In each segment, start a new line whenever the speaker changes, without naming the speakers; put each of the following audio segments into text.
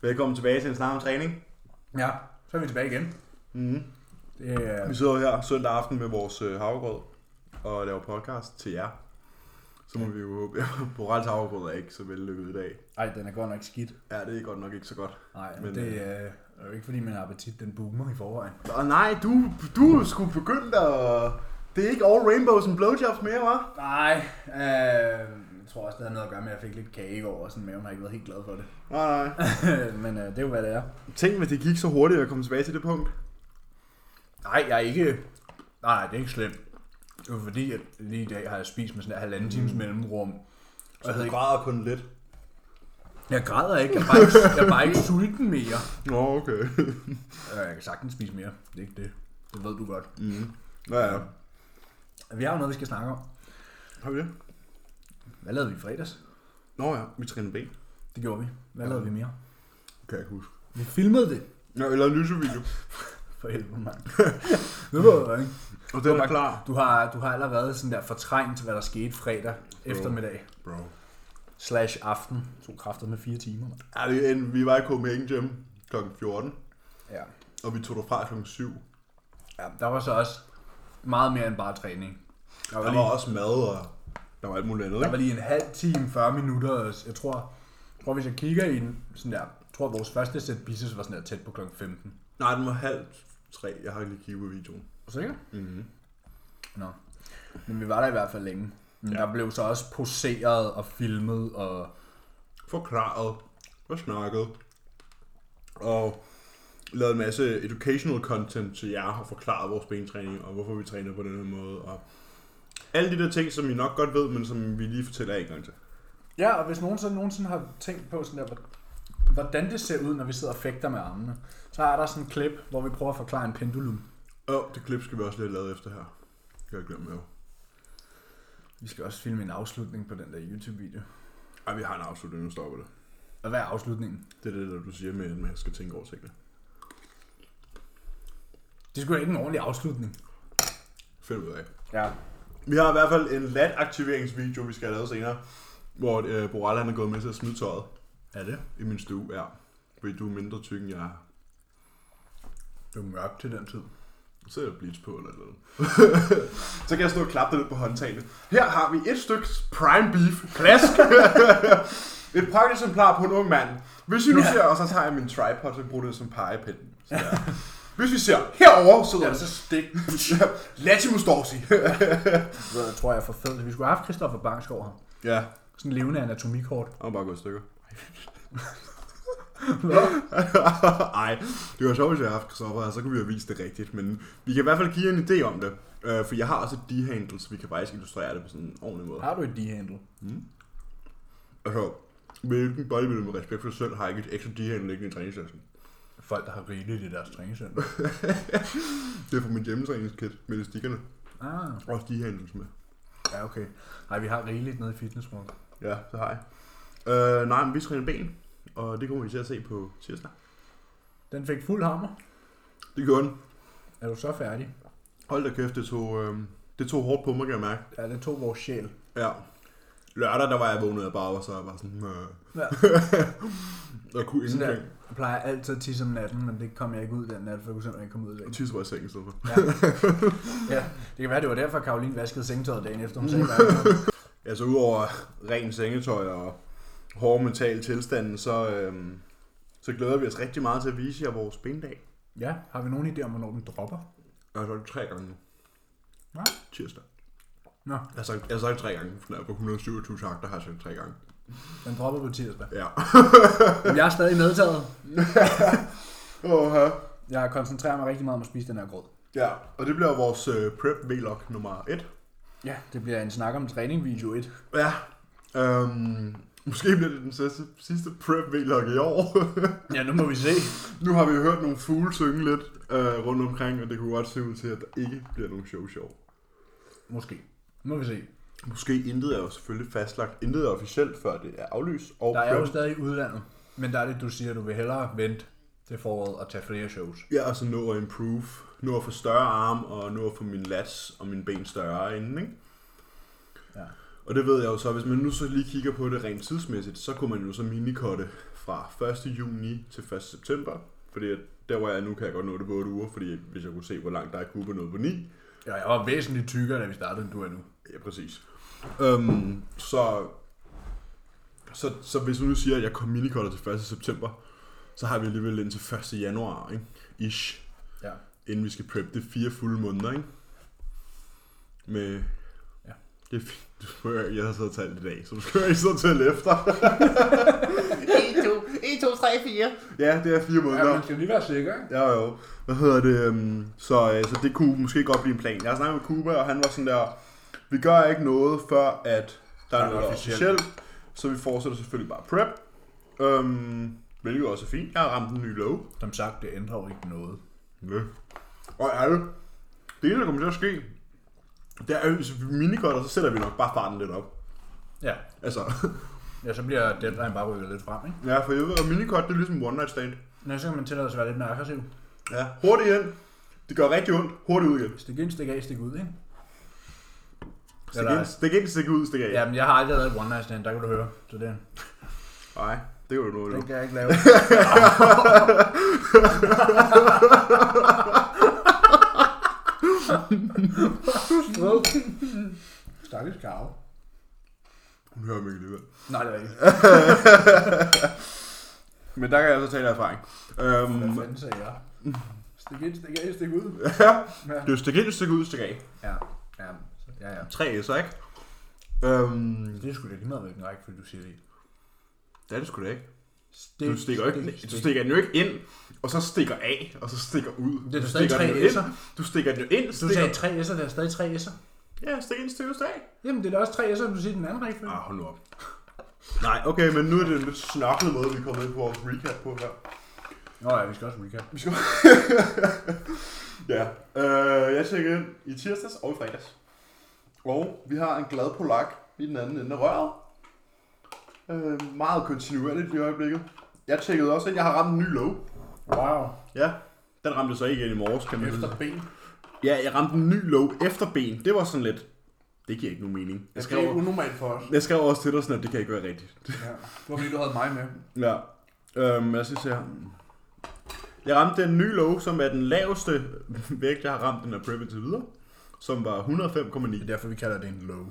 Velkommen tilbage til en snak om træning.
Ja, så er vi tilbage igen.
Mm.
Det er,
Vi sidder her søndag aften med vores øh, havregrød og laver podcast til jer. Så må vi jo håbe, at Borals havregrød er ikke så vellykket i dag.
ej, den er godt nok skidt.
Ja, det er godt nok ikke så godt.
Nej,
Men,
men øh, det er er jo ikke fordi, min appetit den boomer i forvejen.
Og nej, du, du skulle begynde at... Det er ikke all rainbows and blowjobs mere, hva'?
Nej, øh, jeg tror også, det havde noget at gøre med, at jeg fik lidt kage i går, og sådan maven har ikke været helt glad for det.
Nej, nej.
men øh, det er jo, hvad det er.
Tænk, hvis det gik så hurtigt at komme tilbage til det punkt.
Nej, jeg er ikke... Nej, det er ikke slemt. Det var fordi, at lige i dag har jeg spist med sådan en halvanden times mellemrum. Og Mm. jeg, havde ikke,
græder kun lidt.
jeg græder ikke, jeg er bare ikke, jeg er bare ikke sulten mere.
Nå, okay.
Øh, Jeg kan sagtens spise mere, det er ikke det. Det ved du godt.
Mm. Ja, ja.
Vi har jo noget, vi skal snakke om.
Har vi det?
Hvad lavede vi i fredags?
Nå ja, vi træner ben.
Det gjorde vi. Hvad lavede vi mere?
Kan jeg ikke huske.
Vi filmede det.
Ja, jeg lavede en YouTube-video.
For helvede, mand. det var jo ikke.
Og
Det
den er
var-
klar.
Du har, du har allerede sådan der fortrængt, hvad der skete fredag eftermiddag
Bro.
slash aften. To kræfter med fire timer, mand.
Ja, vi, en, vi var i Copenhagen Gym kl. 14,
Ja.
og vi tog derfra kl. 7.
ja. Der var så også meget mere end bare træning. Der var,
Der var
lige,
også mad, og der var alt muligt andet,
der var
ikke?
lige en halv time, 40 minutter. og Jeg tror, jeg tror hvis jeg kigger i en sådan der, jeg tror vores første sæt biceps var sådan der tæt på kl. 15.
Nej, den var halv tre. Jeg har ikke lige kigget på videoen.
Sikker?
Mm-hmm.
Nå. Men vi var der i hvert fald længe. Men ja. der blev så også poseret og filmet og
Forklaret og snakket. Og lavet en masse educational content til jer og forklaret vores bentræning og hvorfor vi træner på den her måde. Og alle de der ting, som I nok godt ved, men som vi lige fortæller jer en gang til.
Ja, og hvis nogen så nogensinde har tænkt på sådan der, hvor- hvordan det ser ud, når vi sidder og fægter med armene, så er der sådan en klip, hvor vi prøver at forklare en pendulum.
Og det klip skal vi også lige have lavet efter her. Det har jeg glemt med.
Vi skal også filme en afslutning på den der YouTube-video.
Ej, vi har en afslutning, nu stopper det.
Og hvad er afslutningen?
Det er det, der du siger med, at man skal tænke over tingene.
Det skulle ikke en ordentlig afslutning.
Find ud af.
Ja.
Vi har i hvert fald en lat-aktiveringsvideo, vi skal have lavet senere, hvor øh, Borrella han er gået med til at smide tøjet
Er det?
i min stue. Ja. Fordi du er mindre tyk, end jeg er.
Det er jo mørkt til den tid.
Så er der bleach på eller noget. så kan jeg stå og klappe det lidt på håndtagene. Her har vi et stykke prime beef. Klask! et pragteksemplar på en ung mand. Hvis I nu ser, og så tager jeg min tripod, så bruger jeg den som pegepind. Så der. Hvis vi ser herover sidder ja, så...
altså stik.
Latimus Dorsi.
Jeg tror, jeg er for fed. Vi skulle have haft Christoffer Bangsgaard her.
ja,
Sådan en levende anatomikort.
han er bare gået i stykker. Ej, det var sjovt, hvis jeg havde haft Christoffer her, så kunne vi have vist det rigtigt, men vi kan i hvert fald give jer en idé om det. Øh, for jeg har også et D-handle, så vi kan faktisk illustrere det på sådan en ordentlig måde. Hmm?
Har du et D-handle?
Altså, hvilken bodybuilder med respekt for sig selv har ikke et ekstra D-handle liggende i træningsklassen?
Folk, der har rigeligt i deres træningscenter.
Det er fra min hjemmetræningskit med elastikkerne
ah,
og D-handles med.
ja okay. Nej, vi har rigeligt nede i fitnessrummet.
Ja, så har jeg. Øh, nej, men vi træner ben, og det kommer vi til at se på tirsdag.
Den fik fuld hammer.
Det gjorde den.
Er du så færdig?
Hold da kæft, det tog, øh, det tog hårdt på mig, kan jeg mærke.
Ja, det tog vores sjæl.
Ja. Lørdag, der var jeg vågnet og bare var så jeg var sådan, øh,
Ja.
jeg kunne ingenting.
Sådan der. Jeg plejer altid at tisse om natten, men det kom jeg ikke ud den nat, for jeg kunne simpelthen ikke komme ud af
Og
det.
tisse var i sengen i stedet for.
Ja. ja. det kan være, det var derfor, Karoline vaskede sengetøjet dagen efter, hun sagde hverken.
Altså udover ren sengetøj og hårde mentale tilstanden, så, øhm, så glæder vi os rigtig meget til at vise jer vores bendag.
Ja, har vi nogen idé om, hvornår den dropper?
Jeg har sagt det tre gange nu.
Nej.
Tirsdag.
Nå,
Jeg har sagt, jeg har sagt tre gange. Sådan der, på 127 takter har jeg sagt tre gange.
den dropper på tirsdag.
Ja.
Men jeg er stadig medtaget.
Åh, ja.
Jeg koncentrerer mig rigtig meget om at spise den her grød.
ja. Og det bliver vores øh, prep-vlog nummer et.
Ja, det bliver en snak om træning video 1.
Ja. Øhm, måske bliver det den sidste, sidste prep-vlog i år.
Ja, nu må vi se.
nu har vi jo hørt nogle fugle synge lidt øh, rundt omkring, og det kunne godt se ud til, at der ikke bliver nogen show-show.
Måske. Nu må vi se.
Måske intet er jo selvfølgelig fastlagt. Intet er officielt, før det er aflyst. Og
Der er jo
prep-
stadig udlandet. Men der er det, du siger, du vil hellere vente til foråret og tage flere shows.
Ja, og så nå at improve. Nå at få større arm, og nå at få min lats og mine ben større inden, ikke?
Ja.
Og det ved jeg jo så, hvis man nu så lige kigger på det rent tidsmæssigt, så kunne man jo så minikotte fra 1. juni til 1. september. Fordi at der hvor jeg er nu, kan jeg godt nå det på 8 uger, fordi hvis jeg kunne se, hvor langt der er Cuba nået på 9.
Ja, jeg var væsentligt tykkere, da vi startede, end du er nu.
Ja, præcis. Øhm, så, så, så hvis vi nu siger, at jeg kom minikotter til 1. september, så har vi alligevel indtil 1. januar, ikke? Ish.
Ja.
Inden vi skal prep. Det er fire fulde måneder, ikke? Med...
Ja.
Det er fint. Du behøver- Jeg har siddet og talt i dag, så du skal ikke sidde og tælle efter.
1, 2, 1, 2, 3, 4.
ja, det er fire
ja
måneder.
man skal lige være sikker, ikke?
Ja, jo. Hvad hedder det? øhm, Så, øh, så det kunne måske godt blive en plan. Jeg har snakket med Kuba, og han var sådan der, vi gør ikke noget, før at der er noget
officielt."
officielt. Så vi fortsætter selvfølgelig bare prep. Øhm, hvilket også er fint. Jeg har ramt en ny low.
Som sagt, det ændrer jo ikke noget.
Ja. Og er det? Det ene, der kommer til at ske, det er, at hvis vi minikotter, så sætter vi nok bare farten lidt op.
Ja.
Altså,
Ja, så bliver deadline bare rykket lidt frem, ikke?
ja, for jeg ved, at minikot, det er ligesom one night stand.
Nå, så kan man tillade sig at være lidt mere aggressiv.
Ja, hurtigt ind. Det gør rigtig ondt. Hurtigt ud igen.
Stik ind, stik af, stik ud, ikke?
Stik ind, stik ind, stik ud, stik af.
Ja, men jeg har aldrig lavet et one night stand, der kan du høre. Så det,
Nej, det kan du nå nu.
det kan jeg ikke lave. Stakkels karve.
Hun hører mig ikke alligevel.
Nej, det er ikke.
Men der kan jeg så tale af erfaring. Øhm,
Hvad fanden sagde jeg? Stik ind, stik af, stik ud.
ja,
Ja.
det er jo stik ind, stik ud, stik af.
Ja, ja, så- ja. ja.
Tre S'er, ikke? Øhm,
Det er sgu da lige meget, hvilken række, fordi du siger det.
det er det sgu da ikke.
Stik,
Du stikker, ikke, du stikker den jo ikke ind, og så stikker af, og så stikker ud.
Det
du
er jo stadig
stikker
tre
den jo ind,
S'er.
Du stikker den jo ind,
Du
stikker...
sagde tre S'er, der er stadig tre S'er.
Ja, stik ind, stik ud, stik af.
Jamen, det er da også tre S'er, du siger den anden række.
Ah, hold nu op. Nej, okay, men nu er det en lidt snakket måde, vi kommer ind på vores recap på her.
Nå ja, vi skal også recap.
Ja, øh, jeg tjekkede ind i tirsdags og i fredags. Og vi har en glad polak i den anden ende af røret. Øh, meget kontinuerligt i øjeblikket. Jeg tjekkede også ind, jeg har ramt en ny low.
Wow.
Ja, den ramte jeg så ikke igen i morges, kan man
Efter
sige.
ben.
Ja, jeg ramte en ny low efter ben. Det var sådan lidt, det giver ikke nogen mening. Jeg
Det er
skrev,
unormalt for os.
jeg skrev også til dig sådan, at det kan ikke være rigtigt.
Ja. Det var fordi, du havde mig med.
Ja. Øhm, jeg skal se her. Jeg ramte en ny low, som er den laveste vægt, jeg har ramt den her prep indtil videre. Som var 105,9.
Det er derfor, vi kalder det en low.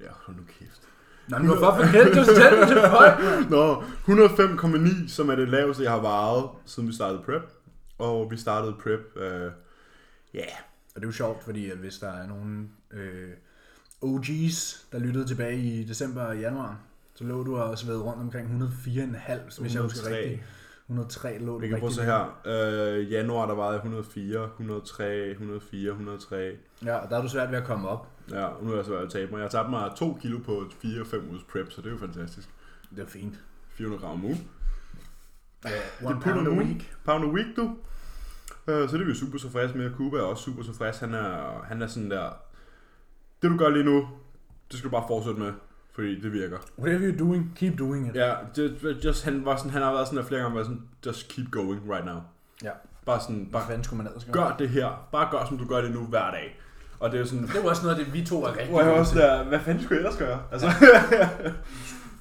Ja, hold nu kæft.
Nej, men hvorfor forkendte du selv til folk?
Nå, 105,9, som er det laveste, jeg har varet, siden vi startede prep. Og vi startede prep, øh, ja, yeah.
Og det er jo sjovt, fordi at hvis der er nogen øh, OG's, der lyttede tilbage i december og januar, så lå du og svedede rundt omkring 104,5, hvis jeg husker
103.
rigtigt. 103 lå du
Vi kan prøve
rigtig
så her. Øh, januar, der vejede jeg 104, 103, 104, 103.
Ja, og der er du svært ved at komme op.
Ja, nu er jeg så ved at tabe mig. Jeg har tabt mig 2 kilo på 4-5 uges prep, så det er jo fantastisk.
Det er fint.
400 gram om ugen.
Uh,
Det er pound a week. Pound a week, du. Øh, Så det er vi super tilfredse med. Kuba er også super tilfreds. Han er, han er sådan der... Det du gør lige nu, det skal du bare fortsætte med. Fordi det virker.
Whatever you're doing, keep doing it.
Ja, just, just, han, var sådan, han har været sådan der flere gange, været sådan, just keep going right now.
Ja.
Bare sådan,
Hvad
bare
fanden skulle man ellers gøre?
gør det her. Bare gør, som du gør det nu hver dag. Og det er jo sådan,
Det var også noget af det, vi to er rigtig
hvor jeg
gode
også
til.
der, hvad fanden skulle jeg ellers gøre? Altså,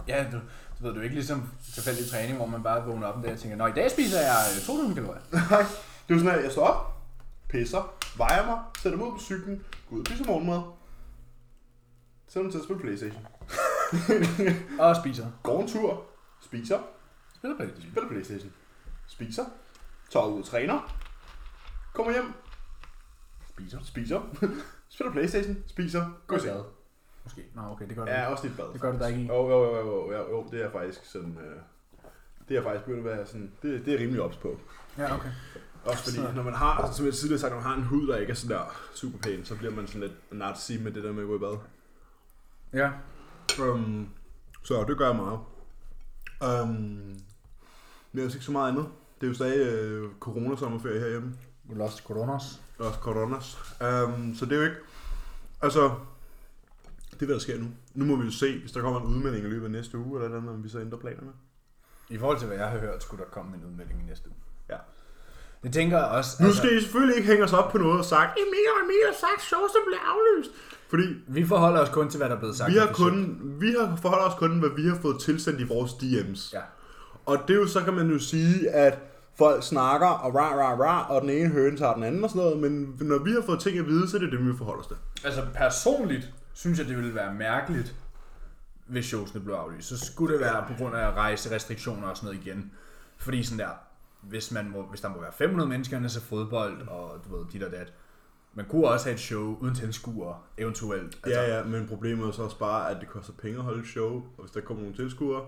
Ja, du, du ved, du er ikke ligesom tilfældig træning, hvor man bare vågner op en dag og tænker, Nå, i dag spiser jeg øh, 200 kalorier.
det er jo sådan, at jeg står op, pisser, vejer mig, sætter mig ud på cyklen, går ud og spiser morgenmad, sætter mig til at spille Playstation,
Og spiser.
går en tur, spiser,
Spiller Playstation.
spiller Playstation, spiser, tager ud og træner, kommer hjem,
Spiser.
spiser, spiller Playstation, spiser, går i seng.
Måske. Nå, okay, det gør du
Ja,
ja.
også lidt bad.
Det gør du da ikke i.
Jo, jo, jo, jo, jo, jo, det er faktisk sådan... Øh, det er faktisk begyndt at være sådan... Det, det er rimelig ops på.
Ja, okay.
Også fordi, når man har, altså, som jeg tidligere sagt, når man har en hud, der ikke er sådan der super pæn, så bliver man sådan lidt nazi med det der med at gå i bad.
Ja.
Um, så det gør jeg meget. Um, men jeg ikke så meget andet. Det er jo stadig øh, corona-sommerferie herhjemme.
Lost Coronas.
Og coronas. Um, så det er jo ikke... Altså, det er, hvad der sker nu. Nu må vi jo se, hvis der kommer en udmelding i løbet af næste uge, eller noget, om vi så ændrer planerne.
I forhold til, hvad jeg har hørt, skulle der komme en udmelding i næste uge.
Ja.
Jeg tænker også... altså,
Nu skal I selvfølgelig ikke hænge os op på noget og sagt, Emil og Emil har sagt, shows der bliver aflyst. Fordi
Vi forholder os kun til, hvad der er blevet sagt.
vi har,
i
kun,
forsøg.
vi har forholdt os kun, hvad vi har fået tilsendt i vores DM's.
Ja.
Og det er jo, så kan man jo sige, at folk snakker og ra ra ra, og den ene høne tager den anden og sådan noget, men når vi har fået ting at vide, så er det det, vi forholder os til.
Altså personligt synes jeg, det ville være mærkeligt, hvis showsene blev aflyst. Så skulle det være på grund af rejserestriktioner og sådan noget igen. Fordi sådan der, hvis, man må, hvis der må være 500 mennesker, så fodbold og du ved, dit og dat. Man kunne også have et show uden tilskuere, eventuelt. Altså,
Ja, ja, men problemet er så også bare, at det koster penge at holde et show, og hvis der kommer nogle tilskuere.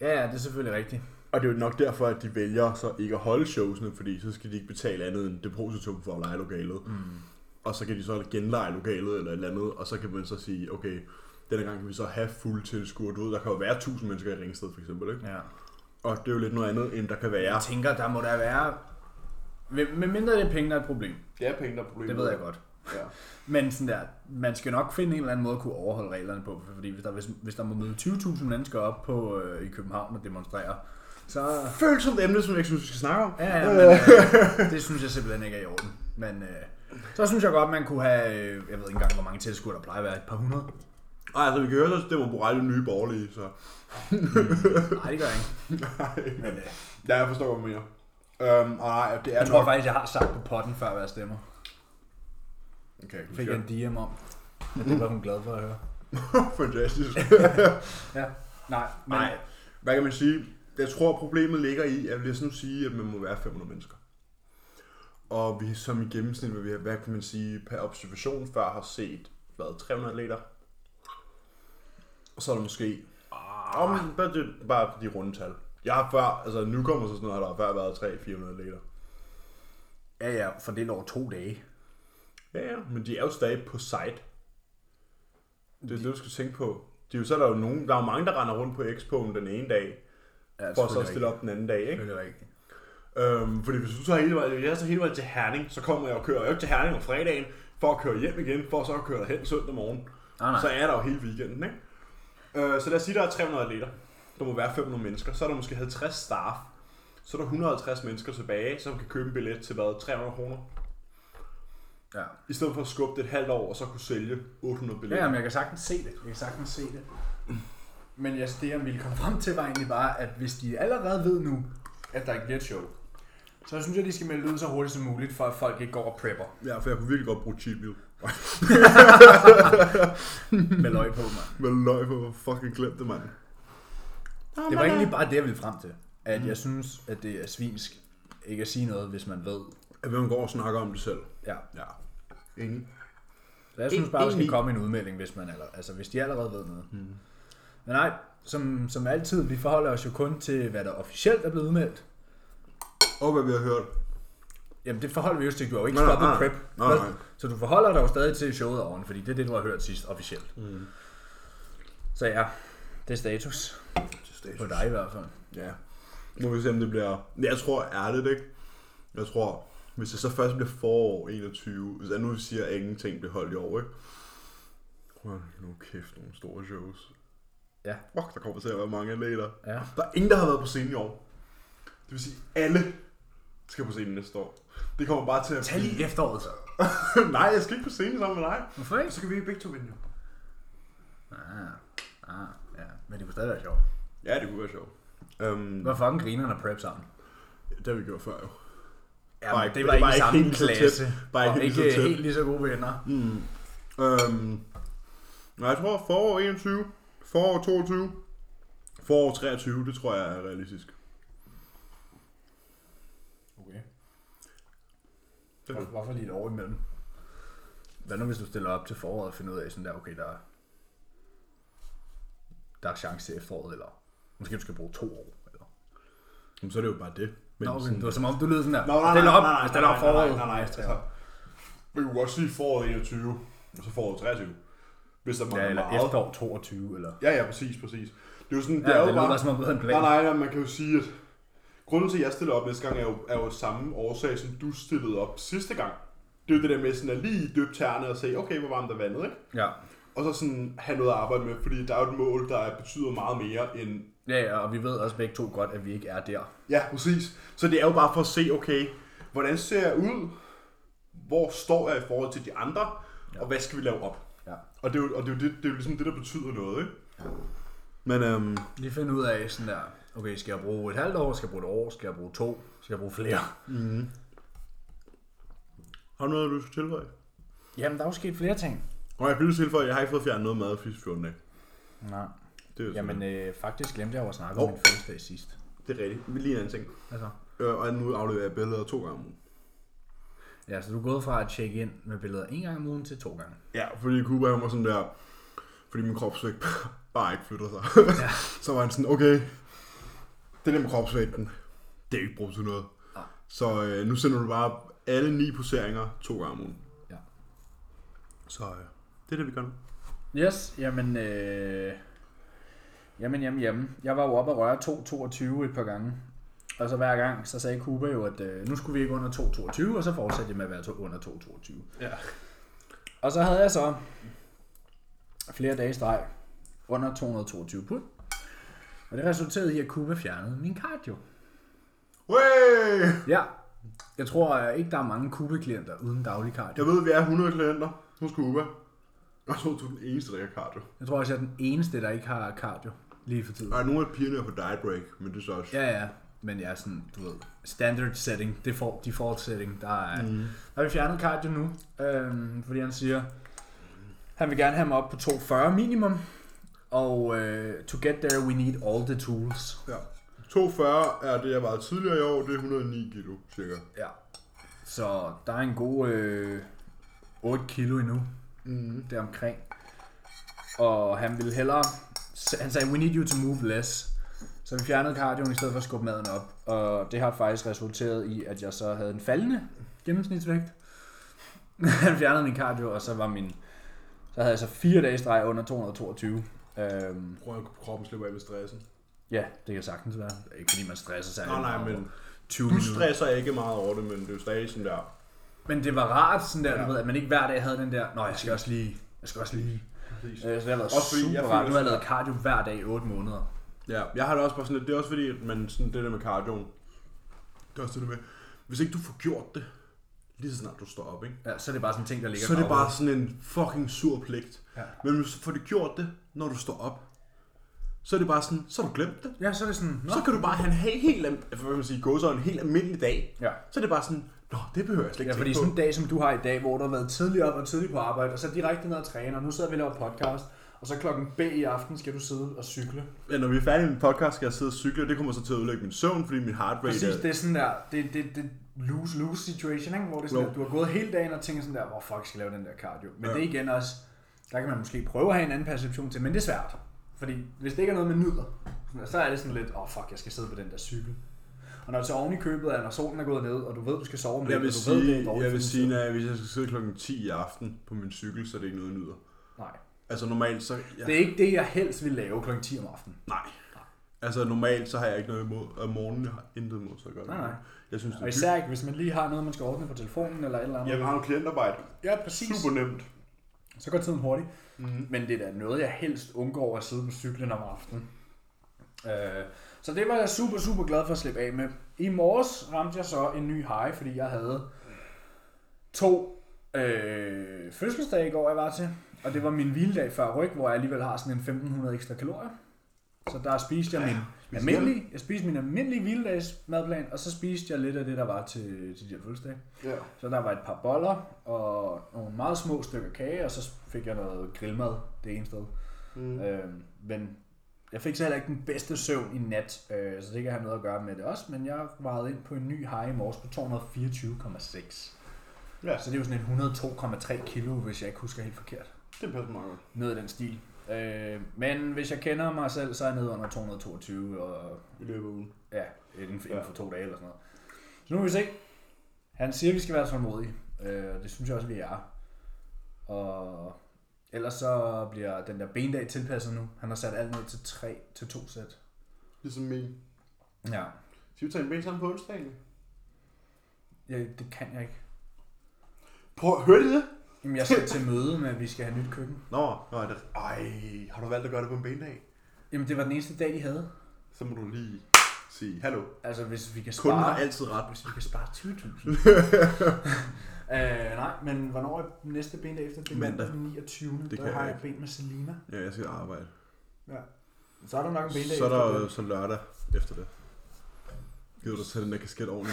ja, ja, det er selvfølgelig rigtigt.
Og det er jo nok derfor, at de vælger så ikke at holde showsene, fordi så skal de ikke betale andet end depositum for at lege lokalet. Mm. Og så kan de så genleje lokalet eller et eller andet, og så kan man så sige, okay, denne gang kan vi så have fuld tilskuer. Du ved, der kan jo være 1000 mennesker i Ringsted for eksempel, ikke?
Ja.
Og det er jo lidt noget andet, end der kan være
Jeg tænker, der må der være... Med med mindre det er penge, der er et problem.
Det er penge, der er problemet.
Det ved jeg godt.
Ja.
Men sådan der, man skal nok finde en eller anden måde at kunne overholde reglerne på, fordi hvis der, hvis, hvis der må møde 20.000 mennesker op på, øh, i København og demonstrere, så...
Følsomt emne, som jeg ikke synes, vi skal snakke om.
Ja, ja, men, øh, det synes jeg simpelthen ikke er i orden. Men øh, så synes jeg godt, man kunne have, øh, jeg ved ikke engang, hvor mange tilskuere der plejer at være, et par hundrede?
Ej, altså, vi kan høre, at det var Borrelli nye borgerlige, så...
Nej, det gør jeg ikke. Men, øh,
Ja, jeg forstår, hvad du mener. Øhm, og nej, det er
jeg tror faktisk, jeg har sagt på potten før, hvad jeg stemmer.
Okay,
Fik jeg en DM om, at det var hun glad for at høre.
Fantastisk.
Ja, nej, men,
nej, hvad kan man sige? Jeg tror, problemet ligger i, at vi sådan sige, at man må være 500 mennesker. Og vi som i gennemsnit, hvad, vi har, hvad kan man sige, per observation før har set, hvad, 300 atleter? Og så er der måske... Ah. Om, bare, det, bare de runde tal. Jeg har før, altså nu kommer så sådan noget, har der har før været 300-400 atleter.
ja, ja, for det over to dage.
Ja, ja, men de er jo stadig på site. Det er det, du skal tænke på. De er jo, så er der jo nogen, der er jo mange, der render rundt på Expo'en den ene dag,
Ja,
for så at stille op den anden dag, ikke?
Det er rigtigt.
Øhm, fordi hvis du tager hele vejen, jeg så hele vejen til Herning, så kommer jeg og kører jo ikke til Herning om fredagen, for at køre hjem igen, for så at køre derhen søndag morgen.
Nej, nej.
Så er der jo hele weekenden, ikke? Øh, så lad os sige, der er 300 atleter. Der må være 500 mennesker. Så er der måske 50 staff. Så er der 150 mennesker tilbage, som kan købe en billet til hvad? 300 kroner.
Ja.
I stedet for at skubbe det et halvt år, og så kunne sælge 800
Ja,
billetter.
men jeg kan sagtens se det. Jeg kan sagtens se det. Men jeg, det, jeg ville komme frem til, var egentlig bare, at hvis de allerede ved nu, at der ikke bliver et show, så synes jeg, de skal melde det ud så hurtigt som muligt, for at folk ikke går og prepper
Ja, for jeg kunne virkelig godt bruge cheat meal.
med løg på mig.
Med løg på, hvor fucking glemte mand.
Det var egentlig bare det, jeg ville frem til. At jeg synes, at det er svinsk ikke at sige noget, hvis man ved.
At hvem går og snakker om det selv.
Ja.
Ja. Enig.
Så jeg synes bare, der skal
Egentlig-
komme en udmelding, hvis, man aller, altså, hvis de allerede ved noget. Mm. Men nej, som, som altid, vi forholder os jo kun til, hvad der officielt er blevet udmeldt.
Og hvad vi har hørt.
Jamen det forholder vi jo til, du har jo ikke
Nej, nej,
stoppet
nej, nej.
prep.
Nej,
vel?
nej.
Så du forholder dig jo stadig til showet oven, fordi det er det, du har hørt sidst officielt. Mm. Så ja, det er status. På dig i hvert fald.
Ja. Nu må vi se, om det bliver... Jeg tror ærligt, ikke? Jeg tror, hvis det så først bliver forår 21, hvis jeg nu siger, at ingenting bliver holdt i år, ikke? Hold nu kæft, nogle store shows.
Ja.
Fuck, der kommer til at være mange atleter.
Ja.
Der er ingen, der har været på scenen i år. Det vil sige, alle skal på scenen næste år. Det kommer bare til at...
Tag lige efteråret.
Nej, jeg skal ikke på scenen sammen med dig.
Hvorfor ikke?
Så kan vi begge to vinde jo.
Ah, ah, ja. Men det kunne stadig være sjovt.
Ja, det kunne være sjovt. Øhm,
Hvor fucking griner når prep sammen?
det har vi gjort før jo.
Ja,
Bare
bare,
ikke-
det var ikke
bare
i
ikke
samme
helt så tæt.
klasse.
Bare ikke
og
helt
ikke
så tæt.
helt lige så gode venner. Mm.
Øhm, nej, jeg tror forår 21, forår 22, forår 23, det tror jeg er realistisk.
Okay. Hvor, hvorfor lige et år imellem? Hvad nu hvis du stiller op til foråret og finder ud af sådan der, okay, der er, der er chance til efteråret, eller måske du skal bruge to år, eller...
Jamen, så er det jo bare det. Men
Nå, okay.
sådan-
Det var som om, du lød sådan der.
Nå, nej, nej,
stiller
nej,
op,
nej, nej,
stiller op
nej, nej,
foråret.
nej, nej, nej, altså, Vi kunne godt sige foråret 21, og så foråret 23, hvis der mangler
Ja, eller
meget.
efterår 22, eller...
Ja, ja, præcis, præcis. Det er jo sådan,
Ja,
det er jo
det lyder
bare...
som om, du havde en plan.
Nej, nej, nej, man kan jo sige, at grunden til, at jeg stiller op næste gang, er jo, er jo samme årsag, som du stillede op sidste gang. Det er jo det der med sådan at lige døbe tærne og se, okay, hvor varmt er vandet, ikke?
Ja.
og så sådan have noget at arbejde med, fordi der er jo et mål, der betyder meget mere end...
Ja, ja, og vi ved også begge to godt, at vi ikke er der.
Ja, præcis. Så det er jo bare for at se, okay, hvordan ser jeg ud? Hvor står jeg i forhold til de andre? Og hvad skal vi lave op?
Ja.
Og det er jo, og det, er jo det, det er jo ligesom det, der betyder noget, ikke? Men øhm,
Lige finde ud af sådan der, okay, skal jeg bruge et halvt år, skal jeg bruge et år, skal jeg bruge to, skal jeg bruge flere?
har du noget, du skal tilføje?
Jamen, der er jo sket flere ting.
Nå, jeg kan lige tilføje, at jeg har ikke fået fjernet noget mad de sidste 14 dage.
Nej.
Det er, jo sådan,
Jamen, øh, faktisk glemte jeg jo at snakke om
Hov.
min fødselsdag sidst.
det er rigtigt. Vi lige en anden ting.
Altså.
Øh, og nu afleverer jeg billeder to gange om ugen.
Ja, så du er gået fra at tjekke ind med billeder en gang om ugen til to gange.
Ja, fordi Kuba han var sådan der, fordi min kropsvægt bare ikke flytter sig.
Ja.
Ja. så var han sådan, okay, det der med kropsvægten, det er ikke brugt til noget.
Nej.
Så øh, nu sender du bare alle ni poseringer to gange om ugen.
Ja.
Så øh, det er det, vi gør nu.
Yes, jamen, øh, jamen, jamen, jamen. Jeg var jo oppe og røre 2,22 et par gange. Og så hver gang, så sagde Kuba jo, at øh, nu skulle vi ikke under 2,22, og så fortsatte det med at være to, under 2,22.
Ja.
Og så havde jeg så flere dage i streg under 222 pund. Og det resulterede i, at Kuba fjernede min cardio.
Hey!
Ja, jeg tror øh, ikke, der er mange Kuba-klienter uden daglig cardio.
Jeg ved, vi er 100 klienter hos Kuba. Og så er du den eneste, der ikke har cardio.
Jeg tror også, jeg er den eneste, der ikke har cardio lige for tiden.
Der er nogle af pigerne er på diet break, men det er så også...
Ja, ja. Men jeg er sådan, du ved, standard setting, det får default setting, der er... Mm. Der har vi fjernet cardio nu, øhm, fordi han siger, han vil gerne have mig op på 240 minimum, og øh, to get there, we need all the tools.
ja. 240 er det, jeg vejede tidligere i år. Det er 109 kilo, cirka.
Ja. Så der er en god øh, 8 kilo endnu. Mm. Det omkring. Og han ville hellere... s- Han sagde, we need you to move less. Så vi fjernede cardioen i stedet for at skubbe maden op. Og det har faktisk resulteret i, at jeg så havde en faldende gennemsnitsvægt. han fjernede min cardio, og så var min... Så havde jeg så fire dage i streg under 222. Øhm,
Prøv at kroppen slipper af med stressen.
ja, det kan sagtens være. Ikke fordi man stresser sig.
Nej, nej, men
20
du
minutter.
stresser ikke meget over det, men det er jo stadig sådan der.
Men det var rart, sådan der, ja.
Ja.
du ved, at man ikke hver dag havde den der, nå, jeg skal også lige, jeg skal også lige. Øh, så det har været
Også fordi jeg føler
super rart. Nu har jeg
sådan-
lavet cardio hver dag i 8 måneder.
Ja, jeg har det også bare sådan lidt, det er også fordi, at man sådan det der med cardioen, det er også det der med, hvis ikke du får gjort det, lige så snart du står op, ikke?
Ja, så er det bare sådan en ting, der ligger
Så er det
bagved.
bare sådan en fucking sur pligt.
Ja.
Men hvis du får det gjort det, når du står op, så er det bare sådan, så har du glemt det.
Ja, så er det sådan, nå.
Så kan du bare have en helt, helt al- hvad vil man sige, gå så en helt almindelig dag.
Ja.
Så er det bare sådan, nå, det behøver jeg slet
Ja,
ikke
fordi
tænke
sådan
på.
en dag, som du har i dag, hvor du har været tidligt op og tidligt på arbejde, og så direkte ned og træne, og nu sidder vi og laver podcast, og så klokken B i aften skal du sidde og cykle.
Ja, når vi er færdige med podcast, skal jeg sidde og cykle, og det kommer så til at ødelægge min søvn, fordi min heart rate
Præcis,
er...
det er sådan der, det, det, det lose-lose situation, ikke? hvor det er sådan,
Jo.
at du har gået hele dagen og tænker sådan der, hvor fuck skal jeg lave den der cardio? Men ja.
Ja.
det er igen også, der kan man måske prøve at have en anden perception til, men det er svært. Fordi hvis det ikke er noget, man nyder, sådan der, så er det sådan lidt, åh oh, fuck, jeg skal sidde på den der cykel. Og når det så oven i købet er, når solen er gået ned, og du ved, du skal sove med,
Jeg vil
og du ved, det er
sige,
dårligt
jeg
for
vil
din
sige
søvn.
nej, hvis jeg skal sidde klokken 10 i aften på min cykel, så er det ikke noget, jeg nyder.
Nej.
Altså normalt, så... Ja,
Det er ikke det, jeg helst vil lave kl. 10 om aftenen.
Nej. Altså normalt, så har jeg ikke noget imod. Og om morgenen jeg har intet imod, så gør det.
Nej, nej.
Jeg synes, det er
Og især ikke, hvis man lige har noget, man skal ordne på telefonen eller et eller andet.
Jeg har jo klientarbejde.
Ja, præcis.
Super nemt.
Så går tiden hurtigt. Mm. Men det er da noget, jeg helst undgår at sidde på cyklen om aftenen. Øh, så det var jeg super, super glad for at slippe af med. I morges ramte jeg så en ny high, fordi jeg havde to øh, fødselsdage i går, jeg var til. Og det var min hviledag før ryg, hvor jeg alligevel har sådan en 1500 ekstra kalorier. Så der spiste jeg min
spiste
almindelige, jeg spiste min almindelige hviledags madplan, og så spiste jeg lidt af det, der var til, til de her fødselsdage.
Ja.
Så der var et par boller og nogle meget små stykker kage, og så fik jeg noget grillmad det ene sted. Mm. Øhm, men jeg fik så heller ikke den bedste søvn i nat, øh, så det kan have noget at gøre med det også, men jeg vejede ind på en ny high i morges på 224,6.
Ja.
Så det er jo sådan en 102,3 kilo, hvis jeg ikke husker helt forkert.
Det passer meget godt.
Noget i den stil. Øh, men hvis jeg kender mig selv, så er jeg nede under 222, og
I løbet af ugen.
ja, inden, for-
Ja.
inden for to dage eller sådan noget. Så nu må vi se. Han siger, at vi skal være tålmodige. Øh, og det synes jeg også, vi er. Og ellers så bliver den der bendag tilpasset nu. Han har sat alt ned til 3 til 2 sæt.
Ligesom min.
Ja.
Skal vi tage en bag sammen på onsdagen?
ja. det kan jeg ikke.
Prøv at høre det.
Jamen, jeg skal til møde med, at vi skal have nyt køkken.
Nå, nå er det... Ej, har du valgt at gøre det på en benedag?
Jamen, det var den eneste dag, de havde.
Så må du lige sige, hallo.
Altså, hvis vi kan spare...
Kunden har altid ret.
Hvis vi kan spare 20.000. øh, nej, men hvornår er næste ben efter? Det er
Mandag.
den 29. Det der
kan jeg
har jeg
ikke.
ben med Selina.
Ja, jeg skal arbejde.
Ja. Så er der nok en ben
Så er der
efter.
så lørdag efter det. Gider du tage den der kasket oven på?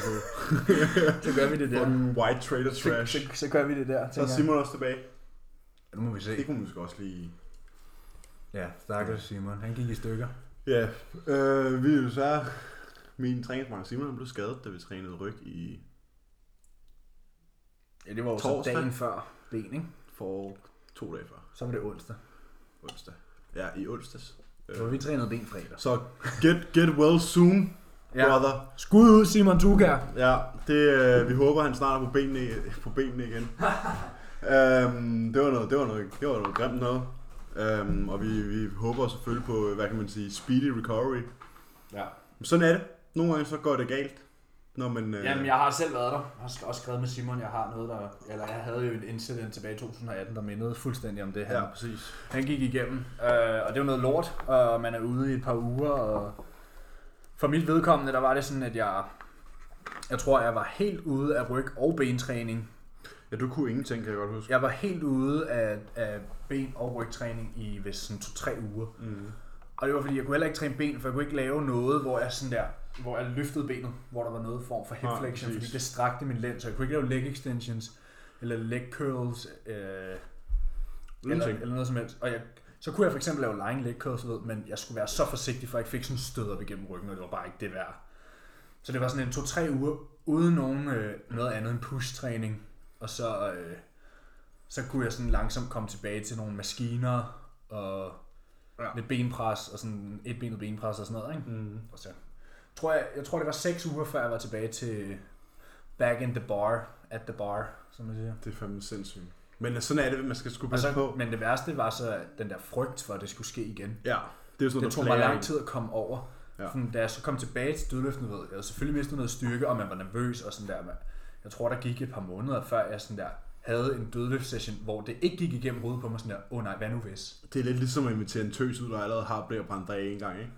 Så gør vi det
Ja.
der.
En white trader
Så,
trash.
så, så gør vi det der,
Så er
tænker jeg.
Simon også tilbage.
Nu må vi
Det
se.
kunne man måske også lige...
Ja, stakkels Simon. Han gik i stykker.
Ja, øh, vi er jo så... Min træningsmarker Simon han blev skadet, da vi trænede ryg i
Ja, det var jo så
Torsdag.
dagen før ben, ikke?
for to dage før
Så var det onsdag.
onsdag. Ja, i onsdags.
Så var vi trænede ben fredag.
Så get, get well soon,
Ja.
ja. brother.
Skud ud, Simon Tuga.
Ja, det, øh, vi håber, han snart er på benene, på benene igen. øhm, det, var noget, det, var noget, det var noget grimt noget. Øhm, og vi, vi håber selvfølgelig på, hvad kan man sige, speedy recovery.
Ja.
Men sådan er det. Nogle gange så går det galt. Når man, øh,
Jamen, jeg har selv været der. Jeg har sk- også skrevet med Simon, jeg har noget, der... Eller jeg havde jo et incident tilbage i 2018, der mindede fuldstændig om det her.
Ja, præcis.
Han gik igennem, øh, og det var noget lort, og man er ude i et par uger, og for mit vedkommende, der var det sådan, at jeg... Jeg tror, jeg var helt ude af ryg- og bentræning.
Ja, du kunne ingenting, kan jeg godt huske.
Jeg var helt ude af, af ben- og rygtræning i vist sådan to-tre uger.
Mm.
Og det var fordi, jeg kunne heller ikke træne ben, for jeg kunne ikke lave noget, hvor jeg sådan der, hvor jeg løftede benet, hvor der var noget form for hip
Nej,
flexion,
præcis.
fordi det strakte min lænd, så jeg kunne ikke lave leg extensions, eller leg curls, øh, eller,
ting.
eller, noget som helst. Og jeg, så kunne jeg for eksempel lave lying leg curls, du ved, men jeg skulle være så forsigtig, for jeg ikke fik sådan en stød op igennem ryggen, og det var bare ikke det værd. Så det var sådan en to-tre uger, uden nogen, øh, noget andet end push-træning. Og så, øh, så kunne jeg sådan langsomt komme tilbage til nogle maskiner, og
Ja.
lidt benpres og sådan et benet benpres og sådan noget, ikke?
Mm.
Og så tror jeg, jeg tror det var 6 uger før jeg var tilbage til back in the bar, at the bar, som man siger.
Det er fandme sindssygt. Men øh, sådan er det, man skal sgu
Og
passe
så,
på.
men det værste var så den der frygt for, at det skulle ske igen.
Ja, det er sådan noget,
Det
der
tog mig
plager
lang
en.
tid at komme over.
Ja.
Ja. Sådan, da jeg så kom tilbage til dødløften, ved jeg, jeg havde selvfølgelig mistet noget styrke, og man var nervøs og sådan der. Man, jeg tror, der gik et par måneder, før jeg sådan der havde en dødløftsession, hvor det ikke gik igennem hovedet på mig sådan der, åh oh, nej, hvad nu hvis?
Det er lidt ligesom at invitere en tøs ud, der allerede har blevet brændt af en gang, ikke?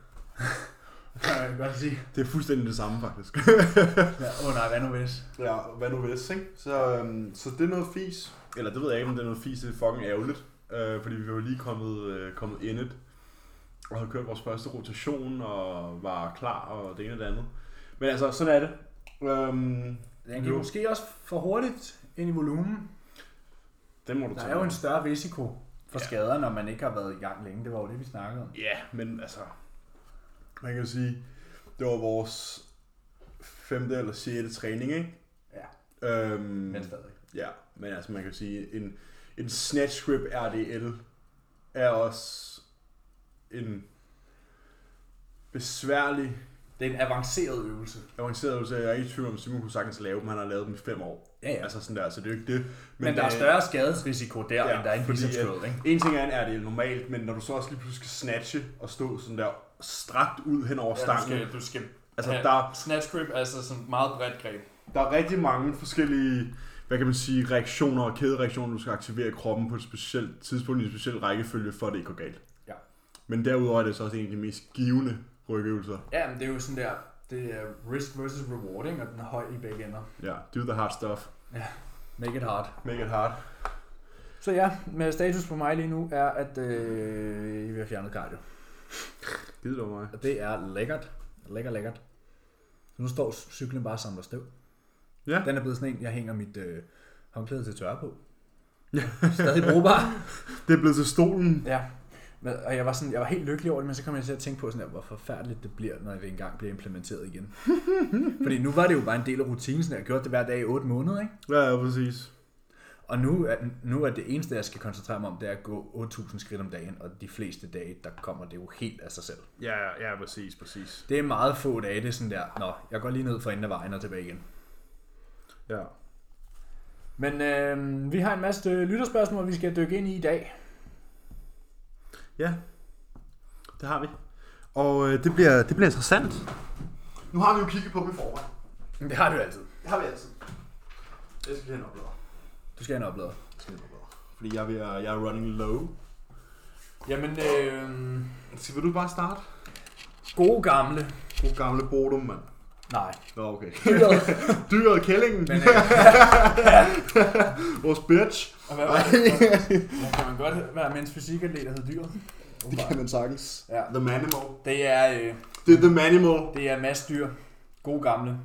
Kan jeg godt sige.
Det er fuldstændig det samme, faktisk.
Ja, Åh oh, nej, hvad nu hvis?
Ja, hvad nu hvis, ikke? Så, øhm, så det er noget fis. Eller det ved jeg ikke, om det er noget fis. Det er fucking ærgerligt. Øh, fordi vi var lige kommet, øh, kommet indet. Og havde kørt vores første rotation og var klar og det ene og det andet. Men altså, sådan er det. Øhm,
Den gik
Jo.
måske også for hurtigt ind i volumen.
det må du
Der
tage.
er jo en
med.
større risiko for
Ja.
skader, når man ikke har været i gang længe. Det var jo det, vi snakkede om.
Ja, men altså... Man kan jo sige, det var vores femte eller sjette træning, ikke?
Ja.
Øhm,
Men stadig.
Ja, men altså man kan sige, en, en snatch grip RDL er også en besværlig
Det er en avanceret øvelse.
avanceret øvelse. Jeg er ikke i tvivl om, Simon kunne sagtens lave dem. Han har lavet dem i fem år.
Ja, ja.
Altså sådan der, så det er jo ikke det.
Men, men der er
øh,
større skadesrisiko der,
ja,
ja, end der er i en
fordi,
biceps
at-
curl, ikke?
En ting er en RDL normalt, men når du så også lige pludselig skal snatche og stå sådan der strakt ud hen over
Ja, du
stangen.
skal, du skal
altså
have
der,
snatch grip, altså sådan meget bredt greb.
der er rigtig mange forskellige hvad kan man sige, reaktioner og kædereaktioner, du skal aktivere i kroppen på et specielt tidspunkt i en speciel rækkefølge, for at det ikke går galt.
Ja.
Men derudover er det så også en af de mest givende rygøvelser.
Ja, men det er jo sådan der, det er risk versus rewarding, og den er høj i begge ender.
Ja, do the hard stuff.
Make it hard.
Make it hard.
Så ja, med status på mig lige nu er, at øh, vi har fjernet cardio.
Gider du mig?
Og det er lækkert. Lækker, lækkert. Nu står cyklen bare og samler støv.
Ja.
Den er blevet sådan en, jeg hænger mit øh, håndklæde til tørre på. Ja. Stadig brugbar.
Det er blevet til stolen.
Ja, men, og jeg var, sådan, jeg var helt lykkelig over det, men så kom jeg til at tænke på, sådan, der, hvor forfærdeligt det bliver, når det engang bliver implementeret igen. Fordi nu var det jo bare en del af rutinen, sådan, jeg gjorde det hver dag i 8 måneder, ikke?
Ja, ja præcis.
Og nu er, nu er det eneste, jeg skal koncentrere mig om, det er at gå 8.000 skridt om dagen, og de fleste dage, der kommer det jo helt af sig selv.
Ja, ja, præcis, præcis.
Det er meget få dage, det er sådan der, nå, jeg går lige ned for enden af vejen og tilbage igen.
Ja.
Men øh, vi har en masse øh, lytterspørgsmål, vi skal dykke ind i i dag.
Ja, det har vi. Og øh, det, bliver, det bliver interessant.
Nu har vi jo kigget på dem i forvejen.
Det har du altid.
Det har vi altid. Jeg skal lige have en oplader.
Du skal have en oplader.
Jeg skal have en oplader.
Fordi jeg er, ved at, jeg er running low.
Jamen, øh,
Så vil du bare starte?
gode gamle.
God gamle Bodum, mand.
Nej.
Nå, okay.
Dyret.
Dyret, kællingen.
Men, øh,
Vores bitch.
og hvad,
Ej.
Hvor kan man godt være mens fysikanlæg, der hedder dyret?
Det kan man sagtens.
Ja.
The manimal.
Det er, øh,
Det er the manimal.
det er Mads Dyr, gode gamle,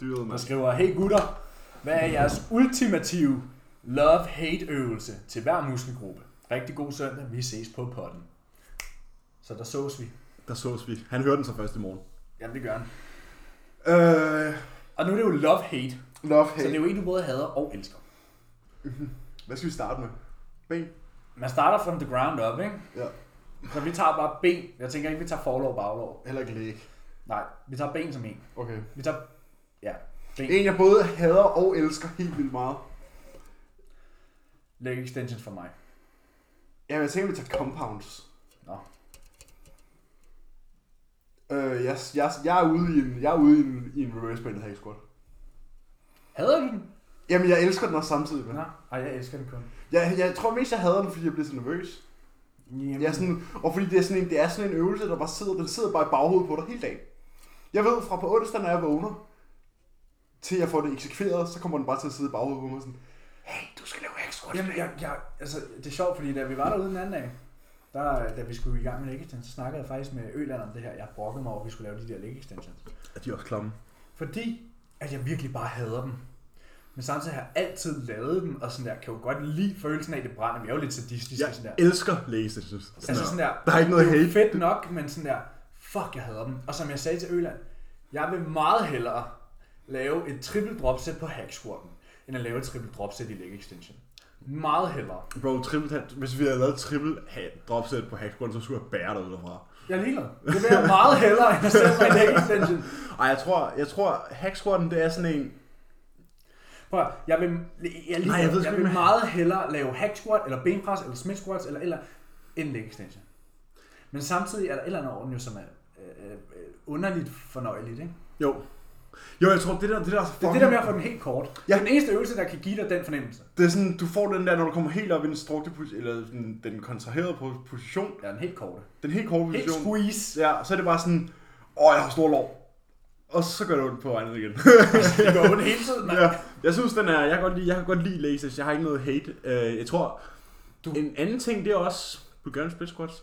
Dyret,
der
mand.
skriver, Hey gutter, hvad er jeres ultimative love-hate øvelse til hver muskelgruppe? Rigtig god søndag, vi ses på potten. Så der sås vi.
Der sås vi. Han hørte den så først i morgen.
Jamen det gør han.
Øh,
Og nu er det jo love-hate,
love,
så det er
hate.
jo en, du både hader og elsker.
Hvad skal vi starte med? Ben.
Man starter from the ground up, ikke?
Ja.
Så vi tager bare ben. Jeg tænker ikke, vi tager forlov og baglov.
Heller ikke læg.
Nej, vi tager ben som en.
Okay.
Vi tager... Ja, ben.
En, jeg både hader og elsker helt vildt meget.
Leg extensions for mig.
Jamen, jeg tænker, vi tager compounds.
Nå.
Øh, jeg, jeg, jeg, er ude i en, jeg er ude i en, i en reverse band hack squat.
Hader du den?
Jamen, jeg elsker den også samtidig med.
Nej, Ej, jeg elsker den kun.
Jeg, jeg tror mest, jeg hader den, fordi jeg bliver så nervøs.
Jamen.
Jeg er sådan, og fordi det er, sådan en, det er sådan en øvelse, der bare sidder, den sidder bare i baghovedet på dig hele dagen. Jeg ved, fra på onsdag, når jeg vågner, til jeg får det eksekveret, så kommer den bare til at sidde i baghovedet på mig sådan, hey, du skal lave hack squat.
Jamen, jeg, jeg, altså, det er sjovt, fordi da vi var derude den anden dag, der, da vi skulle i gang med leg extensions, så snakkede jeg faktisk med Øland om det her. Jeg brokkede mig over, at vi skulle lave de der leg extensions.
Er de også klamme?
Fordi at jeg virkelig bare hader dem. Men samtidig har jeg altid lavet dem, og sådan der, kan jo godt lide følelsen af, at det brænder. Vi er jo lidt sadistiske,
Jeg
ja. sådan der.
elsker læse, synes jeg.
Altså sådan der,
Der er ikke noget
det er jo
hate.
fedt nok, men sådan der, fuck, jeg hader dem. Og som jeg sagde til Øland, jeg vil meget hellere lave et triple drop set på hack squatten, end at lave et triple drop set i leg extension. Meget hellere.
Bro, triple, hand- hvis vi havde lavet triple ha- dropset på hacksquad, så skulle jeg bære dig ud derfra.
Jeg er ligeglad. Det vil jeg meget hellere, end at sætte mig i leg extension.
Ej, jeg tror, jeg tror hacksquaden, det er sådan en...
Prøv at, høre, jeg vil, jeg, er ligeglad.
Nej, jeg ved sgu
jeg
ikke,
vil
hvad-
meget hellere lave hack squat, eller benpres, eller smith squats, eller, eller end leg extension. Men samtidig er der et eller andet over den jo, som er øh, øh, underligt fornøjeligt, ikke?
Jo. Jo, jeg tror, det der, det der er så
Det er det der med at få den helt kort. Ja.
Ja.
Den eneste øvelse, der kan give dig den fornemmelse.
Det er sådan, du får den der, når du kommer helt op i den strukte position, eller den, den kontraherede po- position,
Ja, den helt korte.
den helt korte
Helt
position,
squeeze.
ja, så er det bare sådan, åh, jeg har stor lov. Og så gør det ondt på regnet igen.
Det går ondt hele tiden.
ja. Jeg synes, den er, jeg kan godt lide, jeg kan godt lide laces, jeg har ikke noget hate. Øh, jeg tror,
Du-
du... en anden ting, det er også Bulgarian split squats.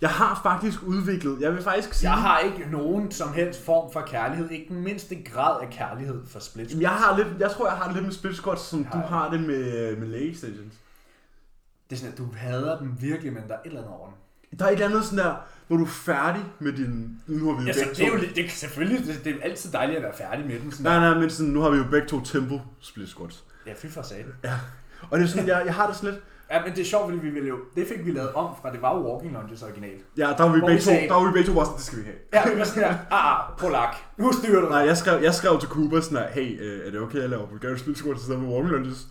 Jeg har faktisk udviklet, jeg vil faktisk sige,
Jeg har ikke nogen som helst form for kærlighed. Ikke den mindste grad af kærlighed for split.
Jamen, jeg, har lidt, jeg tror, jeg har det lidt med split squats, som
Har
du
jeg.
har det med, med leg extensions.
Det er sådan, at du hader dem virkelig, men der er et eller andet over den.
Der er et eller andet sådan der, når du er færdig med din... Nu har vi jo
Altså,
begge
det er jo
to-
li- det, er selvfølgelig, det, det er altid dejligt at være færdig med dem. Sådan
Nej, nej, men sådan, nu har vi jo begge to tempo split squats.
Ja, fy for satan.
Og det er sådan, jeg, jeg har det sådan lidt...
Ja, men det er sjovt, fordi vi ville jo, det fik vi lavet om fra, det var jo walking lunges originalt.
Ja, der var vi,
Hvor
begge
vi
to,
sagde-
der var vi begge to bare sådan, det skal vi have.
Ja, vi var sådan der, ah, ah, polak, nu styrer du.
Nej, jeg skrev, jeg skrev til Cooper sådan her, hey, øh, er det okay, at jeg laver bulgarisk split squats i stedet for walking lunges?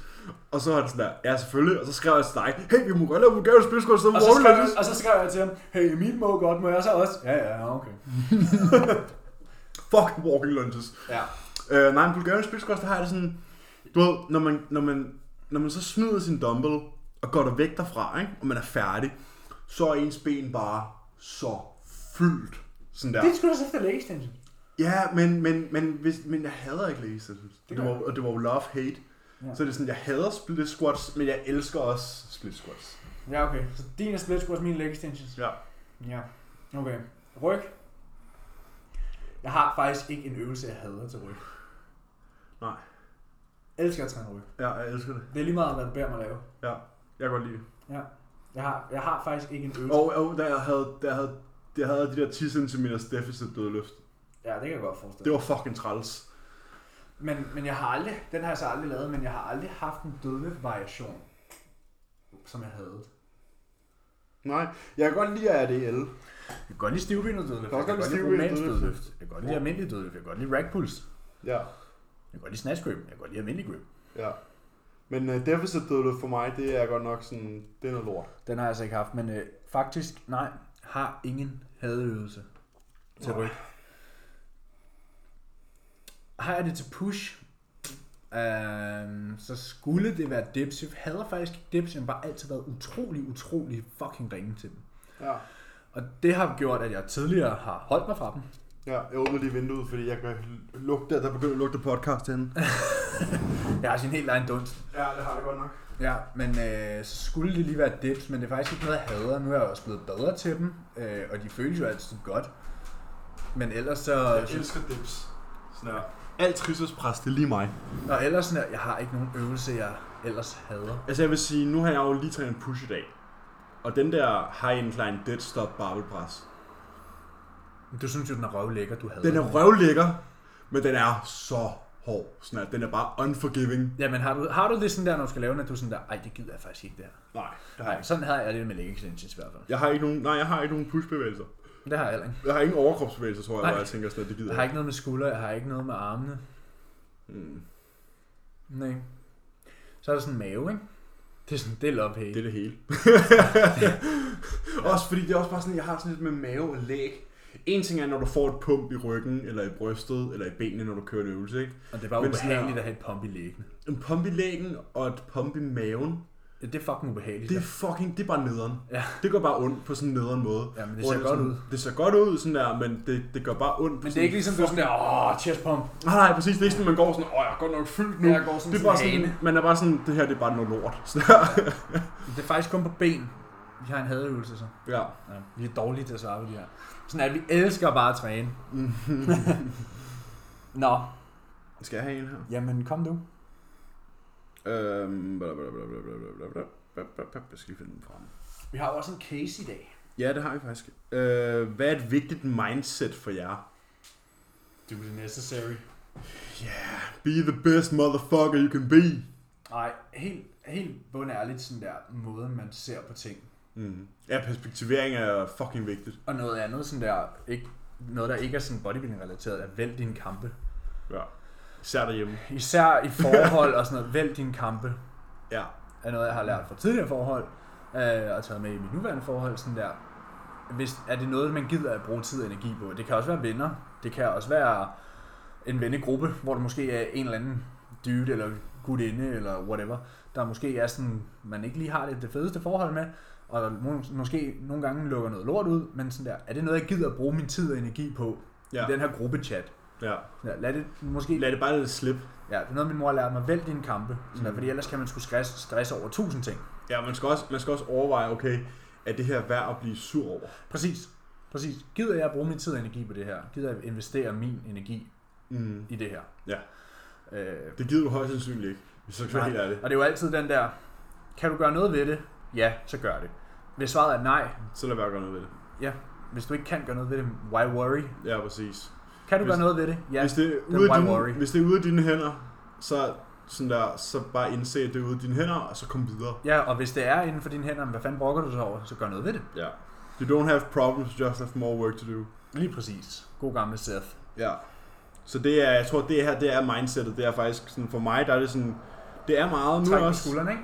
Og så var han sådan der, ja selvfølgelig. Og så skrev jeg til dig, hey, vi må godt lave bulgarisk split squats i stedet
Og
for
så,
walking
skrev,
lunges.
og så skrev jeg til ham, hey, Emil må godt, må jeg så også? Ja, ja, ja, okay.
Fuck walking lunges.
Ja.
Øh, nej, men bulgarisk split squats, der har jeg det sådan, du ved, når man, når man, når man så smider sin dumbbell og går der væk derfra, ikke? og man er færdig, så er ens ben bare så fyldt. Sådan der.
Det skulle da så efter leg extension.
Ja, men, men, men, hvis, men jeg hader ikke Lazy Citizens.
Det
Det,
gør
det var, og det var jo love-hate.
Ja.
Ja. Så det er sådan, jeg hader split squats, men jeg elsker også split squats.
Ja, okay. Så din er split squats, min leg extensions.
Ja.
Ja. Okay. Ryg. Jeg har faktisk ikke en øvelse, jeg hader til ryg.
Nej.
Jeg elsker at træne ryg.
Ja, jeg elsker det.
Det er lige meget, hvad du beder mig lave.
Ja, jeg kan godt lide det.
Ja. Jeg har, jeg har faktisk ikke en øvelse.
Og, og da jeg havde, da jeg havde, da jeg havde de der 10 cm deficit dødløft,
Ja, det kan jeg godt forestille
det var fucking træls.
Men, men jeg har aldrig, den har jeg så aldrig lavet, men jeg har aldrig haft en dødløft variation, som jeg havde.
Nej, jeg kan godt lide, at jeg er DL.
Jeg kan godt lide stivbenet dødløft,
Jeg kan godt lide romansk dødløft.
jeg kan godt lide almindelig dødløft, jeg kan godt lide rack pulls,
Ja,
jeg kan godt lide snatch grip, jeg kan godt lide almindelig grip.
ja. Men
øh,
uh, deficit dødløft for mig, det er godt nok sådan, det er noget lort.
Den har jeg altså ikke haft, men øh, faktisk, nej, har ingen hadeøvelse til ryg. Har jeg det til push? Øhm, så skulle det være Dipsy. Jeg hader faktisk ikke Dipsy, men bare altid været utrolig, utrolig fucking ringe til dem.
Ja.
Og det har gjort, at jeg tidligere har holdt mig fra dem.
Ja, jeg åbner lige vinduet, fordi jeg kan lugte, at der begynder at lugte podcast herinde.
Jeg har sin helt egen dunst.
ja, det har det godt nok.
Ja, men øh, så skulle det lige være dips, men det er faktisk ikke noget, jeg hader. Nu er jeg også blevet bedre til dem, øh, og de føles jo altid godt. Men ellers så...
Jeg elsker dips.
Sådan her.
Alt trissespres, det er lige mig.
Og ellers sådan, her, jeg har ikke nogen øvelse, jeg ellers hader.
Altså jeg vil sige, nu har jeg jo lige trænet push i dag. Og den der high incline dead stop barbelpres.
Men Du synes jo, den er røv lækker, du hader.
Den er røvlækker, men den er så hård. Sådan her. Den er bare unforgiving.
Ja, men har du, har du det sådan der, når du skal lave den, at du er sådan der, ej, det gider jeg faktisk ikke det her.
Nej, det har jeg
Nej,
ikke.
sådan havde jeg det med leg extensions i hvert fald.
Jeg har ikke nogen, nej, jeg har ikke nogen pushbevægelser.
Men Det har jeg heller ikke.
Jeg har ingen overkropsbevægelser, tror jeg,
Nej.
hvor jeg tænker sådan, at det gider
Jeg har ikke noget med skuldre, jeg har ikke noget med armene.
Mm.
Nej. Så er der sådan en mave, ikke? Det er sådan, det er love hate.
Det er det hele. også fordi det er også bare sådan, jeg har sådan lidt med mave og læg. En ting er, når du får et pump i ryggen, eller i brystet, eller i benene, når du kører en øvelse, ikke?
Og det er bare
Men sådan
ubehageligt
her-
at have et pump i lægen.
En pump i lægen og et pump i maven,
Ja, det er fucking ubehageligt.
det er fucking, det er bare nederen.
Ja.
Det gør bare ondt på sådan en nederen måde.
Ja, men det
Hvor
ser
jeg
godt
sådan,
ud.
Det ser godt ud, sådan der, men det, det gør bare ondt.
Men det er ikke ligesom, du er sådan der, åh, chest pump.
Nej, nej, præcis. Det er ikke sådan, man går sådan, åh, jeg er godt nok fyldt nu.
Jeg går sådan
det er bare
sådan en
sådan, man er bare sådan, det her, det er bare noget lort. Sådan der.
Det er faktisk kun på ben. Vi har en hadøvelse så.
ja.
Ja, vi er dårlige til at svare på de her. Sådan at vi elsker bare at træne. Nå,
Skal jeg have en her?
jamen kom du.
Øhm, jeg skal lige finde den frem.
Vi har jo også en case i dag.
Ja, det har vi faktisk. Øh, hvad er et vigtigt mindset for jer?
Do the necessary.
Be the best motherfucker you can be.
Nej, helt, helt bundærligt sådan der måde, man ser på ting.
Mm. Ja, perspektivering er fucking vigtigt.
Og noget andet sådan der, ikke, noget der ikke er sådan bodybuilding-relateret, er vælg dine kampe.
Ja. Især derhjemme.
Især i forhold og sådan noget, vælg dine kampe.
Ja.
er noget, jeg har lært fra tidligere forhold, øh, og taget med i mit nuværende forhold, sådan der. Hvis, er det noget, man gider at bruge tid og energi på? Det kan også være venner. Det kan også være en vennegruppe, hvor der måske er en eller anden dude eller gutinde eller whatever, der måske er sådan, man ikke lige har det, det fedeste forhold med, og der må, måske nogle gange lukker noget lort ud, men sådan der, er det noget, jeg gider at bruge min tid og energi på
Ja.
i den her gruppechat?
Ja.
Ja, lad det måske
Lad det bare lidt slippe.
Ja, det er noget, min mor har lært mig. Vælg dine kampe. Sådan der,
Mm.
fordi ellers kan man skulle stress, stress over tusind ting.
Ja, man skal, også, man skal også overveje, okay, er det her værd at blive sur over?
Præcis. Præcis. Gider jeg bruge min tid og energi på det her? Gider jeg investere min energi
Mm.
i det her?
Ja.
Øh,
Det gider du højst sandsynligt ikke, hvis jeg skal være
Nej.
helt ærlig.
og det er jo altid den der, kan du gøre noget ved det? Ja, så gør det. Hvis svaret er nej,
Så lad være at gøre noget ved det.
ja. Hvis du ikke kan gøre noget ved det, why worry?
Ja, præcis.
Kan du
Hvis-
gøre noget ved det? Ja.
hvis, det er
then
ude
why
af
worry?
dine, hvis det er ude af dine hænder, så, sådan der, så bare indse, at det er ude af dine hænder, og så kom videre.
Ja, og hvis det er inden for dine hænder, hvad fanden brokker du så over? Så gør noget ved det.
Ja. You don't have problems, just have more work to do.
Lige præcis. God gamle Seth.
Ja. Så det er, jeg tror, det her, det er mindsetet. Det er faktisk sådan, for mig, der er det sådan, det er meget nu
Træk på
også.
skuldrene, ikke?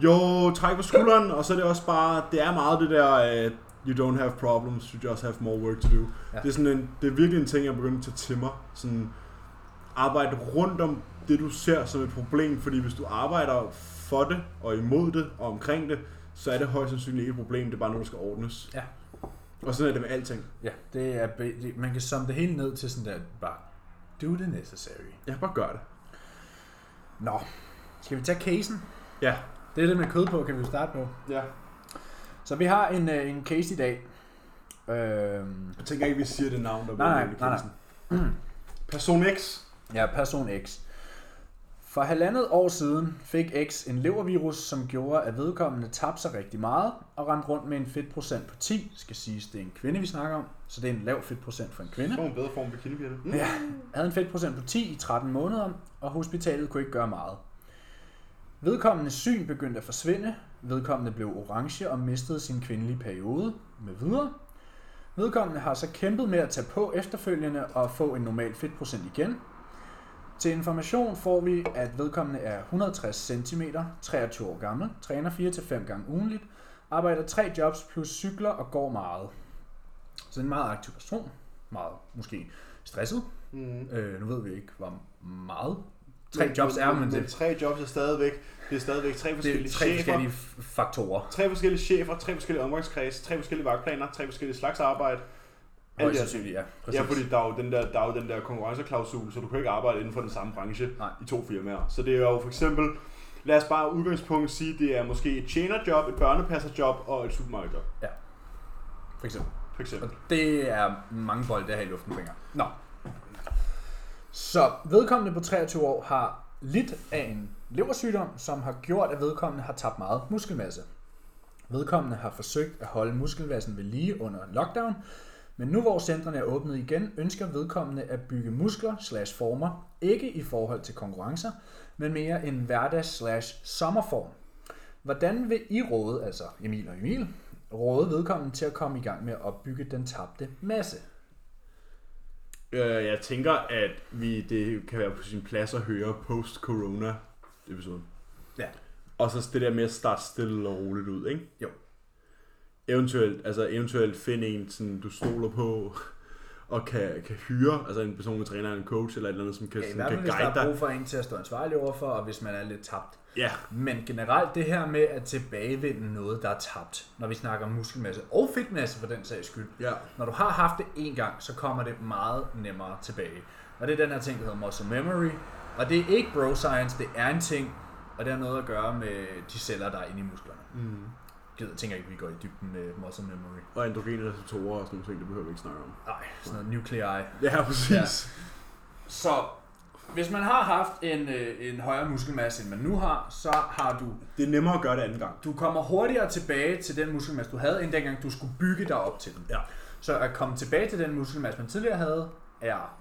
Jo, træk på skulderen, og så er det også bare, det er meget det der, uh, you don't have problems, you just have more work to do.
Ja.
Ja. Det, er sådan en, det er virkelig en ting, jeg begynder at tage til mig. Sådan, arbejde rundt om det, du ser som et problem, fordi hvis du arbejder for det, og imod det, og omkring det, så er det højst sandsynligt ikke et problem, det er bare noget, der skal ordnes.
Ja.
Og sådan er det med alting.
Ja, det er, be- det- man kan summe det hele ned til sådan der, bare, do the necessary.
Jeg bare gør det.
Nå, skal vi tage casen?
Ja.
Det er det med kød på, kan vi jo starte på.
Ja.
Så vi har en, øh, en case i dag. Øhm,
Jeg tænker ikke, vi siger det navn, der
Nej, nej,
nævnt i
nej, nej.
quizzen. Person X.
ja, person X. For halvandet år siden fik X en levervirus, som gjorde, at vedkommende tabte sig rigtig meget og rendte rundt med en fedtprocent på 10. Skal siges, det er en kvinde, vi snakker om, så det er en lav fedtprocent for en kvinde.
Får en bedre form bikini, bliver det. Mm.
Ja, havde en fedtprocent på 10 i 13 måneder, og hospitalet kunne ikke gøre meget. Vedkommendes syn begyndte at forsvinde, vedkommende blev orange og mistede sin kvindelige periode med videre. Vedkommende har så kæmpet med at tage på efterfølgende og få en normal fedtprocent igen. Til information får vi, at vedkommende er 160 cm, 23 år gammel, træner 4-5 gange ugenligt, arbejder tre jobs plus cykler og går meget. Så en meget aktiv person, meget måske stresset. Mm. Øh, nu ved vi ikke, hvor meget Tre
Men-
jobs er, men det,
tre jobs er stadigvæk, det er stadigvæk tre
det
forskellige
er tre
chefer,
forskellige f- faktorer.
tre forskellige chefer, tre forskellige omgangskreds, tre forskellige vagtplaner, tre forskellige slags arbejde. Alt
Højst
det her.
sandsynligt, ja. Præcis.
Ja, fordi der er jo den der, der, er jo den der konkurrenceklausul, så du kan ikke arbejde inden for den samme branche
Nej.
i to firmaer. Så det er jo for eksempel, lad os bare udgangspunkt sige, det er måske et tjenerjob, et børnepasserjob og et supermarkedjob,
For eksempel.
for
Og
eksempel.
det er mange bolde, der her i luften bringer. Nå. Så vedkommende på 23 år har lidt af en leversygdom, som har gjort, at vedkommende har tabt meget muskelmasse. Vedkommende har forsøgt at holde muskelmassen ved lige under lockdown, men nu hvor centrene er åbnet igen, ønsker vedkommende at bygge muskler slash former, ikke i forhold til konkurrencer, men mere en hverdags slash sommerform. Hvordan vil I råde, altså Emil og Emil, råde vedkommende til at komme i gang med at opbygge den tabte masse?
Øh, jeg tænker, at vi, det kan være på sin plads at høre post-corona episoden.
Ja.
Og så det der med at starte stille og roligt ud, ikke?
Jo.
Eventuelt, altså eventuelt finde en, sådan, du stoler på og kan, kan hyre, altså en personlig træner, en coach eller et eller andet, som kan,
Ja, i
sådan,
hvert
kan
fald, hvis der
guide
er
dig.
brug for en til at stå ansvarlig overfor, og hvis man er lidt tabt.
Ja,
Men generelt det her med at tilbagevinde noget, der er tabt, når vi snakker om muskelmasse og fedtmasse for den sags skyld.
Ja.
Når du har haft det en gang, så kommer det meget nemmere tilbage. Og det er den her ting, der hedder muscle memory. Og det er ikke bro science, det er en ting, og det har noget at gøre med de celler, der er inde i musklerne. Mm. Jeg tænker ikke, vi går i dybden med muscle memory.
og androgene receptorer og sådan nogle ting, det behøver vi ikke snakke om.
Nej, sådan noget nuclei.
Ja, præcis.
Så hvis man har haft en, øh, en højere muskelmasse, end man nu har, så har du...
Ja. Det er nemmere at gøre det anden gang.
Du kommer hurtigere tilbage til den muskelmasse, du havde, end dengang du skulle bygge dig op til den.
Ja.
Så at komme tilbage til den muskelmasse, man tidligere havde, er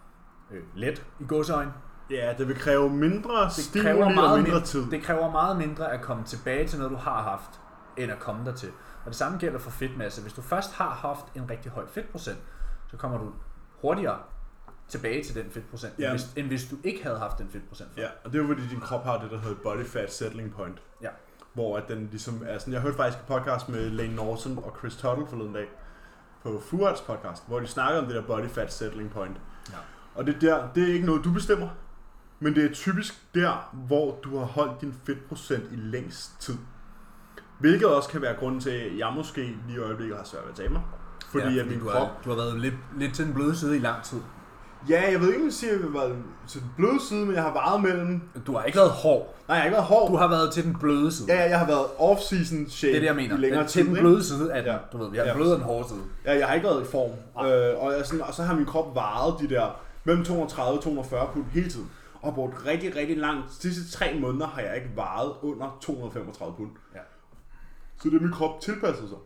øh, let i godsøjne.
Ja, det vil kræve mindre stimuli
kræver
og
meget
mindre
min-
tid.
Det kræver meget mindre at komme tilbage til noget, du har haft, end at komme dertil. Og det samme gælder for fedtmasse. Hvis du først har haft en rigtig høj fedtprocent, så kommer du hurtigere tilbage til den fedtprocent,
Ja.
end, hvis, end hvis du ikke havde haft den fedtprocent før.
Ja, og det er jo fordi din krop har det, der hedder body fat settling point.
Ja.
Hvor at den ligesom er sådan, jeg hørte faktisk en podcast med Lane Norton og Chris Tuttle forleden dag på Fuards podcast, hvor de snakkede om det der body fat settling point.
Ja.
Og det der, det er ikke noget, du bestemmer, men det er typisk der, hvor du har holdt din fedtprocent i længst tid. Hvilket også kan være grunden til, at jeg måske lige i øjeblikket har svært ved at tabe mig. Fordi, ja, at min
du,
krop
har, du har været lidt, lidt til den bløde side i lang tid.
Ja, jeg ved ikke, om jeg siger, at jeg var til den bløde side, men jeg har varet mellem...
Du har ikke været hård.
Nej, jeg har ikke været hård.
Du har været til den bløde side.
Ja, ja, jeg har været off-season shape
Det er det, jeg mener.
i længere
Den, til den
ikke?
bløde side af den.
Ja.
Du ved, jeg er
Ja.
ja. blødere end den hårde side.
Ja, jeg har ikke været i form. Øh, og, jeg sådan, og så har min krop varet de der mellem 230 og 240 pund hele tiden. Og har brugt rigtig, rigtig langt. De sidste tre måneder har jeg ikke varet under 235 pund.
Ja.
Så det er min krop tilpasset sig.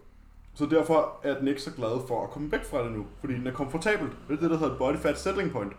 Så derfor er den ikke så glad for at komme væk fra det nu. Fordi den er komfortabel. Det er det, der hedder et body fat settling point.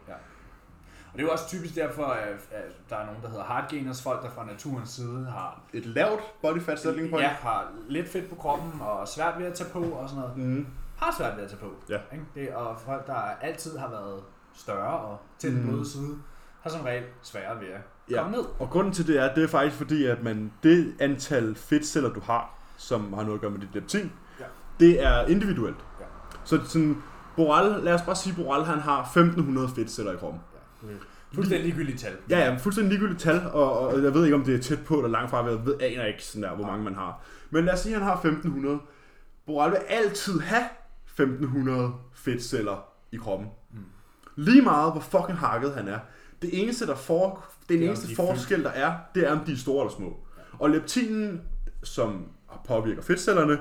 Og det er jo også typisk derfor, at, at der er nogen, der hedder hardgainers, folk, der fra naturens side har,
Et lavt body fat settling point.
ja, har lidt fedt på kroppen og svært ved at tage på og sådan noget.
Mm.
Har svært ved at tage på.
Ja.
Ikke? Det, og folk, der altid har været større og til den bløde side, har som regel sværere ved at
Mhm. Ja.
komme ned.
Og grunden til det er, det er faktisk fordi, at man, det antal fedtceller, du har, som har noget at gøre med dit leptin,
Ja.
det er individuelt.
Ja.
Så det er sådan, Boral, lad os bare sige, Boral han har 1500 fedtceller i kroppen.
Fuldstændig ligegyldigt tal.
Ja, ja, fuldstændig ligegyldigt tal, og, og, jeg ved ikke, om det er tæt på eller langt fra, jeg ved, aner ikke sådan der, hvor mange man har. Men lad os sige, at han har 1500. Boral vil altid have 1500 fedtceller i kroppen. Mm. Lige meget, hvor fucking hakket han er. Det eneste, der for, den
er, om
eneste
de er
forskel, der er, det er, om de er store eller små. Og leptinen, som påvirker fedtcellerne,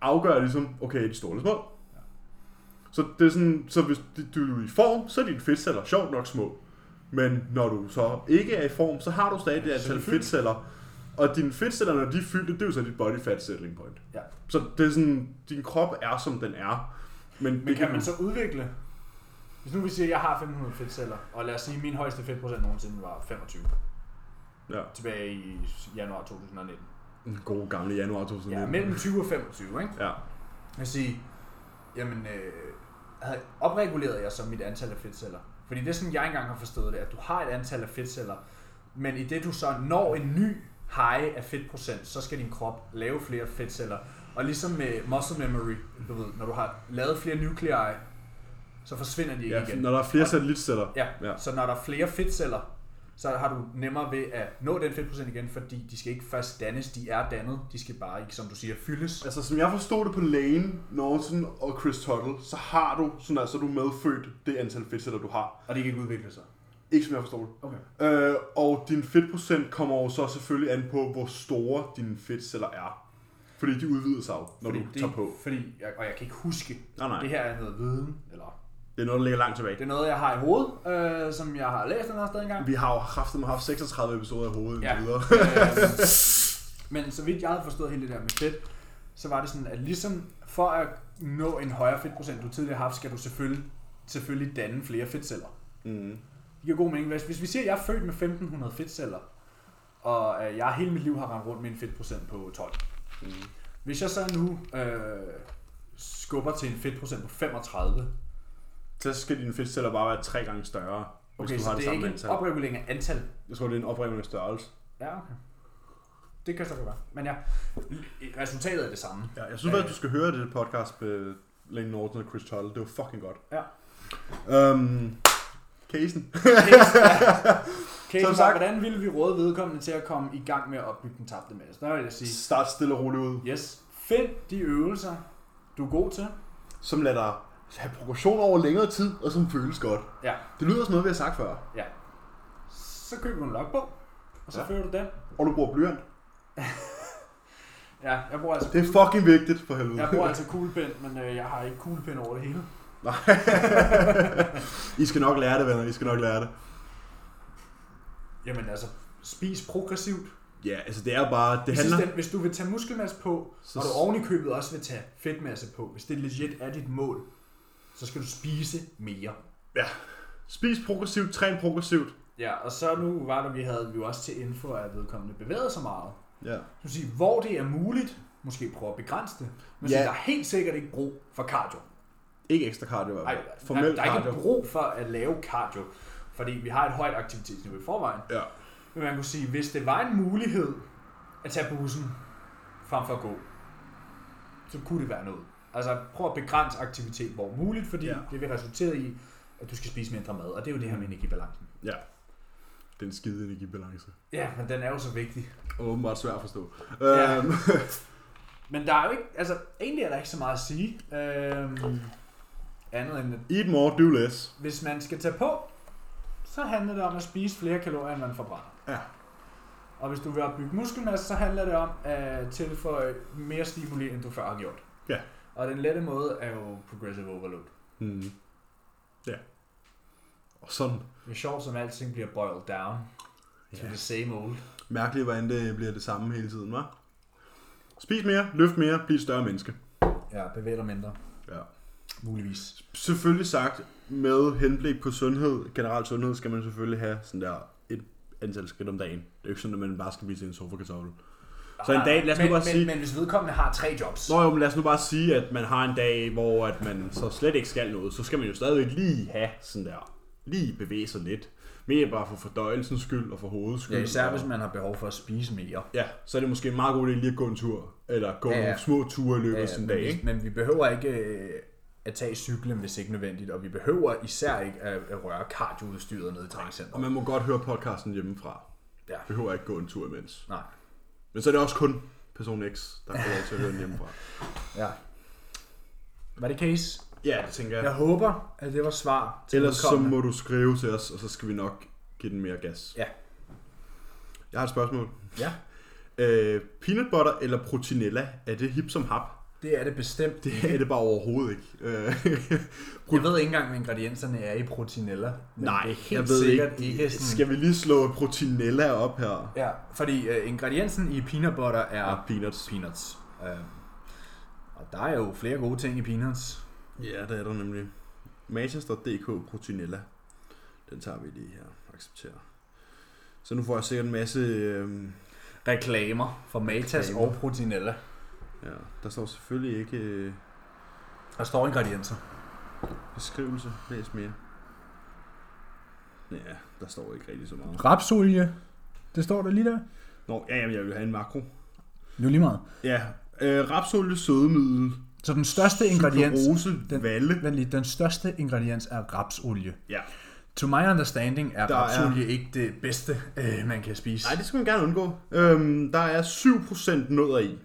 afgør ligesom, okay, er de store eller små? Så, det er sådan, så hvis du er i form, så er dine fedtceller sjovt nok små. Men når du så ikke er i form, så har du stadig det antal fedtceller. Og dine fedtceller, når de er fyldte, det er jo så dit body fat settling point.
Ja.
Så det er sådan, din krop er, som den er. Men,
Men
det
kan man så udvikle... Hvis nu vi siger, at jeg har 500 fedtceller, og lad os sige, at min højeste fedtprocent nogensinde var 25
Ja,
tilbage i januar 2019.
den gode gamle januar 2019.
Ja, mellem 20 og 25, ikke?
Ja.
Jeg vil sige, jamen, øh, havde opregulerede jeg så mit antal af fedtceller? Fordi det er sådan, jeg engang har forstået det, at du har et antal af fedtceller, men i det du så når en ny high af fedtprocent, så skal din krop lave flere fedtceller. Og ligesom med muscle memory, du ved, når du har lavet flere nuclei, så forsvinder de ikke
Ja,
igen.
når der er flere satellitceller.
Ja.
Ja.
ja, så når der er flere fedtceller, så har du nemmere ved at nå den fedtprocent igen, fordi de skal ikke først dannes, de er dannet, de skal bare ikke, som du siger, fyldes.
Altså, som jeg forstod det på Lane, Norton og Chris Tuttle, så har du, sådan altså, du er medfødt det antal fedtceller, du har.
Og det kan ikke udvikle sig.
Ikke som jeg forstod det.
Okay.
Øh, og din fedtprocent kommer jo så selvfølgelig an på, hvor store dine fedtceller er. Fordi de udvider sig jo, når
Fordi
du tager
det,
på.
Fordi, jeg, og jeg kan ikke huske,
Nej, nej.
det her er noget viden, eller
Det er noget, der ligger langt
det
tilbage.
er noget, jeg har i hovedet, øh, som jeg har læst den her sted engang.
Vi har jo kraftigt haft 36 episoder i hovedet
Ja.
ja. videre.
Øh, men så vidt jeg havde forstået hele det der med fedt, så var det sådan, at ligesom for at nå en højere fedtprocent, du tidligere har haft, skal du selvfølgelig, selvfølgelig danne flere fedtceller.
Mm.
Det giver god mening. Hvis, hvis vi siger, at jeg er født med 1500 fedtceller, og øh, jeg hele mit liv har rendt rundt med en fedtprocent på 12.
Mm.
Hvis jeg så nu øh, skubber til en fedtprocent på 35,
Så skal dine fedtceller bare være tre gange større,
okay,
hvis du
så
har det,
det er
samme
ikke
antal.
en opregulering af antal
Jeg tror, det er en opringende størrelse.
Ja, okay. Det kan så godt være. Men ja, resultatet er det samme.
Ja, jeg synes
Ja,
bare,
ja.
at du skal høre det podcast med Lane Norton og Chris Tuttle. Det var fucking godt.
Ja.
Øhm, casen.
Okay,
Som
Som
sagt-
sagt, hvordan ville vi råde vedkommende til at komme i gang med at opbygge den tabte masse? Der vil jeg sige,
Start stille og roligt ud.
yes, find de øvelser, du er god til.
som lader dig have progression over længere tid, og som føles godt.
Ja,
Det lyder som noget, vi har sagt før.
ja. Så køber du en logbog, og så
Ja.
ja. fører du den.
Og du bruger blyant.
Ja, jeg bruger altså,
Det er fucking vigtigt for helvede.
jeg bruger altså kuglepen, men øh, jeg har ikke kuglepen over det hele.
I skal nok lære det, venner. I skal nok lære det.
Jamen altså, spis progressivt.
Ja, altså det er bare... Det
Hvis,
handler...
den, hvis du vil tage muskelmasse på,
Så-
så og du oven i købet også vil tage fedtmasse på, hvis det legit er dit mål, så skal du spise mere.
Spis progressivt, træn progressivt.
Ja, og så nu var der, vi havde vi jo også til info, at vedkommende bevægede sig meget.
Ja.
Så sige, hvor det er muligt, måske prøve at begrænse det. Men
Ja.
ja. der er helt sikkert ikke brug for cardio.
Ikke ekstra cardio.
Nej,
Nej,
der,
Øh, formelt
der er
cardio.
ikke brug for at lave cardio, fordi vi har et højt aktivitetsniveau i forvejen.
Ja.
Men man kunne sige, hvis det var en mulighed at tage bussen frem for at gå, så kunne det være noget. Altså prøv at begrænse aktivitet hvor muligt, fordi
Ja.
ja. det vil resultere i, at du skal spise mindre mad, og det er jo det her med energibalancen.
ja. Den skide energibalance.
Ja, men den er jo så vigtig.
Og åbenbart svært at forstå.
Ja.
Øhm,
Men der er jo ikke, altså egentlig er der ikke så meget at sige. Øhm, andet end, at
eat more, do less.
hvis man skal tage på, så handler det om at spise flere kalorier, end man forbrænder.
Ja.
Og hvis du vil opbygge muskelmasse, så handler det om at tilføje mere stimuli, end du før har gjort.
Ja.
Og den lette måde er jo progressive overload.
Hmm. Ja. Og sådan.
Det er sjovt, som alting bliver boiled down to
Ja.
the same old.
Mærkeligt, hvordan det bliver det samme hele tiden, hva'? Spis mere, løft mere, bliv et større menneske.
Ja, bevæg dig mindre.
Ja.
Muligvis.
Selvfølgelig sagt, med henblik på sundhed, generelt sundhed, skal man selvfølgelig have sådan der et antal skridt om dagen. Det er jo ikke sådan, at man bare skal blive til en sofa-kartoffel. Så en dag, lad os nu
men,
bare
men,
sige-
Men hvis vedkommende har tre jobs,
Nå jo, men lad os nu bare sige, at man har en dag, hvor at man så slet ikke skal noget, så skal man jo stadigvæk lige have sådan der, lige bevæge sig lidt. Mere bare for fordøjelsens skyld og for hovedets skyld.
ja, især
Og-
hvis man har behov for at spise mere.
Ja, så er det måske en meget god idé lige at gå en tur, eller gå
Ja, ja.
nogle små ture i løbet af sin
men,
dag,
vi-
ikke?
men vi behøver ikke øh, at tage cyklen, hvis ikke nødvendigt, og vi behøver især ikke at, at røre cardioudstyret nede i
Og
træningscenteret.
man må godt høre podcasten hjemmefra.
Ja.
Behøver ikke gå en tur imens.
Nej.
Men så er det også kun person X, der får lov til at høre den hjemmefra.
Ja. Var det case?
Ja, det tænker
Jeg
jeg.
håber, at det var svar til
Ellers så
vedkommende.
må du skrive til os, og så skal vi nok give den mere gas.
Ja.
Jeg har et spørgsmål.
Ja,
Øh, peanut butter eller proteinella, er det hip som hap?
det er det bestemt.
Det er det bare overhovedet ikke. Øh,
Jeg ved ikke engang, hvad ingredienserne er i proteinella. men
nej,
det er helt
jeg ved
sikkert
ikke.
ikke sådan...
Skal vi lige slå proteinella op her?
Ja, fordi øh, ingrediensen i peanut butter er
Ja, peanuts.
peanuts. Øh, og der er jo flere gode ting i peanuts.
Ja, det er der nemlig. Matas.dk Proteinella. Den tager vi lige her. Accepterer. Så nu får jeg sikkert en masse... Øh,
Reklamer for Matas
Reklamer.
og proteinella.
ja, der står selvfølgelig ikke øh,
Der står ingredienser.
beskrivelse. Læs mere. Ja, der står ikke rigtig så meget.
Rapsolie. Det står der lige der.
Nå, ja, jamen, jeg vil have en makro.
Nu lige meget.
Ja, øh, rapsolie, sødemiddel,
Så den største ingrediens,
sukrose,
den-
valde.
vent lige, den største ingrediens er rapsolie.
Ja.
To my understanding er
Der er-
rapsolie ikke det bedste, øh, man kan spise.
Nej, det skal man gerne undgå. Øhm, der er 7% nødder i.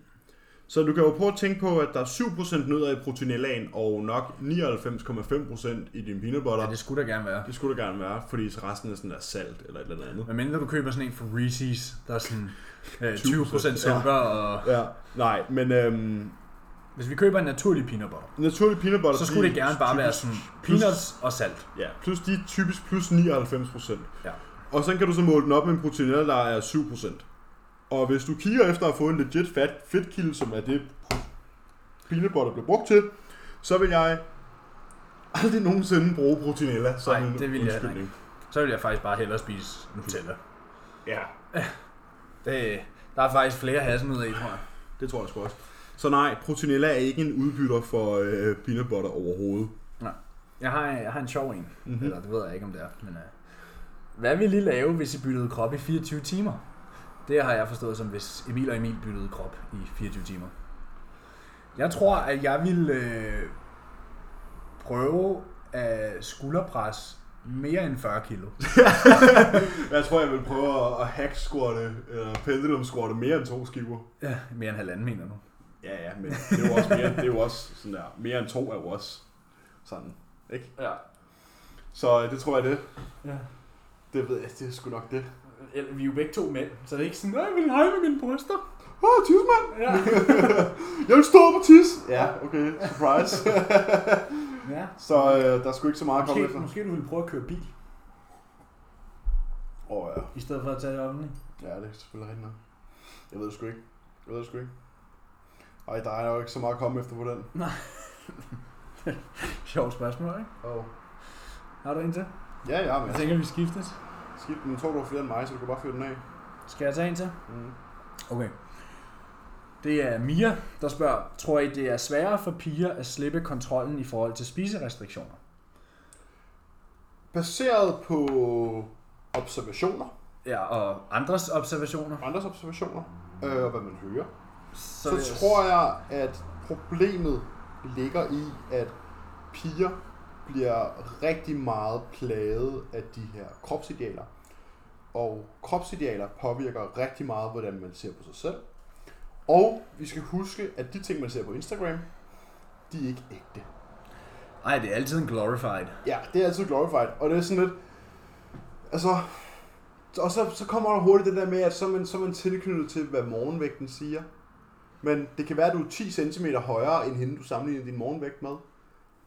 Så du kan jo prøve at tænke på, at der er 7% nødder i proteinellagen, og nok 99,5% i din peanut butter.
ja, det skulle der gerne være.
Det skulle der gerne være, fordi så resten er sådan der salt eller et eller andet.
Men mindre du køber sådan en fra Reese's, der er sådan øh, 20% sukker, og
Ja, nej, men øhm,
hvis vi køber en naturlig peanut butter,
naturlig peanut butter...
så skulle
de
det gerne bare være sådan peanuts og salt.
Ja, plus de er typisk plus 99 procent.
Ja.
Og så kan du så måle den op med en proteinel, der er 7 procent. Og hvis du kigger efter at få en legit fat fedtkilde, som er det peanut butter bliver brugt til, så vil jeg aldrig nogensinde bruge proteinella som
Nej,
en
det vil jeg heller
undskyldning.
Så vil jeg faktisk bare hellere spise Nutella.
Ja,
Det, der er faktisk flere hasselnødder i, tror jeg.
det tror jeg sgu også. Så nej, proteinella er ikke en udbytter for øh, peanut butter overhovedet.
Jeg har, jeg har en sjov en.
Mhm.
Mm-hmm. Eller det ved jeg ikke, om det er. Men, uh, hvad ville I lave, hvis I byttede krop i 24 timer? Det har jeg forstået som, hvis Emil og Emil byttede krop i 24 timer. Jeg tror, at jeg ville øh, prøve at skulderpres mere end 40 kilo.
Jeg tror, jeg vil prøve at- at hack squatte, eller pendulum squatte mere end to skiver.
Ja, mere end halvanden, mener du?
Ja, ja, men det er jo også mere, det er jo også sådan der, mere end to er jo også sådan, ikke?
Ja.
Så øh, det tror jeg det.
ja.
Det ved jeg, det er sgu nok det.
Eller, Vi er jo begge to mænd, så det er ikke sådan, "Nå, jeg vil højne mine bryster.
Åh, oh, tidsmand!
Ja.
Jeg vil stå på tis! Ja, okay, surprise.
ja.
så øh, der er sgu ikke så meget at komme
Måske,
efter. Åh
måske du ville prøve at køre bil,
oh, ja.
i stedet for at tage det offentligt.
ja, det er selvfølgelig rigtigt nok. Jeg ved det sgu ikke. Jeg ved det sgu ikke. Ej, der er jo ikke så meget at komme efter på den.
Sjovt spørgsmål, ikke?
Oh.
Har du en til?
Ja, ja, men
Jeg tænker, vi skiftes.
skidt den. Tror du er flere end mig, så du kan bare fyre den af.
Skal jeg tage en til?
Mm.
Okay. Det er Mia, der spørger, tror I det er sværere for piger at slippe kontrollen i forhold til spiserestriktioner?
Baseret på observationer,
Ja, og andres observationer.
andres observationer, øh, og hvad man hører,
Så, øh,
så tror jeg, at problemet ligger i, at piger bliver rigtig meget plaget af de her kropsidealer. Og kropsidealer påvirker rigtig meget, hvordan man ser på sig selv. Og vi skal huske, at de ting, man ser på Instagram, de er ikke ægte.
Ej, det er altid en glorified.
Ja, det er altid glorified, og det er sådan lidt... Altså... Og så, så kommer der hurtigt det der med, at så er man, så er man tilknyttet til, hvad morgenvægten siger. Men det kan være, at du er 10 cm højere end hende, du sammenligner din morgenvægt med.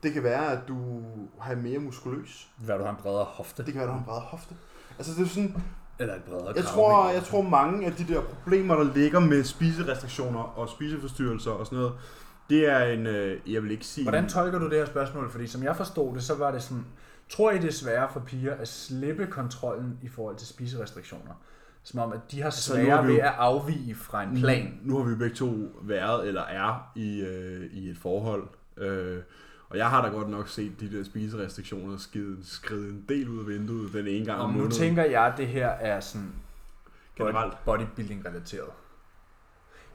Det kan være, at du har mere muskuløs.
Hvad du har en bredere hofte.
Det kan være, at du har en bredere hofte. Altså, det er sådan,
Eller et bredere
jeg
krav,
tror,
ikke?
jeg tror mange af de der problemer, der ligger med spiserestriktioner og spiseforstyrrelser og sådan noget, det er en, øh, jeg vil ikke sige...
Hvordan tolker du det her spørgsmål? Fordi som jeg forstod det, så var det sådan, tror I det er sværere for piger at slippe kontrollen i forhold til spiserestriktioner? Som om, at de har
Altså, nu
sværere
har vi
ved
jo-
at afvige fra en plan.
Nu har vi jo begge to været eller er i, øh, i et forhold. Øh, og jeg har da godt nok set de der spiserestriktioner skide, skride en del ud af vinduet den ene gang om
Og nu
måneden.
tænker jeg, at det her er sådan
Generelt.
bodybuilding-relateret.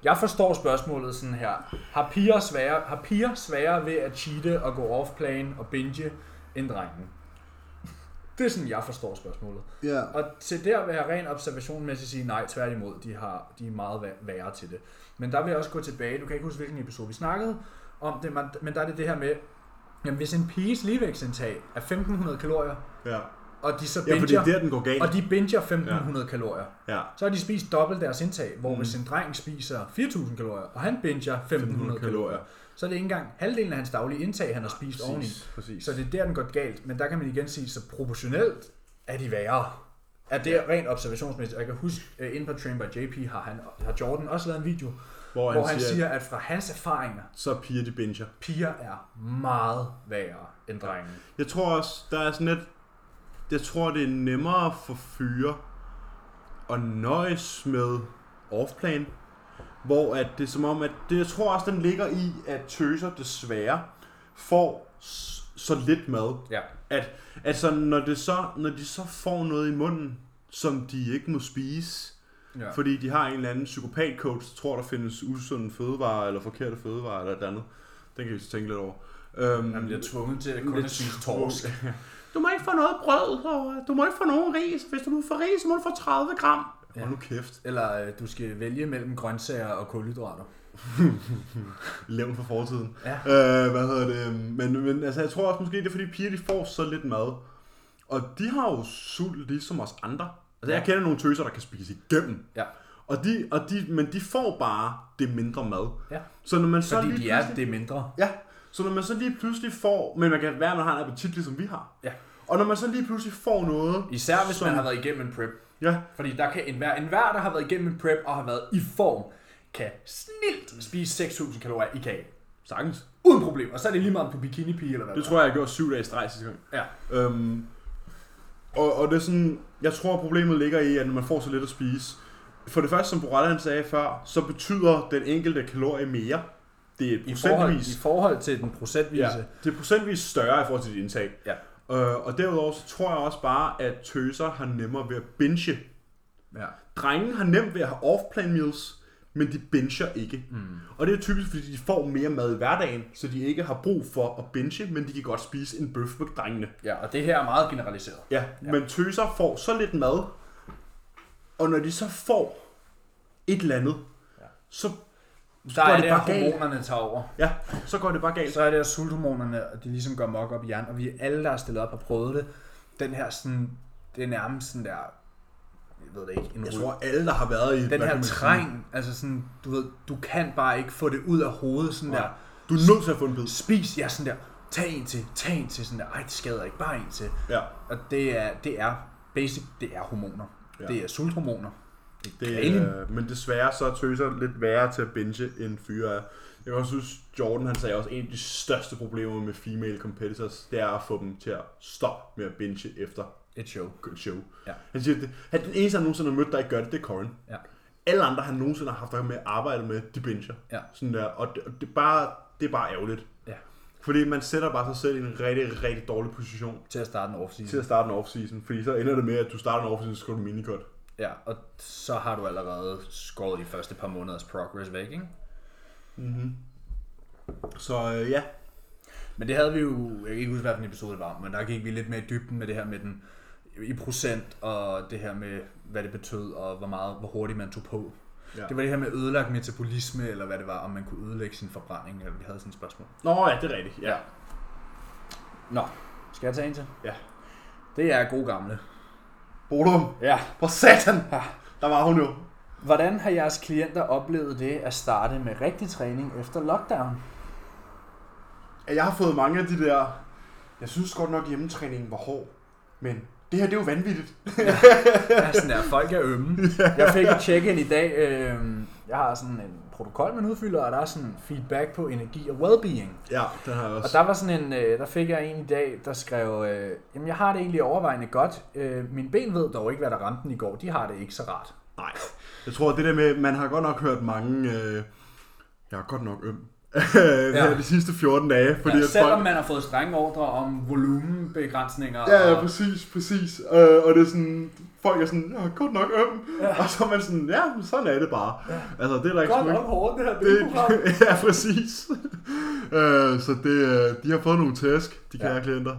Jeg forstår spørgsmålet sådan her. Har piger sværere, har piger sværere ved at cheate og gå off-plan og binge end drengene? Det er sådan, jeg forstår spørgsmålet.
Ja.
Og til der vil jeg rent observationmæssigt sige, nej, tværtimod, de, har, de er meget væ- værre til det. Men der vil jeg også gå tilbage, du kan ikke huske, hvilken episode vi snakkede om det, men- men der er det det her med, jamen hvis en piges ligevægtsindtag er 1500 kalorier,
Ja.
og de så
ja, for det
binger,
er der, den går galt.
og de binger 1500 ja. kalorier,
Ja.
så har de spist dobbelt deres indtag, hvor mm. hvis en dreng spiser 4000 kalorier, og han binger 1500 kalorier, Ah,
kalorier.
så er det ikke engang halvdelen af hans daglige indtag, han har spist oveni.
præcis.
Så det er der, den går galt. Men der kan man igen sige, så proportionelt er de værre. Er det rent observationsmæssigt? Og Jeg kan huske, uh, inde på Train by JP har, han, har Jordan også lavet en video,
Hvor
hvor han siger, at fra hans erfaringer,
så er piger de binger.
piger er meget værre end drenge.
Jeg tror også, der er sådan lidt... Jeg tror, det er nemmere for fyre at nøjes med offplan, hvor at det er som om, at det, jeg tror også, den ligger i, at tøser desværre får s- så lidt mad.
Ja.
At, altså, når, det så, når de så får noget i munden, som de ikke må spise,
ja.
fordi de har en eller anden psykopatcoach, der tror, der findes usunde fødevarer, eller forkerte fødevarer, eller et eller andet. Den kan vi så tænke lidt over. Øhm,
Man bliver tvunget til at kun at spise torsk.
du må ikke få noget brød, og du må ikke få nogen ris. Hvis du får ris, så må du få 30 gram. Ja. Hold nu kæft.
Eller øh, du skal vælge mellem grøntsager og kulhydrater.
Levn for fortiden.
Ja.
Øh, hvad hedder det? Men, men altså, jeg tror også måske, det er fordi piger, de får så lidt mad. Og de har jo sult ligesom os andre. Altså, ja. jeg kender nogle tøser, der kan spise igennem.
Ja.
Og de, og de, men de får bare det mindre mad.
Ja.
Så når man så
Fordi
lige
de er
pludselig-
det mindre.
Ja, så når man så lige pludselig får... Men man kan være, at man har en appetit, ligesom vi har.
Ja.
Og når man så lige pludselig får noget...
Især hvis man
som-
har været igennem en prep.
Ja,
Fordi der kan enhver, enhver, der har været igennem en prep og har været i form, kan snilt spise 6.000 kalorier i kage.
sagtens.
Uden problem. Og så er det lige meget om du er bikini-pige eller hvad.
Det tror jeg, jeg gjorde syv dage i streg sidste gang.
Ja.
Øhm, og, og det er sådan, jeg tror problemet ligger i, at når man får så lidt at spise, for det første, som Borrell han sagde før, så betyder den enkelte kalorie mere. Det er
I forhold, I
procentvis,
forhold til den
ja,
procentvise.
det er procentvis større i forhold til dit indtag.
Ja.
Øh, og derudover så tror jeg også bare, at tøser har nemmere ved at binge.
ja.
Drengen har nemt ved at have off-plan meals, men de binger ikke. Mm. Og det er typisk, fordi de får mere mad i hverdagen, så de ikke har brug for at binge, men de kan godt spise en bøf med drengene.
ja. og det her er meget generaliseret.
Ja, ja, men tøser får så lidt mad, og når de så får et eller andet, ja. så, så
Der
går
er
det
det, at
bare galt.
hormonerne tager over.
Ja, så går det bare galt.
Så er det, at sulthormonerne og de ligesom går mok op i hjernen, og vi alle, der har stillet op, har prøvet det. Den her sådan, det er nærmest sådan der, jeg ved det ikke, en
Jeg
ry-
tror, alle, der har været i... hvad
den
kan
her
man sige,
træng, altså sådan, du ved, du kan bare ikke få det ud af hovedet, sådan der,
Du er nødt til at få en bid.
spis, ja, sådan der, tag en til, tag en til, sådan der, ej, det skader ikke, bare en til.
Ja,
Og det er, det er, basic, det er hormoner.
Ja.
Ja. Det er sulthormoner.
det,
Galen.
øh, men desværre så er tøser lidt værre til at binge, end fyre er. Jeg kan også synes, Jordan han sagde også, en af de største problemer med female competitors, det er at få dem til at stoppe med at binge efter
Et show.
et show.
Ja.
Han siger, det, at den eneste, han nogensinde har mødt, der ikke gør det, det er Corin.
Ja.
alle andre, han nogensinde har haft med at arbejde med, de binger.
Ja.
Sådan der, og det, og det, er bare, det er bare ærgerligt.
Ja.
Fordi man sætter bare sig selv i en rigtig, rigtig dårlig position
Til at starte en off
til at starte en off-season. Fordi så ender det med, at du starter en off-season, så skal du minicot.
Ja, og så har du allerede skåret de første par måneders progress væk, ikke?
Så øh, ja,
Men det havde vi jo, jeg kan ikke huske, hvilken episode det var, men der gik vi lidt mere i dybden med det her med den i procent, og det her med, hvad det betød, og hvor meget, hvor hurtigt man tog på.
Ja.
Ja. Det var det her med ødelagt metabolisme, eller hvad det var, om man kunne ødelægge sin forbrænding, eller vi havde sådan et spørgsmål.
Nå ja, det er rigtigt. Ja.
Nå, skal jeg tage en til?
Ja.
Det er gode gamle.
Bodum,
Ja.
for satan! Der var hun jo.
Hvordan har jeres klienter oplevet det at starte med rigtig træning efter lockdown?
at jeg har fået mange af de der... Jeg synes godt nok, hjemmetræningen var hård, men det her, det er jo vanvittigt.
Ja, sådan der, folk er ømme. Jeg fik et check-in i dag. Øh, jeg har sådan en protokol, man udfylder, og der er sådan feedback på energi og well-being.
Ja, den har jeg
Og
også.
der var sådan en, øh, der fik jeg en i dag, der skrev, øh, jamen jeg har det egentlig overvejende godt. Øh, mine ben ved dog ikke, hvad der ramte den i går. De har det ikke så rart.
Nej. Jeg tror, det der med, man har godt nok hørt mange... Øh, jeg er godt nok øm. ja.
Ja.
De sidste 14 dage, fordi at folk...
man har fået strenge ordre om volumenbegrænsninger.
Ja, ja, præcis, præcis. Øh, og det er sådan, folk er sådan, jeg er godt nok øm. Ja. Og så er man sådan, ja, men sådan er det bare. Ja. Altså, det er der ikke så meget-
hårdt det her
det, Ja, præcis. øh, så det, øh, de har fået nogle tæsk, de kære ja. klienter.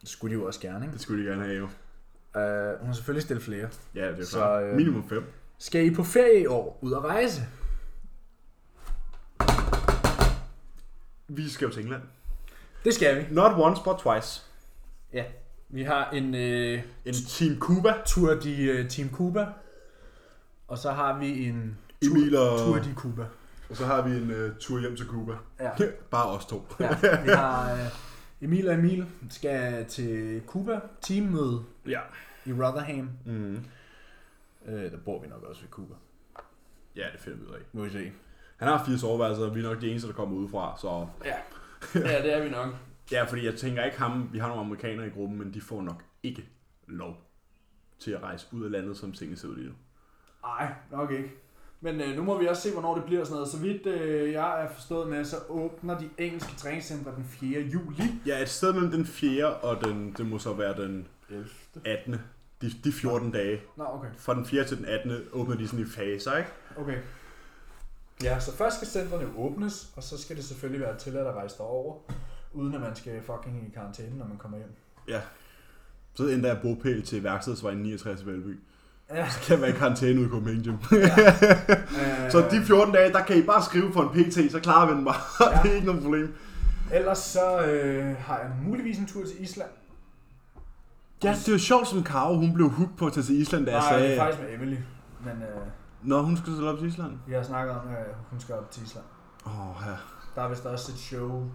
Det skulle de jo også gerne, ikke?
Det skulle de gerne have jo.
Øh, hun har selvfølgelig stillet flere.
Ja, det er jo
Så,
klart.
øh,
Minimum 5.
Skal I på ferie i år ud at rejse?
Vi skal jo til England.
Det skal vi.
Not once, but twice.
Ja. Vi har en øh,
En Team Cuba.
Tour de øh, Team Cuba. Og så har vi en Tour,
Emil og...
Tour de Cuba.
Og så har vi en uh, tur hjem til Cuba.
Ja.
Bare os to.
ja. Vi har øh, Emil og Emil skal til Cuba. Teammøde
Ja.
i Rotherham.
Mm.
Øh, der bor vi nok også ved Cuba.
Ja, det finder vi ud af.
Må vi se.
Han har fire soveværelser, og vi er nok de eneste, der kommer udefra. Så
Ja, det er vi nok.
ja, fordi jeg tænker ikke ham. Vi har nogle amerikanere i gruppen, men de får nok ikke lov til at rejse ud af landet, som tingene ser ud lige nu.
Nej, nok ikke. Men øh, nu må vi også se, hvornår det bliver og sådan noget. Så vidt øh, jeg er forstået med, så åbner de engelske træningscentre den 4. juli.
Ja, et sted mellem den 4. og den, det må så være den
11.
18. De, de 14 dage.
Nå, okay.
Fra den 4. til den 18. åbner de sådan i faser, ikke?
okay. Ja, så først skal centrene jo åbnes, og så skal det selvfølgelig være tilladt at rejse derover.
uden at man skal fucking i karantæne, når man kommer hjem.
Så ændrer jeg bogpæl til værkstedsvejen 69 i Valby.
Ja.
Så kan jeg være i karantæne ude i Copenhagen Gym.
Øh,
Så de 14 dage, der kan I bare skrive for en PT, så klarer vi den bare.
Ja.
det er ikke noget problem.
Ellers så øh, har jeg muligvis en tur til Island.
Ja, det var sjovt som Karo, hun blev hooked på at tage til Island, da jeg
Nej, det er
sagde,
faktisk med Emily. Men øh,
Nå, hun skal så op til Island.
jeg har snakket om, at hun skal op til Island.
Åh, oh, ja.
Der er vist også et show.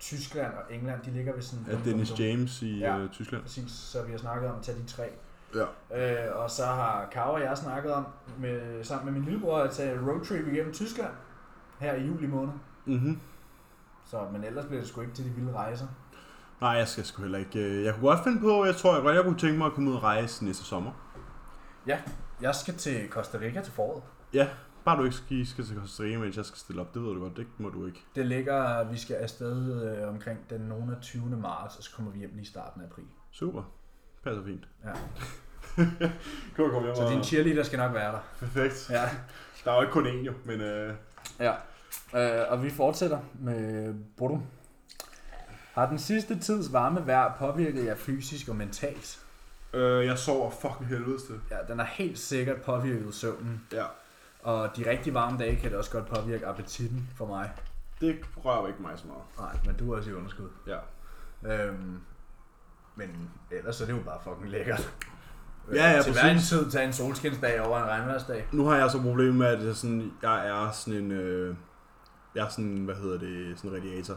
Tyskland og England, de ligger ved sådan...
Af Dennis James i
Ja.
ja. øh, Tyskland.
Præcis, så vi har snakket om at tage de tre.
Ja.
Øh, og så har Karo og jeg snakket om, med, sammen med min lillebror, at tage roadtrip igennem Tyskland her i juli måned.
Mm-hmm.
Så, men ellers bliver det sgu ikke til de vilde rejser.
Nej, jeg skal sgu heller ikke. øh, Jeg kunne godt finde på, jeg tror jeg godt, jeg kunne tænke mig at komme ud og rejse næste sommer.
Jeg skal til Costa Rica til foråret.
Bare du ikke skal, skal til Costa Rica, mens jeg skal stille op. Det ved du godt, det må du ikke.
Det ligger, vi skal afsted øh, omkring den nogen 20. marts, og så kommer vi hjem lige i starten af april.
Super. Passer fint.
Ja.
kan du komme hjem
Så din cheerleader skal nok være der.
Perfekt.
Ja.
Der er jo ikke kun én jo, men... Øh...
Ja, øh, og vi fortsætter med Bodum. Har den sidste tids varme vejr påvirket jer fysisk og mentalt?
Øh, jeg sover fucking helvedes til.
Ja, den har helt sikkert påvirket søvnen.
Ja.
Og de rigtig varme dage kan det også godt påvirke appetitten for mig.
Det rører ikke mig så meget.
Nej, men du er også i underskud.
Ja.
Øhm, men ellers er det jo bare fucking lækkert.
Ja, ja,
Til hver en tid tage en solskinsdag over en regnværsdag.
Nu har jeg så problemet med, at jeg, sådan, jeg er sådan en... Øh... Jeg er sådan, hvad hedder det, sådan en radiator.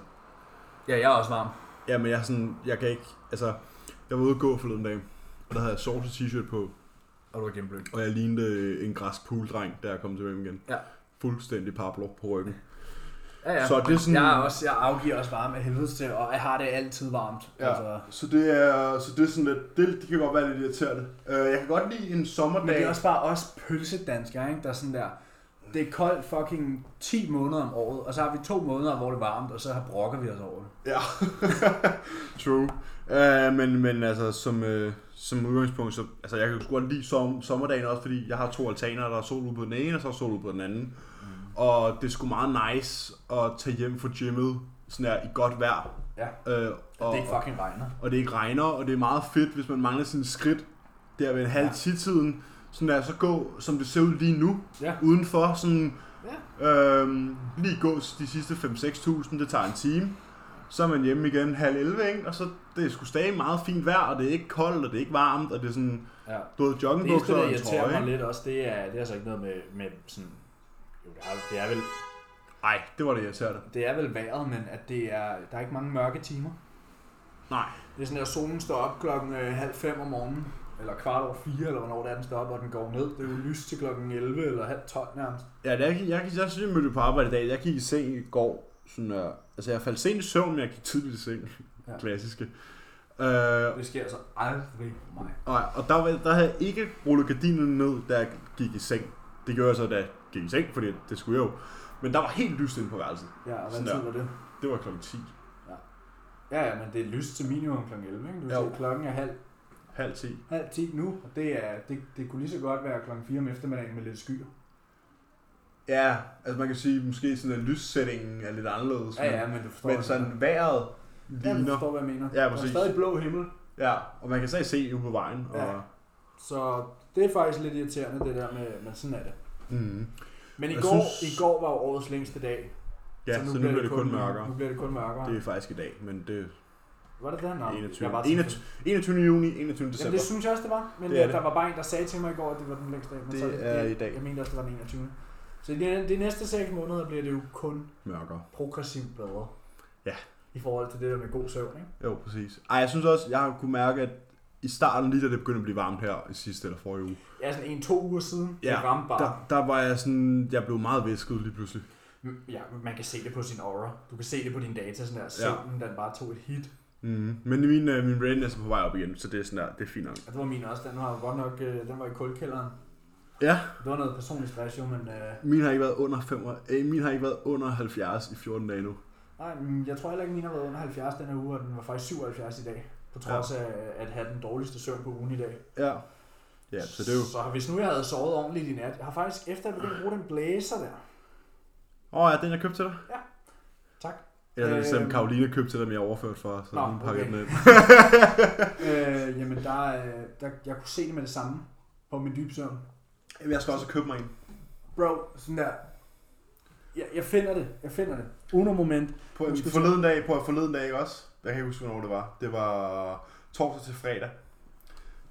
Ja, jeg er også varm.
Ja, men jeg er sådan, jeg kan ikke, altså, jeg var ude at gå forleden dag, og der havde jeg sort t-shirt på,
Og du er gennemblødt.
og jeg lignede øh, en græsk pooldreng, da jeg kom tilbage igen.
Ja.
Fuldstændig Pablo på ryggen.
Ja, ja.
Så det er sådan-
jeg, er også, jeg afgiver også varme af helvede til, og jeg har det altid varmt.
Ja.
Altså,
Så det er, så det er sådan lidt, det, det kan godt være lidt irriterende. Uh, jeg kan godt lide en sommerdag.
Men det er også bare os pølsedanskere, ikke? der er sådan der, det er koldt fucking 10 måneder om året, og så har vi to måneder, hvor det er varmt, og så har brokker vi os over det.
Ja, true. Uh, men, men altså, som, uh, som udgangspunkt, så, altså, jeg kan sgu godt lide som, sommerdagen også, fordi jeg har to altaner, der er sol ude på den ene, og så er sol ude på den anden. Mm. Og det er sgu meget nice at tage hjem fra gymmet, sådan her, i godt vejr.
Ja.
Uh, og,
Det ikke fucking regner.
og det ikke regner, og det er meget fedt, hvis man mangler sine skridt der ved en halv ja. tiden. Sådan der, så gå, som det ser ud lige nu,
Ja.
udenfor, sådan, ja. øhm, lige gå de sidste 5-6.000, det tager en time. Så er man hjemme igen halv 11, ikke? og så det er sgu stadig meget fint vejr, og det er ikke koldt, og det er ikke varmt, og det er sådan,
Ja.
du ved,
Det eneste,
joggingbukser
der
og en
irriterer
trøje.
mig
ikke?
lidt også, det er, det er altså ikke noget med, med sådan... Jo, det er, det er vel,
Ej, det var det irriterende.
det er vel vejret, men at det er, der er ikke mange mørke timer.
Nej.
Det er sådan, at solen står op klokken øh, halv fem om morgenen, eller kvart over fire, eller hvornår det er, den står op, og den går ned. Det er jo lys til klokken 11 eller halv 12 nærmest.
Ja, da jeg, gik- jeg, jeg, jeg synes, jeg mødte på arbejde i dag. Jeg gik i seng i går. Sådan, øh, altså, jeg faldt sent i søvn, men jeg gik tidligt i seng.
Ja.
Ja. Klassiske. Øh,
Det sker altså aldrig for mig.
Nej, og der, var- der havde jeg ikke rullet gardinerne ned, da jeg gik i seng. Det gjorde jeg så, da jeg gik i seng, fordi det skulle jeg jo. Men der var helt lyst inde på værelset.
Ja, og hvad
Sådan der.
tid var det?
Det var klokken 10.
Ja, ja, men det er lyst til minimum klokken 11, ikke? Du kan
Jo.
se, klokken er halv
Halv 10.
halv 10 nu, og det, er, det, det kunne lige så godt være klokken 4 om eftermiddagen med lidt skyer.
Ja, altså man kan sige, at måske sådan en lyssætningen er lidt anderledes.
Ja, ja, men du forstår,
Men sådan vejret
ja, du
ligner.
forstår hvad jeg mener.
Ja,
Der er
præcis.
stadig blå himmel,
Ja, og man kan stadig se ude på vejen. Og,
Ja. så det er faktisk lidt irriterende, det der med, men sådan er det.
mm.
Men i
Jeg
går,
synes-
i går var jo årets længste dag,
Ja, så, nu bliver det kun
Nu
mørkere.
bliver det kun mørkere.
Det er faktisk i dag, men det
Var det der?
er
Nej,
21.
jeg var
21. 21. juni, 21.
Jamen,
december.
det synes jeg også, det var. Men
Det
det
er det.
det. der var bare en, der sagde til mig i går, at det var den længste dag. Men
Det
så,
er
jeg,
i dag.
Jeg mente også, det var den 21. Så de, de næste 6 måneder bliver det jo kun
Mørkere.
progressivt bedre.
Ja.
I forhold til det der med god søvn, ikke?
Jo, præcis. Ej, jeg synes også, jeg har kunne mærke, at i starten, lige da det begyndte at blive varmt her i sidste eller forrige uge,
Ja, sådan en to uger siden,
Ja,
ja, det ramte bare.
der, der var jeg sådan, jeg blev meget væsket lige pludselig.
Ja, man kan se det på sin aura. Du kan se det på dine data, sådan der søvnen, den bare tog et hit.
Mm. Men min, øh, min readiness er på vej op igen, så det er sådan der, det er fint nok.
Og det var min også, den var jo godt nok, øh, den var i kuldkælderen.
Ja,
Det var noget personligt stress jo, men øh,
min har ikke været under, 5, øh, min har ikke været under 70 i 14 dage nu.
nej, men jeg tror heller ikke, min har været under 70 den her uge, og den var faktisk 77 i dag. På trods ja. af at have den dårligste søvn på ugen i dag.
Ja. Ja, så det er jo...
Så hvis nu jeg havde sovet ordentligt i nat, jeg har faktisk efter, at jeg begyndte at bruge den blæser der.
Åh oh, ja, den jeg købte til dig.
Tak.
Eller det er som
Øh,
Øhm.
Karoline købte til dig, men jeg overført for, så
Nå,
hun pakker
okay.
den ind.
øh, jamen, der, øh, der, jeg kunne se det med det samme på min dybe søvn.
Jamen, jeg skal også købe mig en.
Bro, sådan der. Jeg, jeg finder det, jeg finder det. Uno moment.
På en
Husk at-
forleden dag, på en forleden dag ikke også. Jeg kan ikke huske, hvornår det var. Det var torsdag til fredag.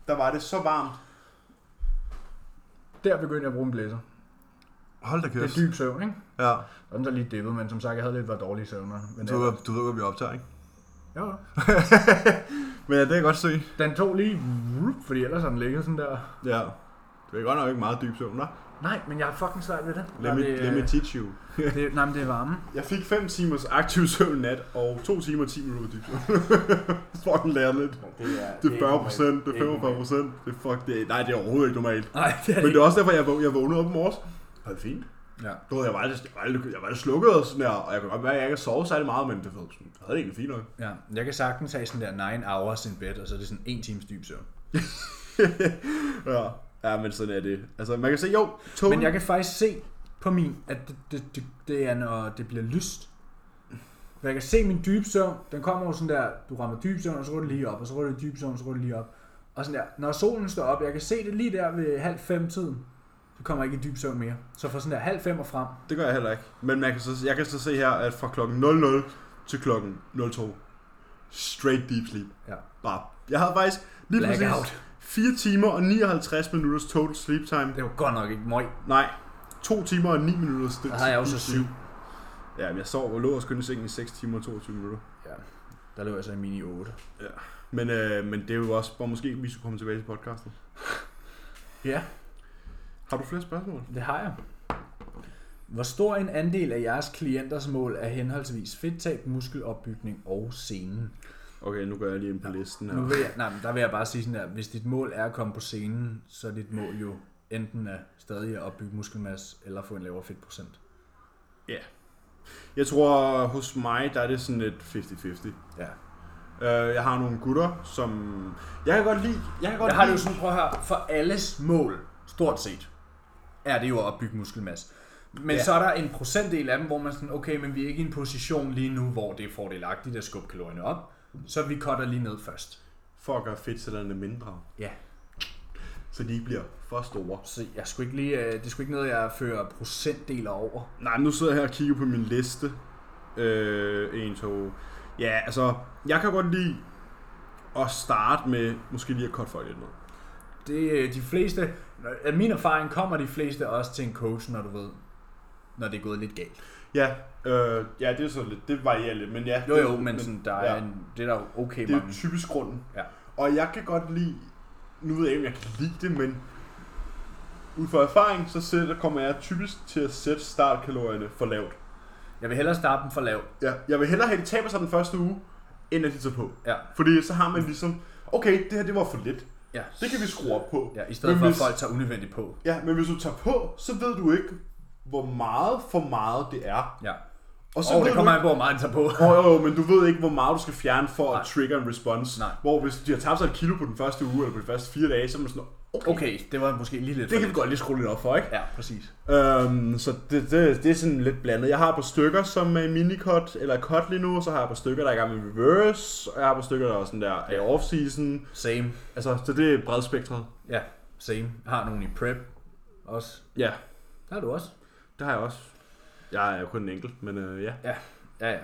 Der var det så varmt.
Der begyndte jeg at bruge en blæser.
Hold da
Det
kæft.
er dyb søvn, ikke?
Ja,
Og den der lige dippede, men som sagt, jeg havde lidt været dårlige søvner. Men
du, ved- du ved godt, vi optager, ikke?
ja,
Men ja, det kan jeg godt se.
den tog lige, vup, fordi ellers har den ligget sådan der.
Ja. Det er godt nok ikke meget dyb søvn, da.
Nej, men jeg har fucking svært ved det.
Let me,
Og det, øh,
let me teach you.
det, nej, men det er varme.
Jeg fik 5 timers aktiv søvn i nat, og 2 timer og 10 minutter dyb søvn. Fucking lærer lidt.
Det er,
Det er 40 procent, det er 45 procent. Det er fuck, det er, nej, det er overhovedet ikke normalt.
Nej, det er
Men det er også derfor, jeg, våg- jeg vågnede op i morges. Og det er fint.
Ja.
Du ved, jeg var lidt, jeg var lidt, jeg var lidt slukket og sådan der, og jeg kunne godt mærke, at jeg ikke sov særlig meget, men det var sådan, jeg havde det egentlig fint nok.
Ja, jeg kan sagtens have sådan der 9 hours in bed, og så er det sådan en times dyb søvn.
ja. ja, men sådan er det. Altså, man kan se, jo, togen...
Men jeg kan faktisk se på min, at det, det, det, det er, når det bliver lyst. For jeg kan se min dybe søvn, den kommer jo sådan der, du rammer dyb søvn, og så går det lige op, og så går det dyb søvn, og så går det lige op. Og sådan der, når solen står op, jeg kan se det lige der ved halv fem tiden, så kommer jeg ikke i dyb søvn mere. Så fra sådan der halv fem og frem,
Det gør jeg heller ikke. Men man kan så, jeg kan så se her, at fra klokken 00 til klokken 02, straight deep sleep.
Ja.
Bare. Jeg havde faktisk lige præcis
blackout.
4 timer og 59 minutters total sleep time.
Det var godt nok ikke møg.
Nej, 2 timer og 9 minutter.
Der havde jeg jo så syv.
Ja, men jeg sov og lå og skyndte i sengen i 6 timer og 22 minutter.
Ja, der lå jeg så i mini 8.
Men, øh, men det er jo også, hvor måske vi skulle komme tilbage til podcasten.
Ja.
Har du flere spørgsmål?
Det har jeg. Hvor stor en andel af jeres klienters mål er henholdsvis fedttab, muskelopbygning og scenen?
Okay, nu gør jeg lige ind på ja. listen
Ja. Nu
her.
vil jeg, nej, men der vil jeg bare sige sådan der, hvis dit mål er at komme på scenen, så er dit mål jo enten at stadig at opbygge muskelmasse, eller få en lavere fedtprocent.
Jeg tror, hos mig, der er det sådan lidt 50-50.
Ja.
Øh, jeg har nogle gutter, som... Jeg kan godt lide... Jeg kan godt
Jeg har det
lide...
jo sådan, prøv her, for alles mål, stort set, er det jo at opbygge muskelmasse. Men
Ja.
ja. så er der en procentdel af dem, hvor man sådan, okay, men vi er ikke i en position lige nu, hvor det er fordelagtigt at skubbe kalorierne op, så vi cutter lige ned først.
For at gøre fedtcellerne mindre,
Ja,
så de ikke bliver for store.
Så jeg skulle ikke lige, øh, det skulle ikke noget, jeg fører procentdeler over.
Nej, men nu sidder jeg her og kigger på min liste. Øh, en, to... Ja, altså... Jeg kan godt lide at starte med måske lige at cut folk lidt ned.
Det, øh, de fleste, af min erfaring kommer de fleste også til en coach, når du ved, når det er gået lidt galt.
Ja, øh, ja, det er så lidt, det varierer lidt, men ja.
Jo jo,
det-
men sådan, der
ja.
er en, det er der jo okay
Det er jo
mange.
typisk grunden.
Ja.
Og jeg kan godt lide, nu ved jeg ikke, om jeg kan lide det, men ud fra erfaring, så sætter, kommer jeg typisk til at sætte startkalorierne for lavt.
Jeg vil hellere starte dem for lavt.
Ja. Jeg vil hellere have, de taber sig den første uge, end at de tager på.
Ja.
Fordi så har man ligesom, okay, det her det var for lidt.
Ja.
Det kan vi skrue op på.
ja, i stedet
Men
for, at
hvis-
folk tager unødvendigt på.
Ja, men hvis du tager på, så ved du ikke, hvor meget for meget det er.
Ja.
Og
Og oh,
ved
det
du
kommer an på, hvor meget de tager på.
Åh, jo, jo, men du ved ikke, hvor meget du skal fjerne for Nej. at
Nej.
trigger en response.
Nej.
Hvor hvis de har tabt sig et kilo på den første uge, eller på de første fire dage, så er man sådan, okay,
Okay, det var måske lige lidt
det
for
kan vi
lidt.
godt lige skrue lidt op for, ikke?
Ja, præcis.
Øhm, så det, det, det, er sådan lidt blandet. Jeg har et par stykker, som er i minicut, eller cut lige nu, så har jeg et par stykker, der er i gang med reverse, og jeg har et par stykker, der er sådan der er i off-season.
Same.
Altså, så det er bredspektret.
Ja, same. Jeg har nogen i prep også.
Ja,
Der har du også.
det har jeg også. Jeg er jo kun en enkelt, men øh, ja.
Ja, ja.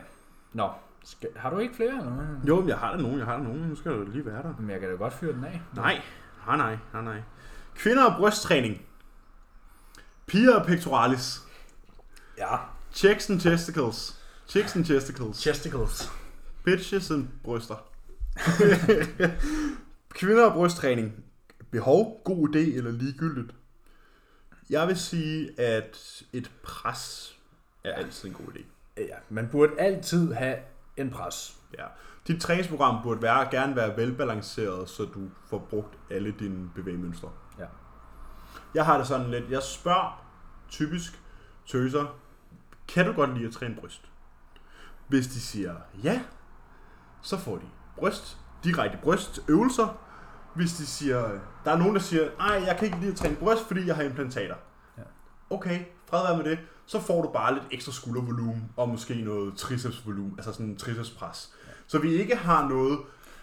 Nå, skal, har du ikke flere? Eller? hvad?
Jo, men jeg har da nogen, jeg har da nogen. Nu skal der lige være der.
Men jeg kan da godt fyre den af.
Nej, nej, nej, nej, nej. Kvinder og brysttræning. Piger og pectoralis.
Ja.
Chicks and testicles. Chicks and testicles.
Chesticles.
Bitches and bryster. Kvinder og brysttræning. Behov, god idé eller ligegyldigt? Jeg vil sige, at et pres er altid en god idé.
Ja, man burde altid have en pres.
Ja. Dit træningsprogram burde være, gerne være velbalanceret, så du får brugt alle dine bevægemønstre.
Ja.
Jeg har det sådan lidt, jeg spørger typisk tøser, kan du godt lide at træne bryst? Hvis de siger ja, så får de bryst, direkte brystøvelser. Hvis de siger, der er nogen, der siger, nej, jeg kan ikke lide at træne bryst, fordi jeg har implantater.
Ja.
Okay, fred være med det. så får du bare lidt ekstra skuldervolumen, og måske noget tricepsvolumen, altså sådan en tricepspres. Så vi ikke har noget...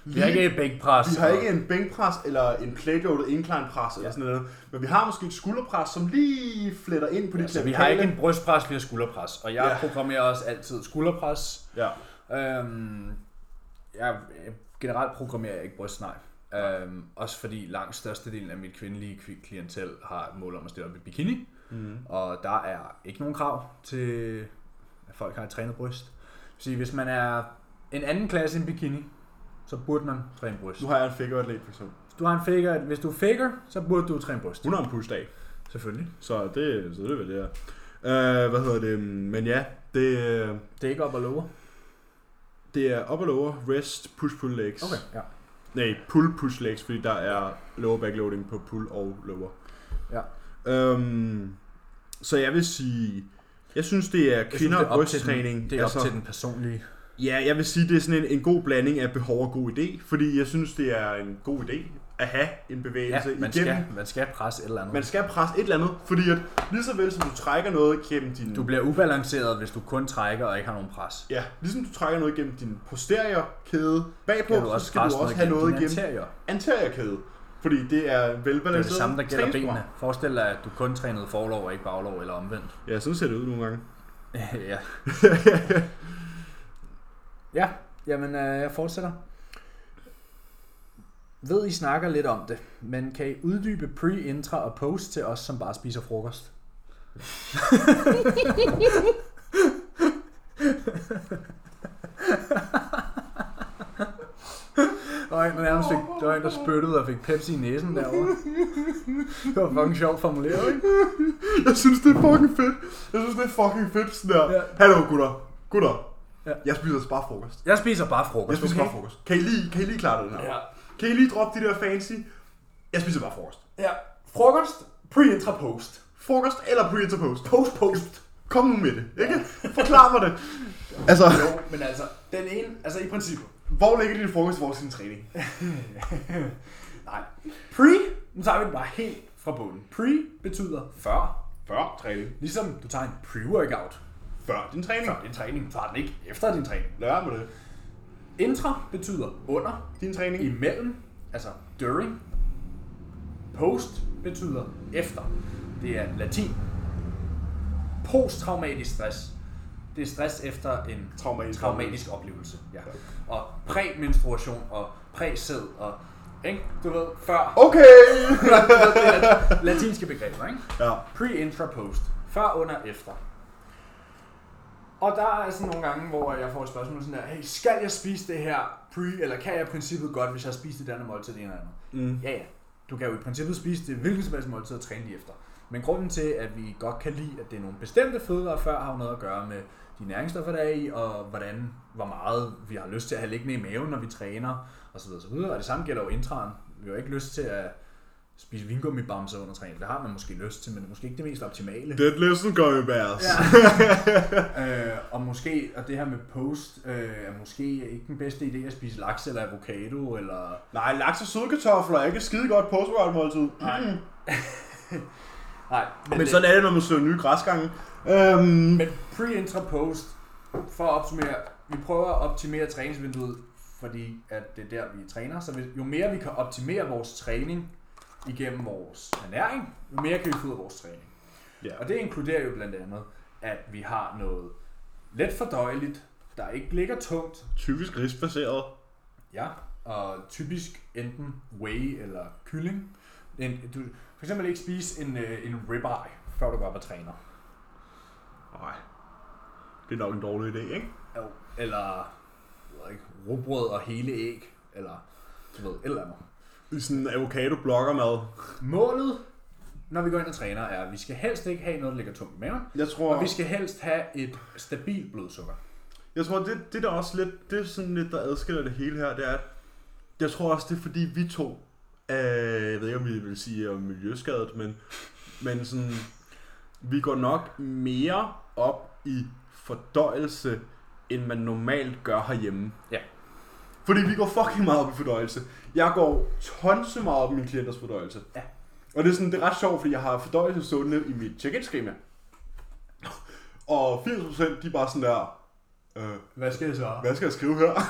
Vi har ikke et bænkpres.
Vi har ikke en bænkpres eller en plate-loaded incline pres eller sådan noget, men vi har måske et skulderpres, som lige fletter ind på dit
Ja,
altså,
så vi har ikke en brystpres, vi har skulderpres. Og jeg ja. programmerer også altid skulderpres.
Ja.
Øhm, jeg, jeg- generelt programmerer jeg ikke brystsnegl. Øhm, også fordi langt størstedelen af mit kvindelige kvi- klientel har et mål om at stille op i bikini. Mm. Og der er ikke nogen krav til, at folk har et trænet bryst. Så hvis man er en anden klasse end bikini, så burde man træne bryst.
Nu har jeg en figure for eksempel.
Hvis du har en figure, hvis du er figure, så burde du træne bryst.
Hun har en push-dag.
Selvfølgelig.
Så det, så det er vel det her. Øh, hvad hedder det? Men ja, det, øh,
Det er ikke op og lower.
det er op og lower, rest, push, pull legs.
ja.
Nej, pull, push legs, fordi der er lower backloading på pull og lower.
Ja.
Øhm, så jeg vil sige, jeg synes det er
Jeg
kvinder Altså-
synes, det er
og
op til Altså- den-
brysttræning.
Det er op til den personlige.
Ja, jeg vil sige, det er sådan en, en god blanding af behov og god idé, fordi jeg synes, det er en god idé at have en
Ja,
bevægelse
man
igennem.
skal, man skal presse et eller andet.
Man skal presse et eller andet, fordi at lige så vel som du trækker noget gennem din...
Du bliver ubalanceret, hvis du kun trækker og ikke har nogen pres.
Ja, ligesom du trækker noget gennem din posterior kæde bagpå,
Skal du
så
også
skal du
presse
også have noget
noget gennem
gennem
dine anterior.
anterior kæde. Fordi det er en
Det er
velbalanceret
det samme, der gælder
træningsprogram.
benene. Forestil dig, at du kun trænede forlov og ikke baglov eller omvendt.
Ja, sådan ser det ud nogle gange.
ja. ja, jamen øh, jeg fortsætter. Ved I snakker lidt om det, men kan I uddybe pre, intra og post til os, som bare spiser frokost? Der var en, der nærmest fik, der var en, der spyttede og fik Pepsi i næsen derovre. Det var fucking sjovt formuleret, ikke?
Jeg synes, det er fucking fedt. Jeg synes, det er fucking fedt sådan der.
Ja.
Ja. Hallo gutter. Gutter.
Ja.
Ja. Jeg spiser altså bare frokost.
Jeg spiser bare frokost,
Jeg spiser
okay?
bare frokost. Kan I lige, kan I lige klare det den her?
Ja.
Kan I lige droppe de der fancy? Jeg spiser bare frokost.
Ja, frokost, pre-intra-post.
Frokost eller pre-interpost.
Post-post.
Kom nu med det, ikke? Forklar mig det. Altså,
Jo, men altså, den ene, altså i princippet.
hvor ligger din frokost i forhold til din træning?
Nej. Pre, nu tager vi den bare helt fra bunden. Pre betyder før.
Før træning.
Ligesom du tager en pre-workout.
Før din træning.
Før din træning, du tager den ikke efter din træning.
Lad være med det.
Intra betyder under,
Din træning.
imellem, altså during. Post betyder efter. Det er latin. Posttraumatisk stress. Det er stress efter en
Traumatisk
traumatisk oplevelse. Ja. Og præmenstruation og præsæd og ikke? Du ved, før
Okay!
latinske begreber, ikke?
ja.
Pre, intra, post. Før, under, efter. Og der er sådan nogle gange, hvor jeg får et spørgsmål sådan der, hey, skal jeg spise det her pre, eller kan jeg i princippet godt, hvis jeg har spist det andet måltid, det ene eller andet? Mm. Ja, ja. Du kan jo i princippet spise det hvilken som helst måltid og træne lige efter. Men grunden til, at vi godt kan lide, at det er nogle bestemte fødevarer før, har jo noget at gøre med de næringsstoffer, der er i, og hvordan, hvor meget vi har lyst til at have liggende i maven, når vi træner, osv. osv. Og det samme gælder jo intraen. Vi har jo ikke lyst til at spise vingummibamser under træning. Det har man måske lyst til, men det er måske ikke det mest optimale.
Deadliften går jo bæres. Ja.
Øh, og måske, og det her med post, øh, er måske ikke den bedste idé at spise laks eller avocado, eller...
Nej, laks og sødkartofler er ikke et skide godt post måltid.
Nej. Nej, men,
Men
men, så...
sådan er det, når man søger nye græsgange. Øhm,
men pre-intra-post, for at opsummere, vi prøver at optimere træningsvinduet, fordi at det er der, vi træner. Så hvis- jo mere vi kan optimere vores træning igennem vores ernæring, jo mere kan vi få ud af vores træning.
Ja.
Og det inkluderer jo blandt andet, at vi har noget let fordøjeligt, der ikke ligger tungt,
typisk risbaseret.
Ja, og typisk enten whey eller kylling. En, du, for eksempel ikke spise en, øh, en ribeye, før du går op og træner.
Nej. Det er nok en dårlig idé, ikke?
Jo. Eller jeg ved ikke, rugbrød og hele æg, eller du ved, et eller andet.
I sådan en avocado blokkermad.
Målet, når vi går ind og træner, er, at vi skal helst ikke have noget, der ligger tungt i maven.
Jeg tror,
Og vi skal helst have et stabilt blodsukker.
jeg tror det, det der også lidt, det er sådan lidt, der adskiller det hele her, det er, at jeg tror også, det er fordi vi to, øh, jeg ved ikke om vi vil sige er miljøskadet, men, men sådan, vi går nok mere op i fordøjelse, end man normalt gør herhjemme.
Ja.
Fordi vi går fucking meget op i fordøjelse. Jeg går tonse meget op i mine klienters fordøjelse.
Ja.
Og det er, sådan, det er ret sjovt, fordi jeg har fordøjelse stående i mit check-in-skema. Og 80% de er bare sådan der, øh,
Hvad skal jeg så?
hvad skal jeg skrive her?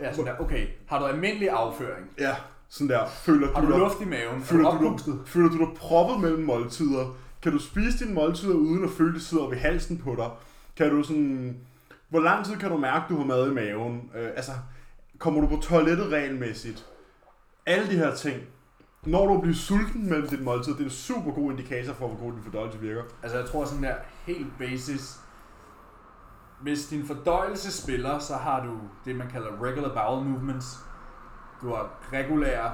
Ja, sådan der, okay, har du almindelig afføring?
ja, sådan der, føler
Har
du,
du
dig-
luft i maven? Er du
Føler du,
oppustet?
dig, føler du dig proppet mellem måltider? Kan du spise dine måltider uden at føle, det sidder ved halsen på dig? Kan du sådan... Hvor lang tid kan du mærke, du har mad i maven? Øh, altså, kommer du på toilettet regelmæssigt? Alle de her ting. Når du bliver sulten mellem dit måltid, det er en super god indikator for, hvor god din fordøjelse virker.
Altså, jeg tror sådan der, helt basis. Hvis din fordøjelse spiller, så har du det, man kalder regular bowel movements. Du har regulære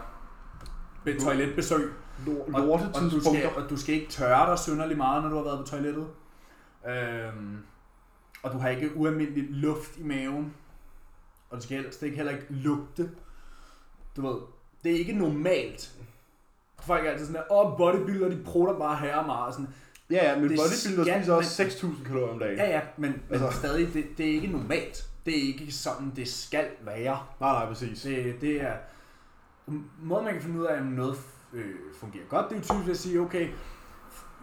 be- toiletbesøg.
Lort,
Og, og, du skal,
lortetidspunkter.
og du skal ikke tørre dig synderlig meget, når du har været på toilettet. Øhm, og du har ikke ualmindelig luft i maven. Og du skal helst ikke heller ikke lugte. Du ved, det er ikke normalt. Folk er altid sådan der, åh, bodybuilder, de prutter bare her og meget. og Sådan,
Ja, ja, men
det
bodybuilder
skal
spiser også
man-
6.000 kalorier om dagen.
Ja, ja, men, men
Altså.
altså. stadig, det, det er ikke normalt. Det er ikke sådan, det skal være.
Nej, nej, præcis.
Det, det er... Måden, man kan finde ud af, om noget øh, fungerer godt, det er jo typisk ved at sige, okay,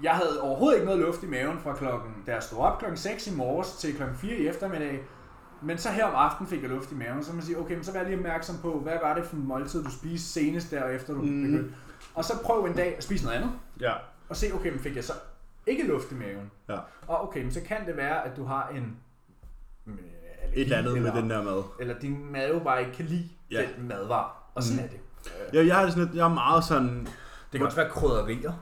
jeg havde overhovedet ikke noget luft i maven fra klokken, da jeg stod op klokken 6 i morges til klokken 4 i eftermiddag. Men så her om aftenen fik jeg luft i maven, så man siger, okay, men så vær lige opmærksom på, hvad var det for en måltid, du spiste senest derefter, du
Mm.
mm. begyndte. Og så prøv en dag at spise noget andet
Ja.
og se, okay, men fik jeg så ikke luft i maven?
Ja.
Og okay, men så kan det være, at du har en øh, allergi,
Et eller andet med
eller,
den der mad.
Eller din mave bare ikke kan lide
Ja.
ja. den madvare. Og sådan mm. er det.
Ja, jeg, er sådan, lidt- jeg er meget sådan,
Det kan også være krydderier.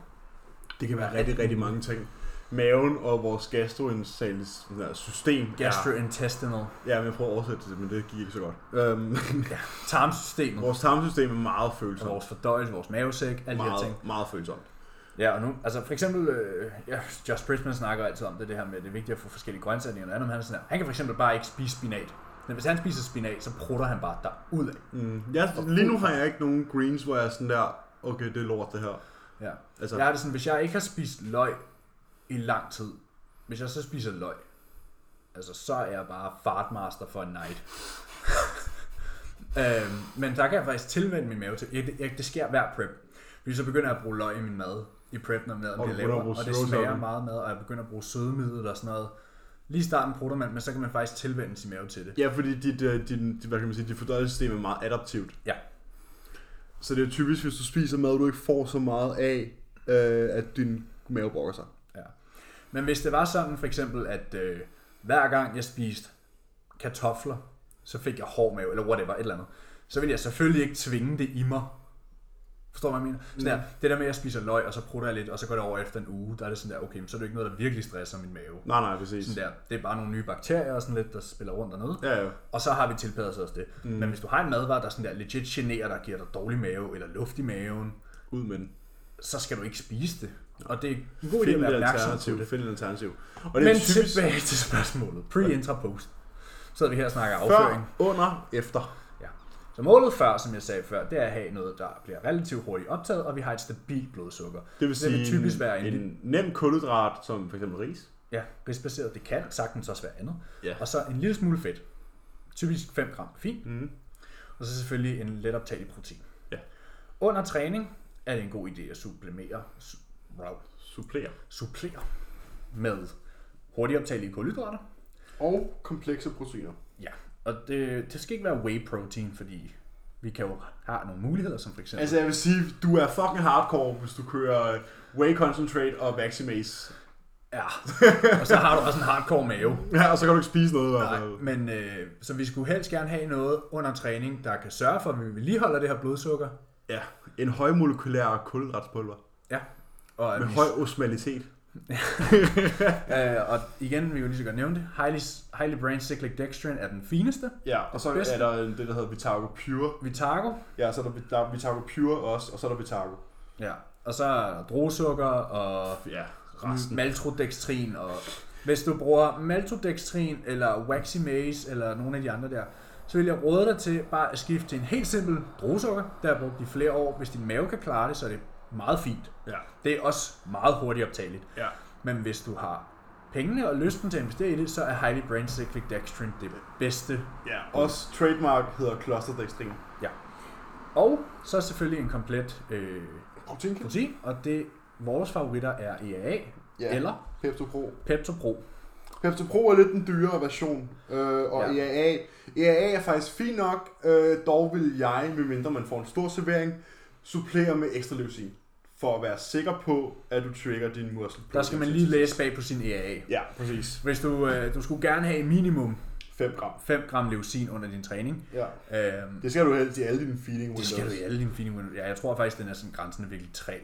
Det kan være rigtig, rigtig mange ting. Maven og vores gastrointestinale system. er-
Gastrointestinal.
Ja, men jeg prøver at oversætte det, men det gik ikke så godt. Øhm,
Tarmsystemet.
vores tarmsystem er meget
Og
følsomt.
vores fordøjelse, vores mavesæk, alle de her ting.
Meget, meget følsomt.
Ja, og nu, altså for eksempel, øh, ja, Josh Bridgman snakker altid om det, det her med, det er vigtigt at få forskellige grøntsager, og andet, men han, er sådan her, han kan for eksempel bare ikke spise spinat. Men hvis han spiser spinat, så prutter han bare derudad.
Mm. Jeg, lige nu har jeg ikke nogen greens, hvor jeg er sådan der, okay, det er lort det her.
Ja.
Altså,
Så. Jeg er det sådan, hvis jeg ikke har spist løg i lang tid, hvis jeg så spiser løg, altså så er jeg bare fartmaster for en night. øhm, men der kan jeg faktisk tilvende min mave til. Jeg, det, jeg, det sker hver prep. Fordi så begynder jeg at bruge løg i min mad, i prep, når maden
Og du
bliver
begynder at
lavere,
bruge
og det
zero
smager
topping.
meget mad, og jeg begynder at bruge sødemiddel og sådan noget. Lige i starten prutter man, men så kan man faktisk tilvende sin mave til det.
ja, fordi dit, øh, din, dit, hvad kan man sige, dit fordøjelsessystem er meget adaptivt.
Ja.
Så det er typisk, hvis du spiser mad, du ikke får så meget af, øh, at din mave brokker sig.
Men hvis det var sådan for eksempel, at øh, hver gang jeg spiste kartofler, så fik jeg hård mave, eller whatever, et eller andet, så ville jeg selvfølgelig ikke tvinge det i mig. Forstår du, hvad jeg mener? Sådan der, det der med, at jeg spiser løg, og så prutter jeg lidt, og så går det over efter en uge, der er det sådan der, okay, men så er det jo ikke noget, der virkelig stresser min mave.
Nej, nej, præcis.
Sådan der, det er bare nogle nye bakterier og sådan lidt, der spiller rundt dernede.
Ja, ja.
Og så har vi tilpasset os det. Mm. Men hvis du har en madvare, der sådan der legit generer dig, giver dig dårlig mave, eller luft i maven,
Ud med den.
så skal du ikke spise det. Og det er en god idé
Find
at
et
være opmærksom på
alternativ.
det.
Find et alternativ. Og
Men
jo typisk-
tilbage til spørgsmålet. Pre, intra, post. Så sidder vi her og snakker afføring.
Før, under, efter.
Ja. Så målet før, som jeg sagde før, det er at have noget, der bliver relativt hurtigt optaget, og vi har et stabilt blodsukker.
Det vil sige
det vil typisk
en,
være en,
en nem kulhydrat, som for eksempel ris.
ja, risbaseret, det kan sagtens også være andet.
Ja.
Og så en lille smule fedt. Typisk 5 gram, fint. Mm. Og så selvfølgelig en let optagelig protein.
Mm-hmm. Ja.
Under træning er det en god idé at supplemere, su- wow,
Supplerer.
supplere med hurtigt optagelige kulhydrater,
Og komplekse proteiner.
Ja, og det, det skal ikke være whey protein, fordi vi kan jo have nogle muligheder, som for eksempel... Altså,
Altså jeg vil sige, du er fucking hardcore, hvis du kører øh, whey concentrate og maximase.
ja, og så har du også en hardcore mave.
Ja, og så kan du ikke spise noget altså. i hvert
Nej,
fald.
men øh, så vi skulle helst gerne have noget under træning, der kan sørge for, at vi vedligeholder det her blodsukker.
Ja, en højmolekylær kulhydratspulver.
Ja, og, at
Med
vi,
høj osmalitet.
øh, og igen, vi kan jo lige så godt nævne det, highly, highly brain cyclic dextrin er den fineste.
Ja, og så
Bedst.
er der en- det, der hedder Vitago Pure.
Vitargo,
Ja, så er der, Vi- der er Vitago Pure også, og så er der Vitago.
ja, og så er der druesukker og
Ja,
resten. Maltodextrin og hvis du bruger maltodextrin eller waxy maize eller nogle af de andre der, så vil jeg råde dig til bare at skifte til en helt simpel druesukker, der er brugt i flere år. Hvis din mave kan klare det, så er det meget fint.
Ja.
Det er også meget hurtigt optageligt.
Ja.
Men hvis du har pengene og lysten til at investere i det, så er Highly Brain Cyclic Dextrin det bedste.
Ja, også trademark hedder Clusterdextrin.
Ja. Og så selvfølgelig en komplet øh,
Protein
protein, og det vores favoritter er EAA
Ja.
eller
Pepto Pro.
Pepto Pro.
Pepsi Pro er lidt den dyrere version, øh, og ja. EAA, EAA E er faktisk fint nok, øh, dog vil jeg, medmindre man får en stor servering, supplere med ekstra leucin, for at være sikker på, at du trigger din muscle.
Der skal man lige læse bag på sin E EAA.
Ja, præcis.
Hvis du, øh, du skulle gerne have minimum
5 gram.
5 gram leucin under din træning.
Ja.
Øhm,
Det skal du helst i alle dine feeding
det
windows.
skal du i alle dine fine windows. Ja, jeg tror faktisk, den er sådan grænsen er virkelig 3.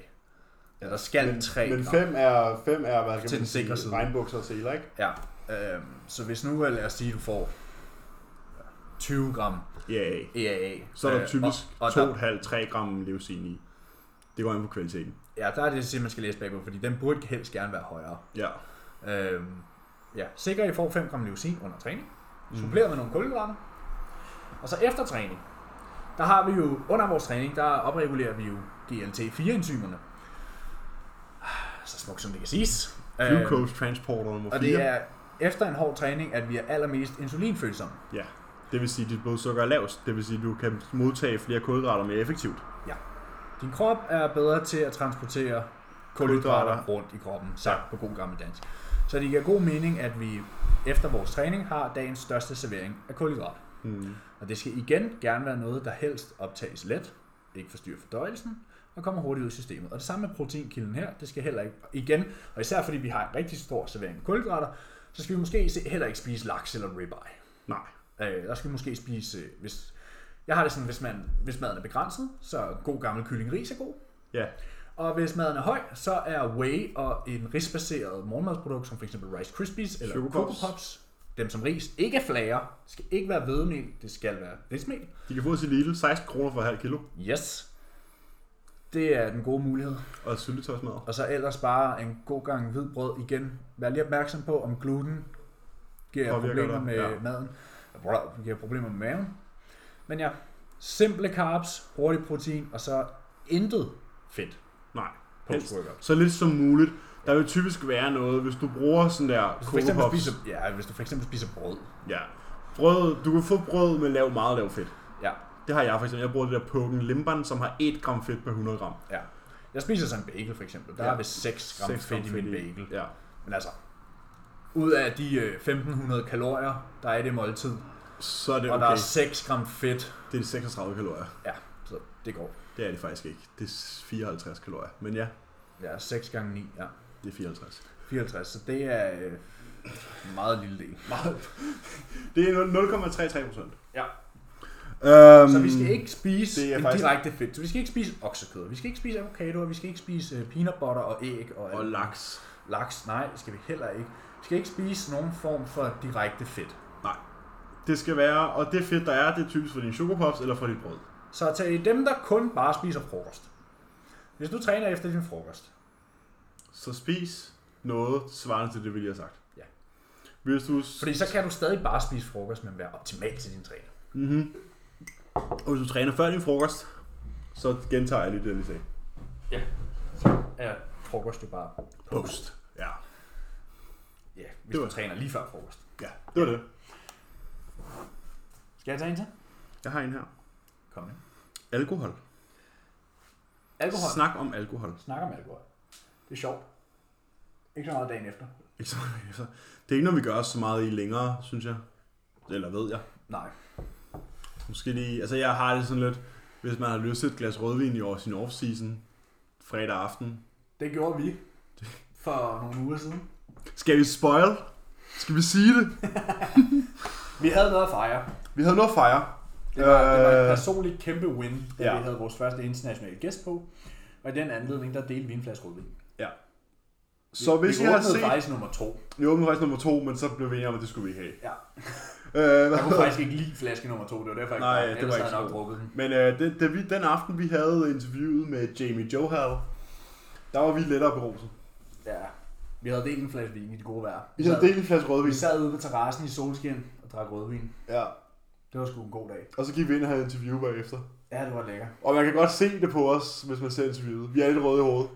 Ja, der skal
Men,
3
men
gram.
5 er, fem er, hvad skal
Til
man
den sikre
sige,
side.
regnbukser og seler, ikke?
Ja. Øhm, så hvis nu, øh, lad os sige, du får 20 gram
Ja,
EAA.
så er der
øh,
typisk
og, og der,
2,5-3 gram leucin i. Det går ind på kvaliteten.
Ja, der er det, simpelthen, man skal læse bagpå, fordi den burde helst gerne være højere.
Ja.
Øhm, ja, sikker I får 5 gram leucin under træning, suppleret med nogle kulhydrater. Og så efter træning, der har vi jo, under vores træning, der opregulerer vi jo GLT-4-enzymerne. Så smukt som det kan siges. Øhm,
Glucose transporter nummer 4.
Øh, og det er efter en hård træning, at vi er allermest insulinfølsomme.
Ja. Det vil sige, at dit blodsukker er lavest. Det vil sige, at du kan modtage flere kulhydrater mere effektivt.
Din krop er bedre til at transportere kulhydrater
Kulhydrater.
rundt i kroppen, sagt på god gammel dansk. Så det giver god mening, at vi efter vores træning har dagens største servering af kulhydrater.
Hmm.
Og det skal igen gerne være noget, der helst optages let, ikke forstyrrer fordøjelsen, og kommer hurtigt ud i systemet. Og det samme med proteinkilden her, det skal heller ikke, igen, og især fordi vi har en rigtig stor servering af kulhydrater, så skal vi måske se- heller ikke spise laks eller ribeye.
Nej.
Øh, der skal vi måske spise, øh, hvis, jeg har det sådan, hvis, man, hvis maden er begrænset, så god gammel kyllingris er god.
Ja.
Og hvis maden er høj, så er whey og en risbaseret morgenmadsprodukt, som f.eks. Rice Krispies eller
Sugar
Coco
Pops.
Pops. dem som ris, ikke er flager, skal ikke være hvedemel, det skal være rismel.
De kan få os i Lidl 16 kroner for halv kilo.
Yes. Det er den gode mulighed.
Og syltetøjsmad.
Og så ellers bare en god gang hvidbrød igen. Vær lige opmærksom på, om gluten giver
Påvirker
problemer
dig,
med
ja.
ja. maden. Brød giver problemer med maven. Men ja, simple carbs, hurtig protein, og så intet fedt.
Nej. Helst.
Post-workout.
Så lidt som muligt. Der vil typisk være noget, hvis du bruger sådan der
Hvis du for
Coco
eksempel
Pops.
spiser, ja, hvis du for eksempel spiser brød.
Ja. Brød, du kan få brød med lav, meget lav fedt.
Ja,
Det har jeg for eksempel. Jeg bruger det der Poken Limban, som har 1 gram fedt per 100 gram.
ja. Jeg spiser sådan en bagel for eksempel. Der
Ja.
ja. er vist 6 gram, 6 gram fedt i min bagel.
Ja.
Men altså, ud af de øh, 1500 kalorier, der er i det måltid, okay.
Så er det
og der er
okay.
6 gram fedt,
Det er 36 kalorier.
Ja, så det går.
Det er det faktisk ikke. Det er 54 kalorier. Men ja,
Ja, 6 gange 9, ja.
det er 54.
54, så det er øh, en meget lille del.
Det er 0,33 procent.
Ja.
Øhm,
Så vi skal ikke spise
det
det
er
en
faktisk-
faktisk... direkte fedt. Så vi skal ikke spise oksekød, vi skal ikke spise avocadoer, vi skal ikke spise øh, peanut butter og æg og,
Og
alt.
laks.
laks. Nej, det skal vi heller ikke. Vi skal ikke spise nogen form for direkte fedt.
Nej. Det skal være, og det fedt, der er, det er typisk fra din chokopops eller fra dit brød.
Så til dem, der kun bare spiser frokost. Hvis du træner efter din frokost,
Så spis noget svarende til det, vi lige har sagt.
Ja.
Hvis du,
fordi så kan du stadig bare spise frokost, men være optimal til din træning.
Mhm. og hvis du træner før din frokost, så gentager jeg lige det, jeg lige sagde.
Ja. Frokost jo bare.
Post. Ja.
Ja, hvis
Det var-
du træner lige før frokost.
Ja, det var det.
Skal jeg tage en til?
Jeg har en her.
Kom med.
Alkohol.
Alkohol.
Snak om alkohol.
Snak om alkohol. Det er sjovt. Ikke så meget dagen efter.
Ikke så meget efter. Det er ikke noget, vi gør så meget i længere, synes jeg. Eller ved jeg.
Nej.
Måske lige... Altså, jeg har det sådan lidt... Hvis man har lyst til et glas rødvin i år, sin off-season, fredag aften.
Det gjorde vi for nogle uger siden.
Skal vi spoil? Skal vi sige det?
Vi havde noget at fejre.
Vi havde noget at fejre.
Det var, det var et
Øh,
personligt kæmpe win, da
ja.
ja. vi havde vores første internationale gæst på. Og i den anledning, der delte vi en flaske rødvin.
så hvis I
vi
har
åbnede
set...
faktisk nummer to.
Vi åbnede faktisk nummer to, men så blev vi enige om, at det skulle vi ikke have.
Ja.
Øh, hvad
Jeg kunne faktisk ikke lide flaske nummer to, det var derfor, jeg
Nej,
drak den,
det
ellers
var ikke
havde jeg
så
nok
god.
drukket den.
Men øh, det, da vi, den aften, vi havde interviewet med Jamie Johal, der var vi lettere beruset.
Ja. Vi havde delt en flaske vin i det gode vejr.
Vi havde delt en flaske rødvin.
vi sad ude på terrassen i solskin og drak rødvin.
Ja.
Det var sgu en god dag.
Og så gik vi ind og havde interview bagefter.
Ja, det var lækker.
Og man kan godt se det på os, hvis man ser interviewet. Vi er lidt røde i hovedet.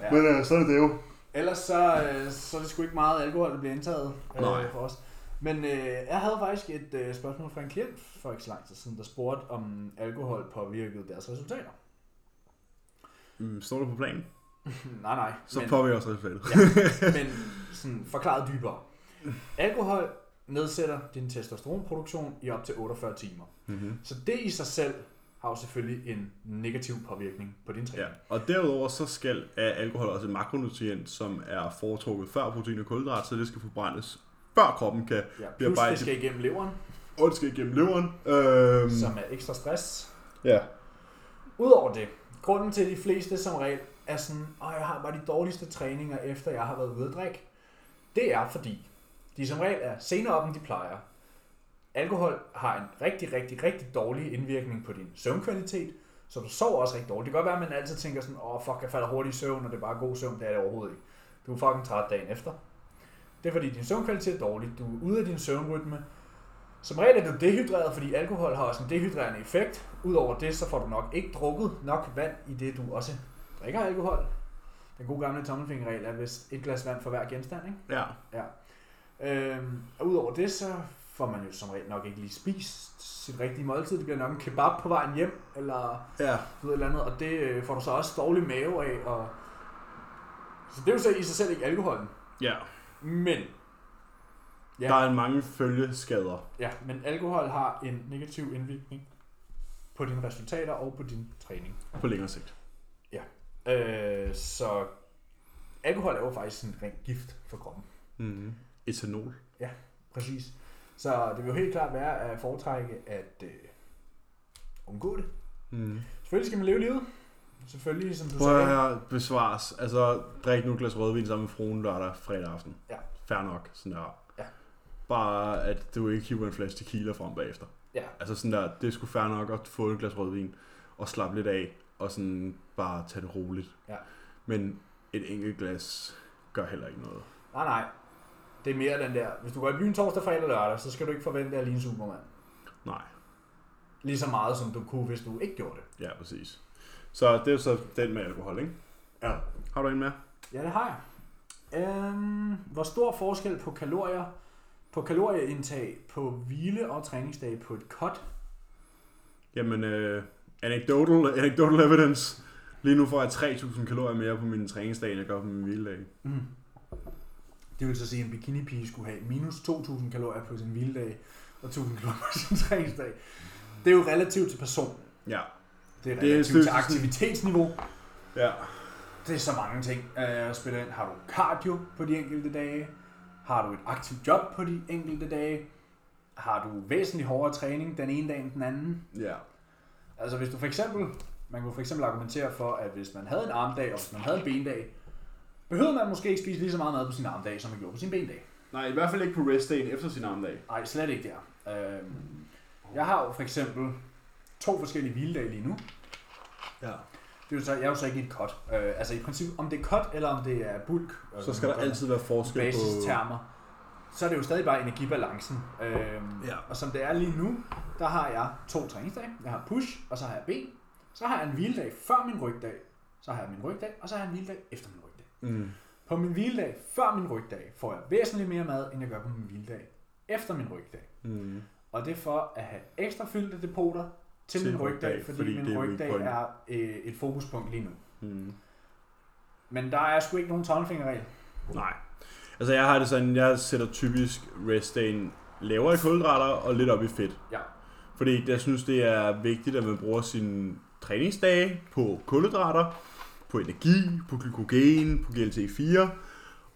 ja.
Ja.
Men øh, så er det det jo.
Ellers så, øh, så er det sgu ikke meget alkohol, der bliver indtaget
Nej.
øh, for os. Men øh, jeg havde faktisk et øh, spørgsmål fra en klient for ikke så lang tid siden, der spurgte, om alkohol påvirkede deres resultater.
Mm, står du på planen?
Hmm, nej, nej.
Så
men,
påvirker også resultatet.
men sådan forklaret dybere. Alkohol nedsætter din testosteronproduktion i op til 48 timer.
Mm-hmm.
Så det i sig selv har jo selvfølgelig en negativ påvirkning på din træning.
Ja. Og derudover så skal er alkohol også en makronutrient, som er foretrukket før protein og kulhydrat, så det skal forbrændes før kroppen kan.
Ja,
Bliver
plus
bare
det
et-
skal igennem leveren,
Og det skal igennem leveren. Øhm,
mm. som er ekstra stress.
Ja.
Udover det, grunden til at de fleste som regel er sådan, at jeg har bare de dårligste træninger, efter jeg har været ude at drikke, det er fordi, de som regel er senere op, end de plejer. Alkohol har en rigtig, rigtig, rigtig dårlig indvirkning på din søvnkvalitet, så du sover også rigtig dårligt. Det kan godt være, at man altid tænker sådan, åh oh, fuck, jeg falder hurtigt i søvn, og det er bare god søvn, det er det overhovedet ikke. Du er fucking træt dagen efter. Det er fordi, din søvnkvalitet er dårlig, du er ude af din søvnrytme. Som regel er du dehydreret, fordi alkohol har også en dehydrerende effekt. Udover det, så får du nok ikke drukket nok vand, i det du også drikker alkohol. Den gode gamle tommelfingerregel er vist et glas vand for hver genstand, ikke?
ja.
Øhm, og udover det, så får man jo som regel nok ikke lige spist sit rigtige måltid. Det bliver nok en kebab på vejen hjem, eller
Ja.
du ved et eller andet, og det øh, får du så også dårlig mave af. Og... Så det er jo så i sig selv ikke alkoholen.
Ja.
Men, Ja.
Der er mange følgeskader.
ja, men alkohol har en negativ indvirkning på dine resultater og på din træning.
På længere sigt.
Øh, så alkohol er jo faktisk en ren gift for kroppen.
Mm-hmm. Etanol.
Præcis. Så det vil jo helt klart være at foretrække at øh, undgå det.
Mm.
Selvfølgelig skal man leve livet. Selvfølgelig, som du
Prøv at
sagde.
høre, besvares. Altså, drik nu et glas rødvin sammen med fruen lørdag fredag aften.
Ja.
Fair nok, sådan der.
Ja.
Bare, at du ikke hiver en flaske tequila frem bagefter.
Ja.
Altså sådan der, det skulle fair nok at få et glas rødvin og slappe lidt af, og sådan bare tage det roligt.
Ja.
Men et enkelt glas gør heller ikke noget.
Nej, nej. Det er mere den der, hvis du går i byen torsdag, fredag og lørdag, så skal du ikke forvente at ligne Superman.
Nej,
Lige så meget, som du kunne, hvis du ikke gjorde det.
ja præcis. Så det er jo så den med alkohol, ikke? Ja. Har du en med?
Ja, det har jeg. Øhm, hvor stor forskel på kalorier, på kalorieindtag, på hvile og træningsdag på et cut?
Jamen, øh, anecdotal, anecdotal evidence. Lige nu får jeg 3.000 kalorier mere på min træningsdag, end jeg gør på min hviledag.
Mm. Det vil så sige, at en bikinipige skulle have minus 2.000 kalorier på sin hviledag, og 1.000 kalorier på sin træningsdag. Det er jo relativt til person.
Ja.
Det er
Det er
relativt til
sådan-
aktivitetsniveau.
Ja.
Det er så mange ting øh, at spille ind. Har du cardio på de enkelte dage? Har du et aktivt job på de enkelte dage? Har du væsentligt hårdere træning den ene dag end den anden?
Ja.
Altså hvis du for eksempel, man kunne for eksempel argumentere for, at hvis man havde en armdag og hvis man havde en bendag, behøvede man måske ikke spise lige så meget mad på sin armdag, som man gjorde på sin bendag.
Nej, i hvert fald ikke på restdagen efter sin armdag.
Nej, slet ikke der. Øh, jeg har jo for eksempel to forskellige hviledage lige nu.
Ja.
Det er jo så, jeg er jo så ikke i et cut. Øh, altså i princippet, om det er cut eller om det er bulk. øh,
Så skal der
hvad man
altid være forskel på...
basistermer, så er det jo stadig bare energibalancen. Øhm,
Ja.
Og som det er lige nu, der har jeg to træningsdage. Jeg har push, og så har jeg ben. Så har jeg en hviledag før min rygdag. Så har jeg min rygdag, og så har jeg en hviledag efter min rygdag.
Mm.
På min hviledag før min rygdag får jeg væsentligt mere mad, end jeg gør på min hviledag efter min rygdag.
Mm.
Og det er for at have ekstra fyldte depoter til,
Til
min rygdag,
rygdag,
fordi,
fordi det
min
er
rygdag
weak point.
er øh, et fokuspunkt lige nu.
Mm.
Men der er sgu ikke nogen tommelfingerregel.
Nej. Altså jeg har det sådan, jeg sætter typisk restdagen lavere i kulhydrater og lidt op i fedt.
Ja.
Fordi jeg synes, det er vigtigt, at man bruger sine træningsdage på kulhydrater, på energi, på glykogen, på GLT-4,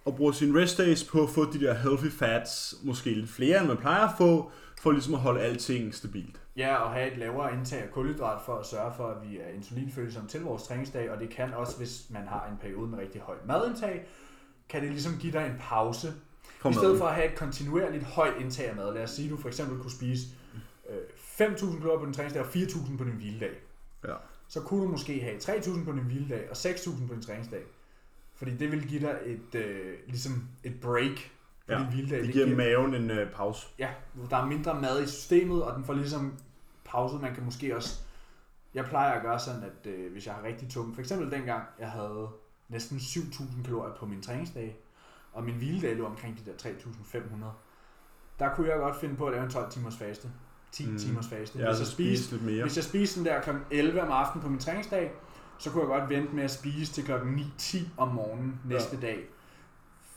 og bruger sine restdays på at få de der healthy fats, måske lidt flere, end man plejer at få, for ligesom at holde alting stabilt.
Ja, og have et lavere indtag af kulhydrat for at sørge for, at vi er insulinfølsomme til vores træningsdag, og det kan også, hvis man har en periode med rigtig højt madindtag, kan det ligesom give dig en pause.
For
I stedet
maden.
for at have et kontinuerligt højt indtag af mad, lad os sige, at du for eksempel kunne spise øh, 5.000 kalorier på din træningsdag og 4.000 på din hviledag.
Ja.
Så kunne du måske have 3.000 på din hviledag og 6.000 på din træningsdag. Fordi det vil give dig et, øh, ligesom et break på
Ja,
din hviledag.
Det giver maven en øh, pause.
ja, der er mindre mad i systemet, og den får ligesom pauset. Man kan måske også... Jeg plejer at gøre sådan, at øh, hvis jeg har rigtig tung... For eksempel dengang, jeg havde næsten 7.000 kalorier på min træningsdag, og min hviledag lå omkring de der 3.500. Der kunne jeg godt finde på at lave en 12 timers faste. 10
Mm.
mm. timers faste.
Ja,
hvis,
så
jeg spiste,
spise lidt mere.
hvis jeg spiste den der kl. 11 om aftenen på min træningsdag, så kunne jeg godt vente med at spise til klokken 9-10 om morgenen næste ja. dag,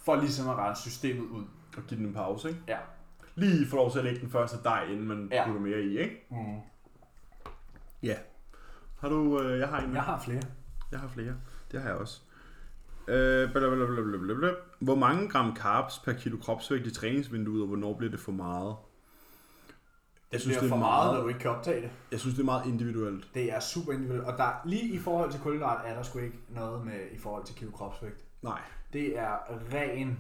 for ligesom at rense systemet ud.
Og give den en pause, ikke?
Ja.
Lige få lov til at lægge den første dej, inden man
Ja.
ja. putter mere i, ikke?
Mm.
Ja. Har du... Øh, jeg har en
Jeg har flere.
Jeg har flere. Det har jeg også. Øh, blablabla. Hvor mange gram carbs per kilo kropsvægt i træningsvinduet, og hvornår bliver det for meget? Jeg
det er for meget, når du ikke kan optage det.
jeg synes, det er meget individuelt.
Det er super individuelt, og der, lige i forhold til kulhydrat er der sgu ikke noget med i forhold til kilo kropsvægt.
Nej.
Det er ren,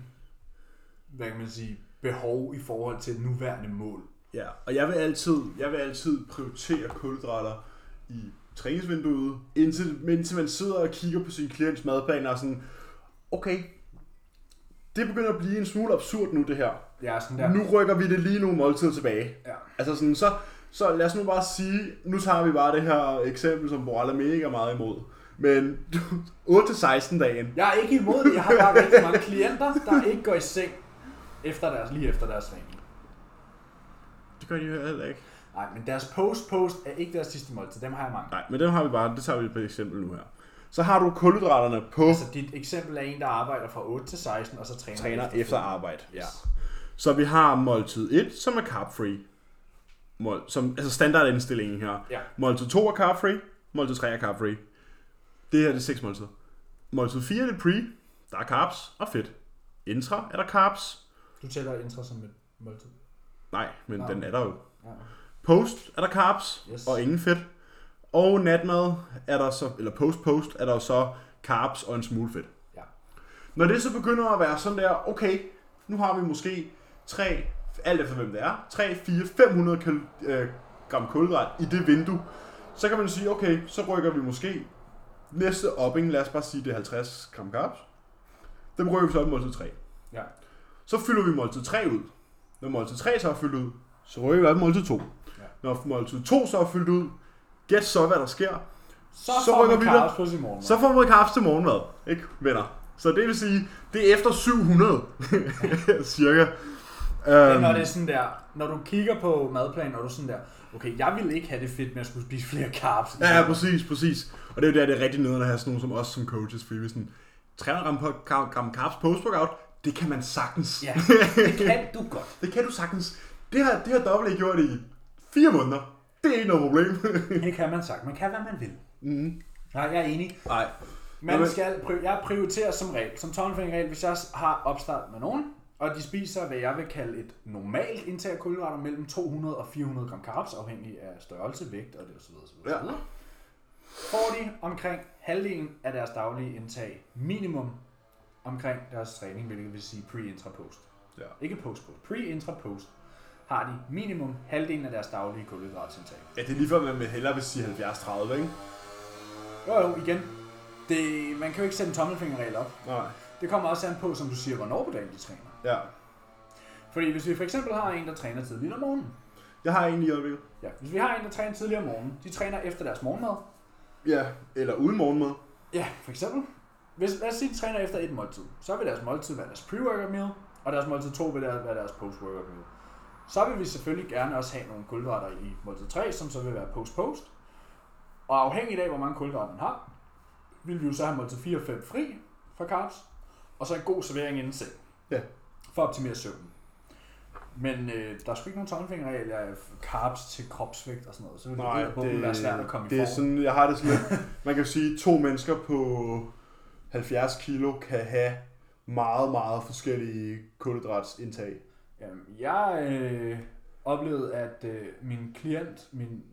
hvad kan man sige, behov i forhold til nuværende mål.
Ja, og jeg vil altid, jeg vil altid prioritere kulhydrater i træningsvinduet, indtil, men indtil man sidder og kigger på sin klients madplan og er sådan, okay, det begynder at blive en smule absurd nu det her.
Jeg er sådan der,
Ja. Nu rykker vi det lige nogle måltider tilbage.
Ja.
Altså sådan, så, så lad os nu bare sige, nu tager vi bare det her eksempel, som Borrell er mega meget imod. Men 8-16 dagen,
Jeg er ikke imod det. Jeg har bare rigtig mange klienter, der ikke går i seng efter deres, lige efter deres træning.
det gør de jo heller ikke.
Nej, men deres post-post er ikke deres sidste måltid. Dem har jeg mange.
Nej, men dem har vi bare, det tager vi på et eksempel nu her. Så har du kulhydraterne på
Så dit eksempel er en, der arbejder fra 8 til 16, og så træner,
træner efter arbejde.
Ja.
Så vi har måltid 1, som er carb-free. Mål, som, altså standardindstillingen her.
Ja.
Måltid 2 er carb-free, måltid 3 er carb-free. Det her det er 6 måltider. Måltid 4 det er pre, der er carbs og fedt. Intra er der carbs.
Du tæller intra som et måltid.
Nej, men
Nå.
den er der jo.
Ja.
Post er der carbs
Yes.
yes. og ingen fedt. Og natmad er der så, eller post-post er der jo så carbs og en smule fedt.
Ja.
Når det så begynder at være sådan der, okay, nu har vi måske 3, alt efter hvem det er, 3, 4, 500 kal- øh, gram kulhydrat i det vindue, så kan man sige, okay, så rykker vi måske næste opping, lad os bare sige det er 50 gram carbs, dem rykker vi så op i måltid 3.
Ja.
Så fylder vi måltid 3 ud. Når måltid 3 så er fyldt ud, så rykker vi op i måltid 2.
Ja.
Ja. Når måltid 2 så er fyldt ud, gæt så hvad der sker,
Så,
Så
får
rykker
man
vi videre.
carbs på sin morgenmad.
så får man carbs til morgenmad, ikke venner? Så det vil sige, det er efter 700, cirka.
Men
Øhm,
når det er sådan der, når du kigger på madplanen, og du er sådan der, okay, jeg ville ikke have det fedt med at skulle spise flere carbs.
ja, ja, præcis, præcis. Og det er jo der, det er rigtig nederen at have sådan nogen som os som coaches, fordi vi er sådan, 300 gram, på, gram, gram carbs post-workout, det kan man sagtens.
ja, det kan du godt.
Det kan du sagtens. Det har, det har dobbelt gjort i fire måneder. Det er ikke noget problem.
Det kan man sagt. Man kan, hvad man vil.
mm.
Nej, jeg er enig.
Nej.
Man
Jamen-
skal, pri- jeg prioriterer som regel, som tommelfingerregel, hvis jeg har opstart med nogen, og de spiser, hvad jeg vil kalde et normalt indtag af kulhydrater, mellem 200 og 400 gram carbs, afhængig af størrelse, vægt og det osv. osv.
Ja.
osv. Får de omkring halvdelen af deres daglige indtag minimum omkring deres træning, hvilket vil sige pre-intra-post.
Ja.
Ikke post-post, pre-intra-post har de minimum halvdelen af deres daglige kulhydratindtag.
Ja, det er lige før, man hellere vil sige 70-30, ikke?
Jo, jo, igen. Det, man kan jo ikke sætte en tommelfingerregel op.
Nej.
Det kommer også an på, som du siger, hvornår på dagen de træner.
Ja.
Fordi hvis vi for eksempel har en, der træner tidligt om morgenen.
Jeg har en i øjeblikket.
Ja, hvis vi har en, der træner tidligt om morgenen, de træner efter deres morgenmad.
Ja, eller uden morgenmad.
Ja, for eksempel. Hvis, lad os sige, de træner efter et måltid. Så vil deres måltid være deres pre-workout meal, og deres måltid 2 vil være deres post-workout meal. Så vil vi selvfølgelig gerne også have nogle kulhydrater i måltid 3, som så vil være post-post. Og afhængig af, hvor mange kulhydrater man har, vil vi jo så have måltid 4 og 5 fri fra carbs, og så en god servering inden selv.
Ja.
For at optimere søvnen. Men øh, der er sgu ikke nogen tommelfingerregel af carbs til kropsvægt og sådan noget, så vil Nej, det, det være svært at komme i
det
form.
er sådan, jeg har det sådan lidt. Man kan jo sige, at to mennesker på 70 kilo kan have meget, meget forskellige kulhydratsindtag.
Jamen, Øhm, jeg øh, oplevede, at øh, min klient, min...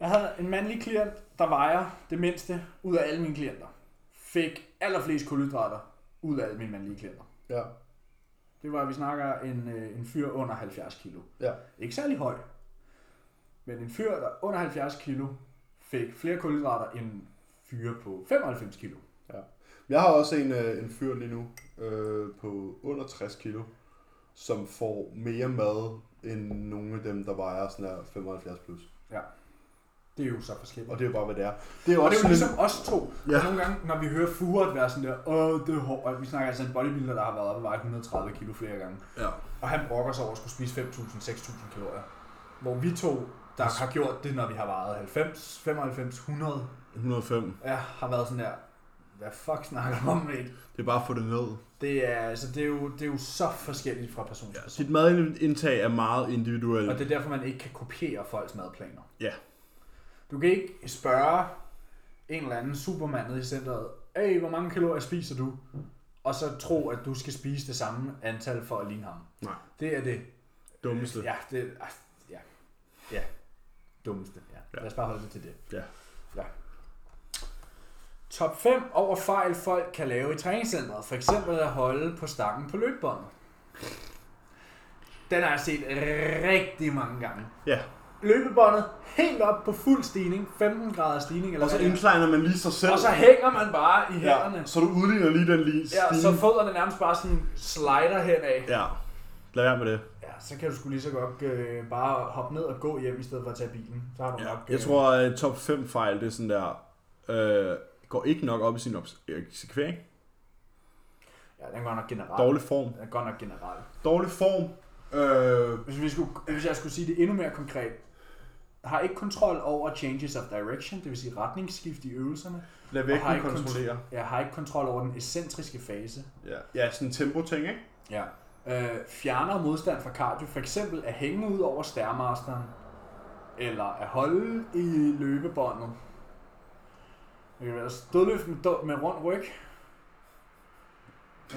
Jeg havde en mandlig klient, der vejer det mindste ud af alle mine klienter. Fik allerflest kulhydrater ud af alle mine mandlige klienter.
Ja.
Det var, at vi snakker en, øh, en fyr under 70 kilo.
Ja.
Ikke særlig høj. Men en fyr, der under 70 kilo, fik flere kulhydrater end fyre på 95 kilo.
Jeg har også en, øh, en fyr lige nu øh, på under 60 kilo, som får mere mad end nogle af dem, der vejer sådan her 75 plus.
Det er jo så forskelligt.
Og det er jo bare, hvad det er. Det er jo
Og det
også
er jo
sådan en-
ligesom os to. Ja.
Ja.
Og nogle gange, når vi hører Furet være sådan der, åh, det er hårdt. Og Vi snakker altså en bodybuilder, der har været oppe og vejet 130 kilo flere gange.
Ja.
Og han brokker sig over at skulle spise 5.000-6.000 kalorier. Hvor vi to der har gjort det, når vi har vejet 90, 95, 100.
105.
Jeg har været sådan der, hvad fuck snakker du om, mate?
Det er bare at få det ned.
Det er, altså, det er, jo, det er jo så forskelligt fra person til person.
Dit madindtag er meget individuelt.
Og det er derfor, man ikke kan kopiere folks madplaner.
Ja.
Du kan ikke spørge en eller anden supermand nede i centret, hey, hvor mange kalorier spiser du? Og så tro, at du skal spise det samme antal for at ligne ham.
Nej.
Det er det.
Dummeste.
Ja, det ah, ja. Ja. Dummeste, ja. ja. Lad os bare holde det til det.
Ja.
ja. Top 5 over fejl folk kan lave i træningscenteret. For eksempel at holde på stangen på løbebåndet. Den har jeg set rigtig mange gange.
Ja.
Løbebåndet helt op på fuld stigning, 15 grader stigning eller
Og så
hvad det er.
indklejner man lige sig selv.
og så hænger man bare i hænderne.
ja. Så du udligner lige den lige
Ja,
stige.
så fødderne nærmest bare sådan slider henad.
ja. Lad være med det.
Ja, så kan du sgu lige så godt øh, bare hoppe ned og gå hjem, i stedet for at tage bilen. Så har du nok... øh,
Jeg tror, at top 5 fejl, det er sådan der, øh, går ikke nok op i sin obs- øh, eksekvering.
Ja, den går nok generelt.
Dårlig form.
Den går nok generelt.
Dårlig form. Øh,
Hvis, vi skulle, hvis jeg skulle sige det endnu mere konkret, har ikke kontrol over changes of direction, det vil sige retningsskift i øvelserne.
lad
Og har
vægten
ikke
kontrollere.
Jeg har ikke kontrol over den essentriske fase.
Ja. ja, sådan en tempo-ting, ikke?
Ja. Øh, fjerner modstand fra cardio, for eksempel at hænge ud over stærmasteren, eller at holde i løbebåndet. Det kan være stødløft med, dum- med rund ryg.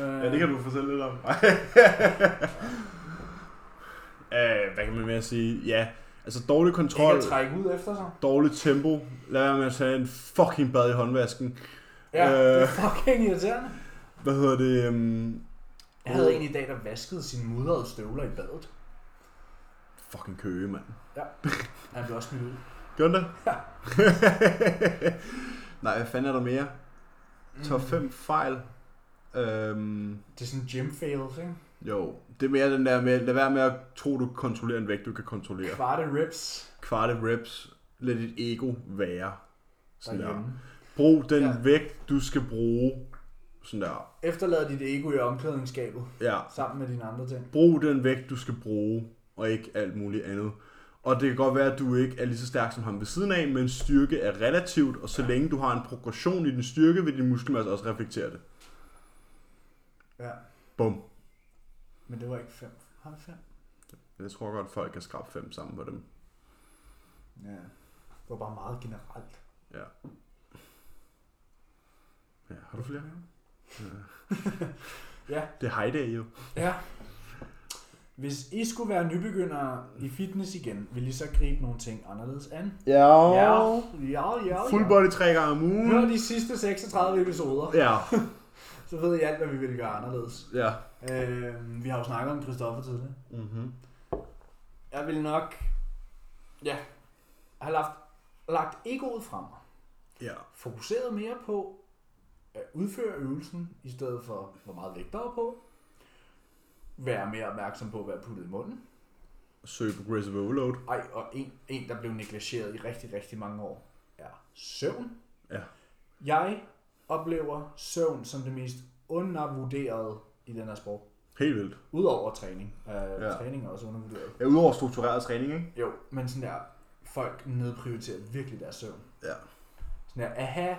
Øh,
Ja, det kan du fortælle lidt om. øh, hvad kan man mere sige? Ja, altså dårlig kontrol,
Ikke at trække ud efter sig.
dårligt tempo. Lad være med at tage en fucking bad i håndvasken.
Ja, øh. det er
Øh.
fucking irriterende.
Hvad hedder det? Um,
Jeg havde en i dag, der vaskede sine mudrede støvler i badet.
fucking køge, mand.
Han blev også smidt ud.
Gør den det? Ja. Nej, hvad fanden er der mere? Top 5 fejl. Øhm,
Mm. Det er sådan gym fails, ikke?
jo, det er mere den der med, lad være med at tro, du kontrollerer en vægt, du kan kontrollere.
Kvarte rips
Kvarte reps, lad dit ego være. Sådan der.
derhjemme.
Brug den
Ja.
ja. vægt, du skal bruge. Sådan der.
Efterlad dit ego i omklædningsskabet,
Ja.
sammen med dine andre ting.
Brug den vægt, du skal bruge, og ikke alt muligt andet. Og det kan godt være, at du ikke er lige så stærk som ham ved siden af, men styrke er relativt, og så længe du har en progression i din styrke, vil din muskelmasse også reflektere det.
Ja,
Bum.
men det var ikke fem. Har det fem?
Jeg tror godt, folk kan skrabe fem sammen på dem.
Ja. Det var bare meget generelt.
Ja. ja har du flere?
Ja.
Det er high day, jo.
Ja. Hvis I skulle være nybegyndere i fitness igen, ville I så gribe nogle ting anderledes an?
Ja.
Ja, ja, ja.
Full body tre gange om ugen.
Hør de sidste 36 episoder,
Ja,
så ved I alt, hvad vi ville gøre anderledes.
ja.
Øh, vi har jo snakket om Christoffer tidligere.
Mm-hmm.
Jeg ville nok... Ja. Have lagt, lagt egoet frem.
Ja.
Fokuseret mere på at udføre øvelsen, i stedet for hvor meget vægt der er på. Være mere opmærksom på, hvad jeg puttede i munden.
Søg progressive overload.
Ej, og en, en der blev negligeret i rigtig, rigtig mange år, er søvn.
Ja.
Jeg oplever søvn som det mest undervurderede i den her sport.
Helt vildt.
Udover træning. Øh, ja.
Ja.
Træning er også undervurderet.
Ja, udover struktureret træning, ikke?
Jo, men sådan der, folk nedprioriterer virkelig deres søvn.
Ja.
Sådan der, at have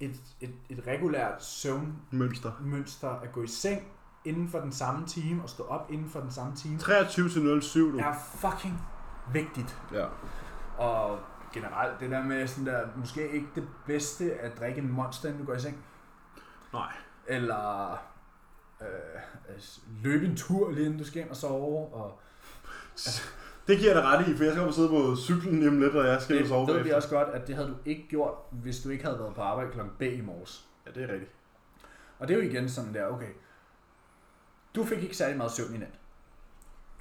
et, et, et regulært søvnmønster,
Mønster.
at gå i seng inden for den samme time, og stå op inden for den samme time,
23 til 07, du.
er fucking vigtigt.
ja.
Og generelt, det der med sådan der, måske ikke det bedste at drikke en monster, inden du går i seng.
Nej.
Eller øh, altså, løbe en tur lige inden du skal ind og sove. Og
Det giver jeg dig ret i, for jeg skal op og sidde på cyklen lige om lidt, og jeg skal jo
det
sove
ved vi
bagefter.
også godt, at det havde du ikke gjort, hvis du ikke havde været på arbejde kl. B i morges.
Ja, det er rigtigt.
Og det er jo igen sådan der, okay, du fik ikke særlig meget søvn i nat.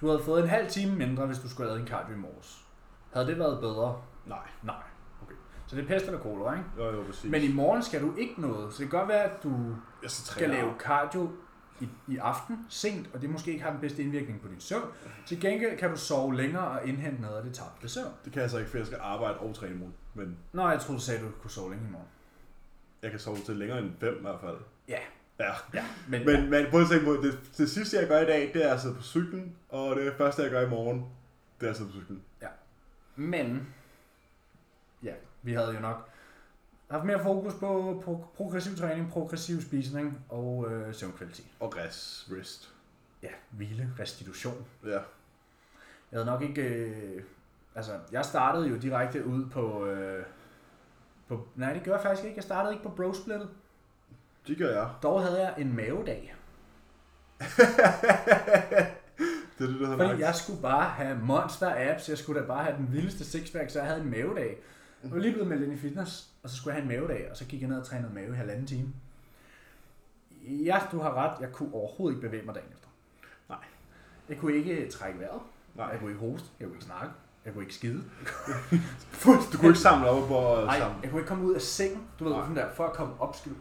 Du havde fået en halv time mindre, hvis du skulle have lavet en cardio i morges. Havde det været bedre?
Nej.
Nej. Okay. Så det er pest eller kolder, ikke?
Jo, jo, præcis.
Men i morgen skal du ikke noget, så det kan godt være, at du
jeg skal,
skal lave cardio i, i aften sent, og det måske ikke har den bedste indvirkning på din søvn. Til gengæld kan du sove længere og indhente noget af det tabte søvn.
Det kan jeg så ikke, for jeg skal arbejde og træne imod. Men
Nå, jeg troede, du sagde, at du kunne sove længe i morgen.
jeg kan sove til længere end 5 i hvert fald.
Ja,
Ja.
ja. Men,
Men, men prøv at tænke på, det, det sidste jeg gør i dag, det er at sidde på cyklen, og det første jeg gør i morgen, det er at sidde på cyklen.
Men, ja, vi havde jo nok haft mere fokus på, på progressiv træning, progressiv spisning og øh, søvnkvalitet.
Og rest. Rest.
Ja, hvile, restitution.
Ja.
Jeg havde nok ikke... Øh, altså, jeg startede jo direkte ud på... Øh, på nej, det gjorde jeg faktisk ikke. Jeg startede ikke på brosplittet.
Det gør jeg.
Dog havde jeg en mavedag.
Det er det, der hedder
Fordi jeg skulle bare have monster apps. Jeg skulle da bare have den vildeste sixpack, så jeg havde en mavedag. Jeg var lige blevet meldt ind i fitness, og så skulle jeg have en mavedag, og så gik jeg ned og trænede mave i halvanden time. Ja, du har ret. Jeg kunne overhovedet ikke bevæge mig dagen efter. Nej. Jeg kunne ikke øh, trække vejret.
Nej.
Jeg kunne ikke hoste. Jeg kunne ikke snakke. Jeg kunne ikke skide.
Du kunne ikke samle op og
Nej,
samle.
jeg kunne ikke komme ud af sengen. Du ved,
Nej.
sådan der, for at komme op, skal du...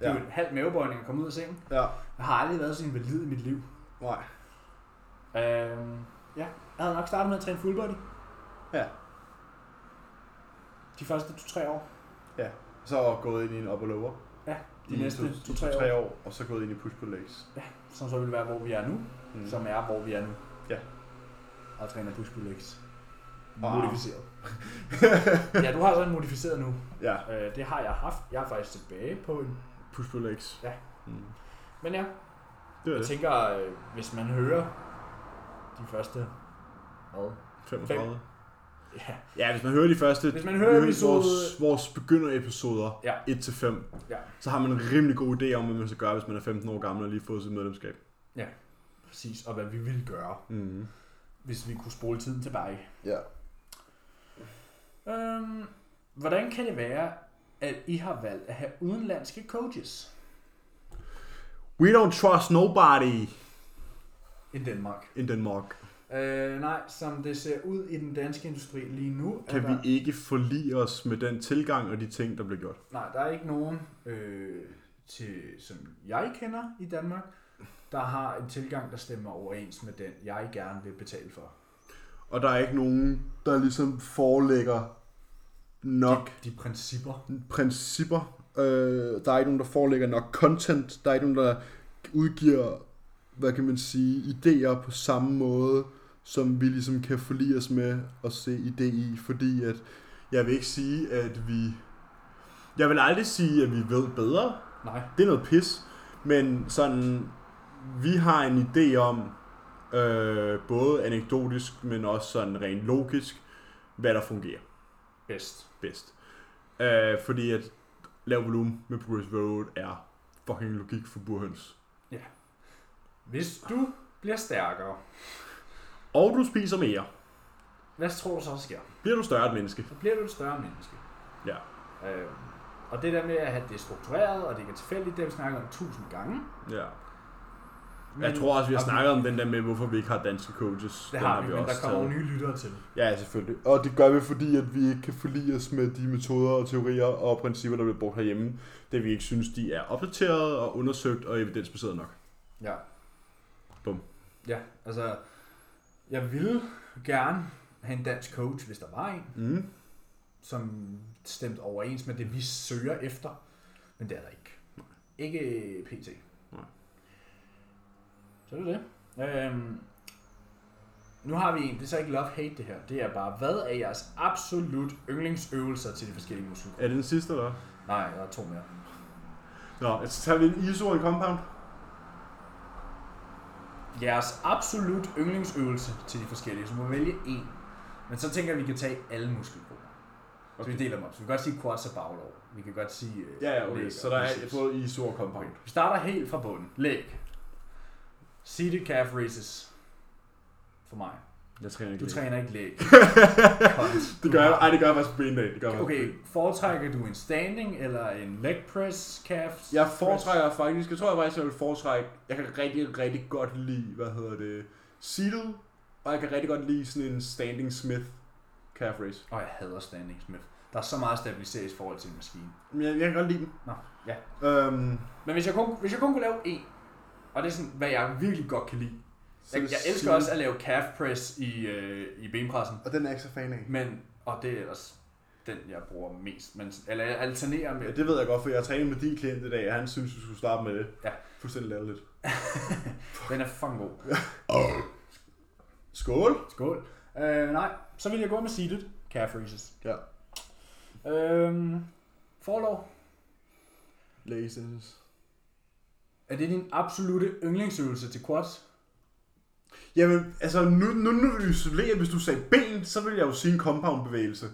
Det er
Ja.
jo en halv mavebøjning at komme ud af sengen.
Ja.
Jeg har aldrig været så invalid i mit liv.
Nej.
Øhm, ja, jeg havde nok startet med at træne full body.
Ja.
De første 2-3 år.
Så gået ind i en up og lower.
Ja, de
I
næste
to-
2-3 år.
tre år. Og så gået ind i push på legs.
Som så vil være, hvor vi er nu.
Mm.
Mm. Som er, hvor vi er nu.
Ja.
Og træner push pull legs.
Wow.
Modificeret. ja, du har sådan en modificeret nu.
Ja.
Øh, det har jeg haft. Jeg er faktisk tilbage på en.
Push pull legs.
Ja.
Mm.
Men ja,
Det var
jeg
det.
tænker, øh, hvis man hører de første... Hvad?
35.
Ja,
Ja, hvis man hører de første...
Hvis man hører episode-
Vores, vores begynderepisoder
Ja.
1-5,
Ja.
så har man en rimelig god idé om, hvad man skal gøre, hvis man er 15 år gammel og lige har fået sit medlemskab.
præcis. Og hvad vi ville gøre,
Mm.
hvis vi kunne spole tiden tilbage.
Ja.
Øhm, hvordan kan det være, at I har valgt at have udenlandske coaches?
We don't trust nobody
I Danmark.
in Denmark.
Øh, nej, som det ser ud i den danske industri lige nu,
Kan
er
vi
der,
ikke forlige os med den tilgang og de ting, der bliver gjort?
nej, der er ikke nogen, øh, til, som jeg kender i Danmark, der har en tilgang, der stemmer overens med den, jeg gerne vil betale for.
Og der er ikke nogen, der ligesom forelægger nok
De principper.
principper. Øh, der er ikke nogen, der forelægger nok content. Der er ikke nogen, der udgiver, hvad kan man sige, idéer på samme måde, som vi ligesom kan forlige os med at se idé i, fordi at jeg vil ikke sige, at vi... Jeg vil aldrig sige, at vi ved bedre.
Nej,
Det er noget pis. Men sådan, vi har en idé om, øh, både anekdotisk, men også sådan rent logisk, hvad der fungerer
bedst.
bedst. Øh, fordi at lav volumen med Progressive Road er fucking logik for burhøns.
Hvis du bliver stærkere,
Og du spiser mere.
hvad tror du så der sker?
Bliver du større et menneske?
Så bliver du et større menneske.
Ja.
Øh, og det der med at have det struktureret, og det ikke er tilfældigt, det har vi snakket om tusind gange.
Ja. jeg tror også, vi har
og vi-
snakket om den der med, hvorfor vi ikke har danske coaches.
Det
Den
har vi, men der kommer jo
taget.
nye lyttere til.
Ja, selvfølgelig. Og det gør vi, fordi at vi ikke kan forlige os med de metoder og teorier og principper, der bliver brugt herhjemme. Da vi ikke synes, de er opdateret og undersøgt og evidensbaseret nok.
Ja.
Bum.
Ja, altså, jeg ville gerne have en dansk coach, hvis der var en,
Mm.
som stemte overens med det, vi søger efter. Men det er der ikke. Ikke øh, pt.
Nej.
Så er det det. Øhm, nu har vi en, det er så ikke love-hate det her. Det er bare, hvad er jeres absolut yndlingsøvelser til de forskellige muskelgrupper?
Er det den sidste, eller? hvad?
Nej, der er to mere.
Nå, så tager vi en ISO og en compound.
jeres absolut yndlingsøvelse til de forskellige, så må vi vælge en. Men så tænker jeg, at vi kan tage alle muskelgrupper. Okay. Så vi deler dem op. Så vi kan godt sige quads og baglov. Vi kan godt sige... Øh,
Ja, ja,
læg
okay.
og
Så der er
biceps.
både ISO og compound.
Vi starter helt fra bunden. Læg. Seated calf raises. For mig.
Jeg træner ikke.
Du
læg.
træner ikke læg.
Det gør jeg. Ej, det gør jeg faktisk på en dag. Det gør jeg faktisk på
Okay, foretrækker du en standing eller en leg press calf?
en dag. Jeg foretrækker faktisk, jeg tror jeg faktisk, jeg vil foretrække, jeg kan rigtig, rigtig godt lide, hvad hedder det, seated, og jeg kan rigtig godt lide sådan en standing smith calf raise.
Og jeg hader standing smith. Der er så meget stabiliseres i forhold til en maskine.
Men jeg, jeg kan godt lide den.
Nå, ja.
Øhm,
Men hvis jeg kun, hvis jeg kun kunne lave en, og det er sådan, hvad jeg virkelig godt kan lide.
så
Jeg,
vil
jeg elsker
sige-
også at lave calf press i, øh, i benpressen,
Og den er jeg ikke så fan af.
men, og det er ellers den, jeg bruger mest. Men, eller jeg alternerer
Ja,
med.
det ved jeg godt, for jeg har trænet med din klient i dag, og han synes, du skulle starte med det.
Ja.
Fuldstændig lavet lidt.
Den er fucking god.
Skål!
Skål. Øh, nej, Så vil jeg gå med seated calf raises.
Ja.
Øhm, forlov.
Laces.
Er det din absolute yndlingsøvelse til quads?
Jamen, altså nu, nu, nu vil du isolere, hvis du sagde ben, så vil jeg jo sige en compound bevægelse.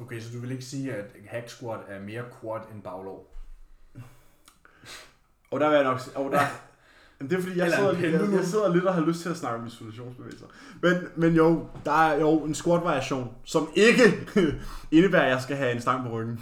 Okay, så du vil ikke sige, at hack squat er mere quad end baglov?
Og der vil jeg nok sige, og der, Jamen, det er fordi, jeg
Eller en
sidder, jeg,
pendulum.
jeg sidder lidt og har lyst til at snakke om isolationsbevægelser. Men, men jo, der er jo en squat variation, som ikke indebærer, at jeg skal have en stang på ryggen.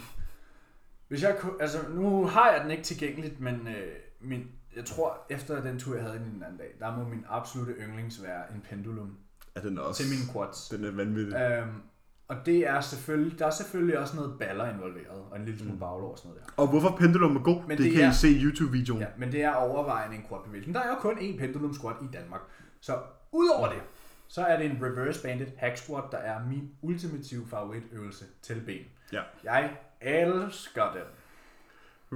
Hvis jeg kunne, altså nu har jeg den ikke tilgængeligt, men øh, min, jeg tror efter den tur, jeg havde den den anden dag, der må min absolute yndlings være en pendulum
Er den også?
til mine quads.
Den er vanvittig. Ja.
Øhm, og det er selvfølgelig, der er selvfølgelig også noget baller involveret, og en lille smule baglov og sådan noget der.
Og hvorfor pendulum er god,
Men
det, det
det
kan
er-
I se i YouTube-videoen.
Ja, men det er overvejende en quad bevægelse. Men der er jo kun én pendulum squat i Danmark. Så udover det, så er det en reverse banded hack squat, der er min ultimative favoritøvelse til ben.
Ja.
Jeg elsker den.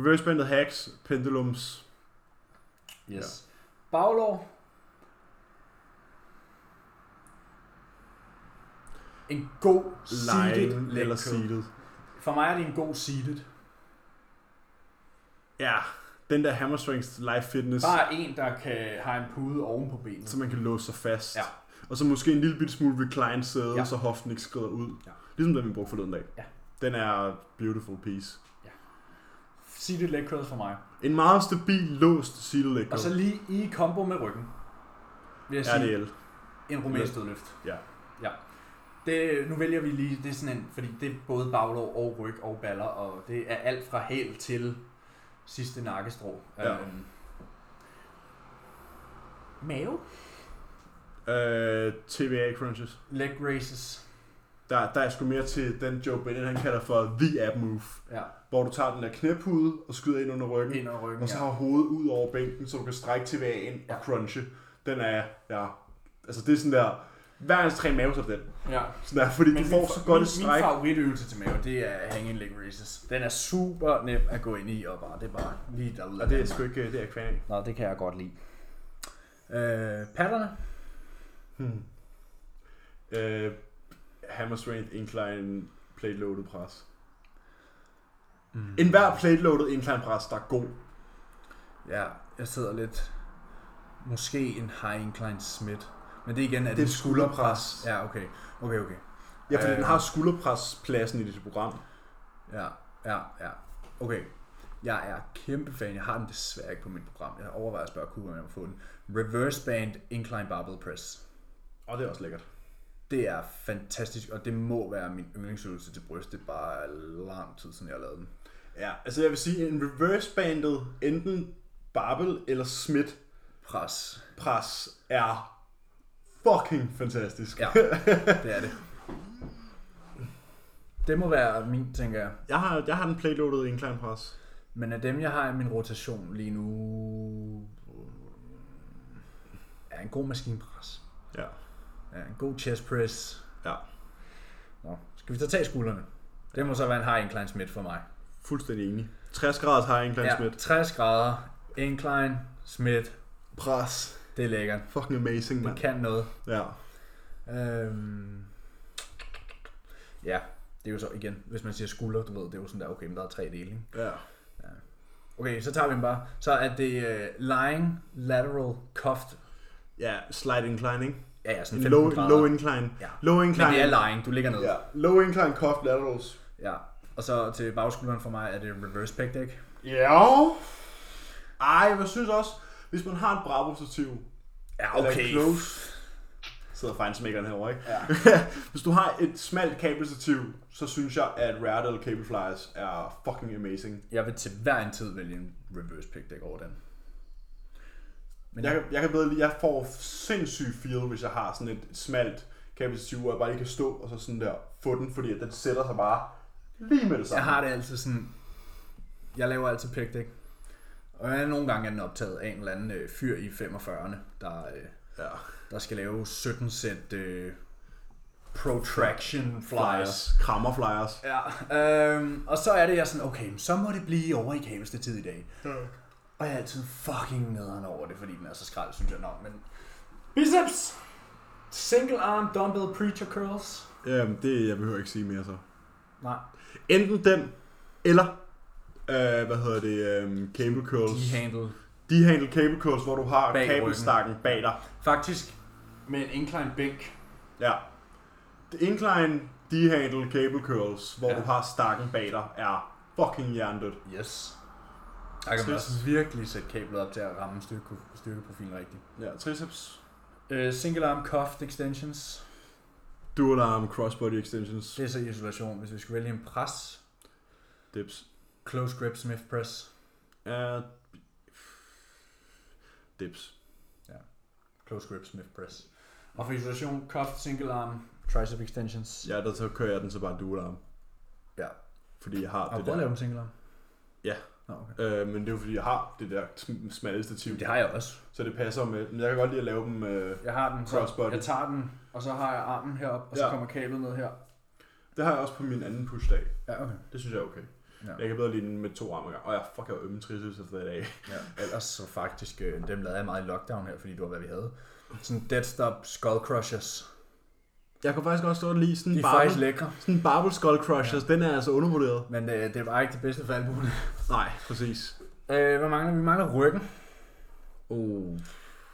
Reverse banded hacks, pendulums.
Yes. Ja. Baglår. En god seated
Line
leg
eller
curl.
seated.
For mig er det en god seated.
Ja, den der hamstrings life fitness,
Bare en, der kan have en pude oven på benet.
så man kan låse sig fast.
Ja.
Og så måske en lille bitte smule recline sæde,
Ja.
ja. så hoften ikke skrider ud.
Ja.
Ligesom den, vi brugte forleden dag.
Ja.
Den er beautiful piece.
Seated leg curls for mig.
En meget stabil, låst seated leg
Og så
curl.
lige i kombo med ryggen. Vil jeg sige,
RDL.
en rumænsk dødløft.
Ja.
Ja. Det, nu vælger vi lige, det er sådan en, fordi det er både baglov og ryg og baller, og det er alt fra hæl til sidste nakkestrå.
Ja.
Øhm. Mave?
Øh, TBA crunches.
Leg raises.
Der, der er sgu mere til den Joe Bennett, han kalder for The Ab Move.
Ja,
Hvor du tager den der knæpude og skyder ind under ryggen.
ind over ryggen.
Og så
Ja.
har hovedet ud over bænken, så du kan strække TVA'en
Ja.
og crunche. Den er, ja, altså det er sådan der, hver ens tre mave så er den.
ja.
Sådan der, fordi Men du får så godt
min,
et stræk.
min favoritøvelse til mave, det er hanging leg raises. Den er super nem at gå ind i, og bare, det er bare lige derude.
Og det er sgu ikke, øh, det er jeg kvæg.
Nå, det kan jeg godt lide. Øh, patterne?
Hmm. Øh, hammer strength incline plate loaded pres.
Mm.
En hver plate loaded incline pres, der er god.
Ja, jeg sidder lidt... Måske en high incline smith. Men det igen er
Det er et skulderpres.
Ja, okay. Okay, okay.
Ja, fordi
Øh.
den har skulderprespladsen i dit program.
Ja, ja, ja. Okay. Jeg er kæmpe fan. Jeg har den desværre ikke på mit program. Jeg overvejer at spørge Kuba, om jeg må få den. Reverse band incline barbell press.
Og det er også lækkert.
Det er fantastisk, og det må være min yndlingsøvelse til bryst. Det er bare lang tid siden, jeg har lavet den.
Ja, altså jeg vil sige, en reverse bandet, enten barbel eller smith,
Pres.
pres er fucking fantastisk.
Ja, det er det. Det må være min, tænker jeg.
Jeg har, jeg har den playloaded incline pres.
Men af dem, jeg har i min rotation lige nu, er en god maskinpres.
Ja.
Er en god chest press.
Ja.
Nå, skal vi så tage skuldrene? Det må så være en high incline smith for mig.
Fuldstændig enig. 60 graders har incline ja.
Ja,
smith.
60 grader, incline, smith,
Pres.
det er lækkert.
Fucking amazing,
Det
mand.
kan noget.
Ja.
Øhm, ja, det er jo så igen, hvis man siger skulder, du ved, det er jo sådan der, okay, men der er tre dele, ikke?
Ja.
Okay, så tager vi dem bare. Så er det øh, lying, lateral, cuffed.
Ja, slight incline, ikke?
Ja, ja, sådan
En
15
Low,
grader.
low incline.
Ja.
Low
Men
incline.
det er lying, du ligger ned.
ja. Low incline cuff laterals.
ja. Og så til bagskulderen for mig er det reverse pec deck.
Ja. Ej, jeg synes også, hvis man har et bravo stativ
Ja,
Eller close. Sidder fejnsmækkeren herovre, ikke? Ja. hvis du har et smalt kabelstativ, så synes jeg, at Radial Cable Flyers er fucking amazing.
Jeg vil til hver en tid vælge en reverse pec deck over den. Men
Jeg, kan- jeg kan bedre lide, jeg får sindssygt feel, hvis jeg har sådan et smalt kapacitiv, hvor jeg bare lige kan stå og så sådan der få den, fordi at den sætter sig bare lige med det samme.
jeg har det altid sådan... Jeg laver altid pec deck. Og jeg, nogle gange er den optaget af en eller anden øh, fyr i 45'erne, der, øh,
Ja.
der skal lave 17 sæt øh, protraction flyers.
Flyers. Krammer flyers.
Ja, øhm, og så er det, jeg er sådan, okay, så må det blive over i kæmeste tid i dag. Ja. Og jeg er altid fucking nederen over det, fordi den er så skrald, synes jeg. Nå, men... Biceps!
Single arm dumbbell preacher curls.
Øhm, det jeg behøver ikke sige mere så.
Nej.
Enten den, eller, øh, hvad hedder det, øhm, cable curls.
handle.
De handle cable curls, hvor du har
Bag
bag
ryggen.
kabelstakken bag dig.
Faktisk med en incline bænk.
Ja. Det Incline D-handle cable curls, hvor
Ja.
ja. du har stakken bag dig, er fucking hjernedødt.
Yes. Der kan man også virkelig sætte kablet op til at ramme styrke, styrkeprofilen rigtigt.
Ja, triceps.
Uh, single arm cuff extensions.
Dual arm crossbody extensions.
Det er så isolation. Hvis vi skulle vælge en pres,
Dips.
close grip smith press.
Ja. Dips.
Close grip smith press.
Og for isolation, cuff, single arm.
Tricep extensions.
Ja, der så kører jeg den så bare dual arm.
Ja.
Fordi jeg har
Har du
det
prøvet at lave
der.
en single arm?
Ja.
Nå, okay.
Øh, men det er jo fordi, jeg har det der sm- smalle stativ.
Det har jeg også.
Så det passer med. Men jeg kan godt lide at lave dem. Øh,
Jeg har den, så
Crossbody.
jeg tager den, og så har jeg armen herop, og så
Ja.
kommer kablet ned her.
det har jeg også på min anden pushdag.
Ja, okay.
Det synes jeg er okay.
Ja.
Jeg kan bedre lide den med to arme ad gangen. Og jeg fuck, jeg har ømme triceps efter i dag.
Ja, ellers så faktisk, øh, dem lavede jeg meget i lockdown her, fordi det var, hvad vi havde. Sådan dead stop skull crushers.
Jeg kan faktisk også godt lide sådan
De
en
er faktisk lækre,
Sådan en barbell skull crushers, ja. den er altså undervurderet.
men øh, det var ikke det bedste for albuerne.
Nej, præcis.
Øh, hvad mangler vi? Vi mangler ryggen.
Oh.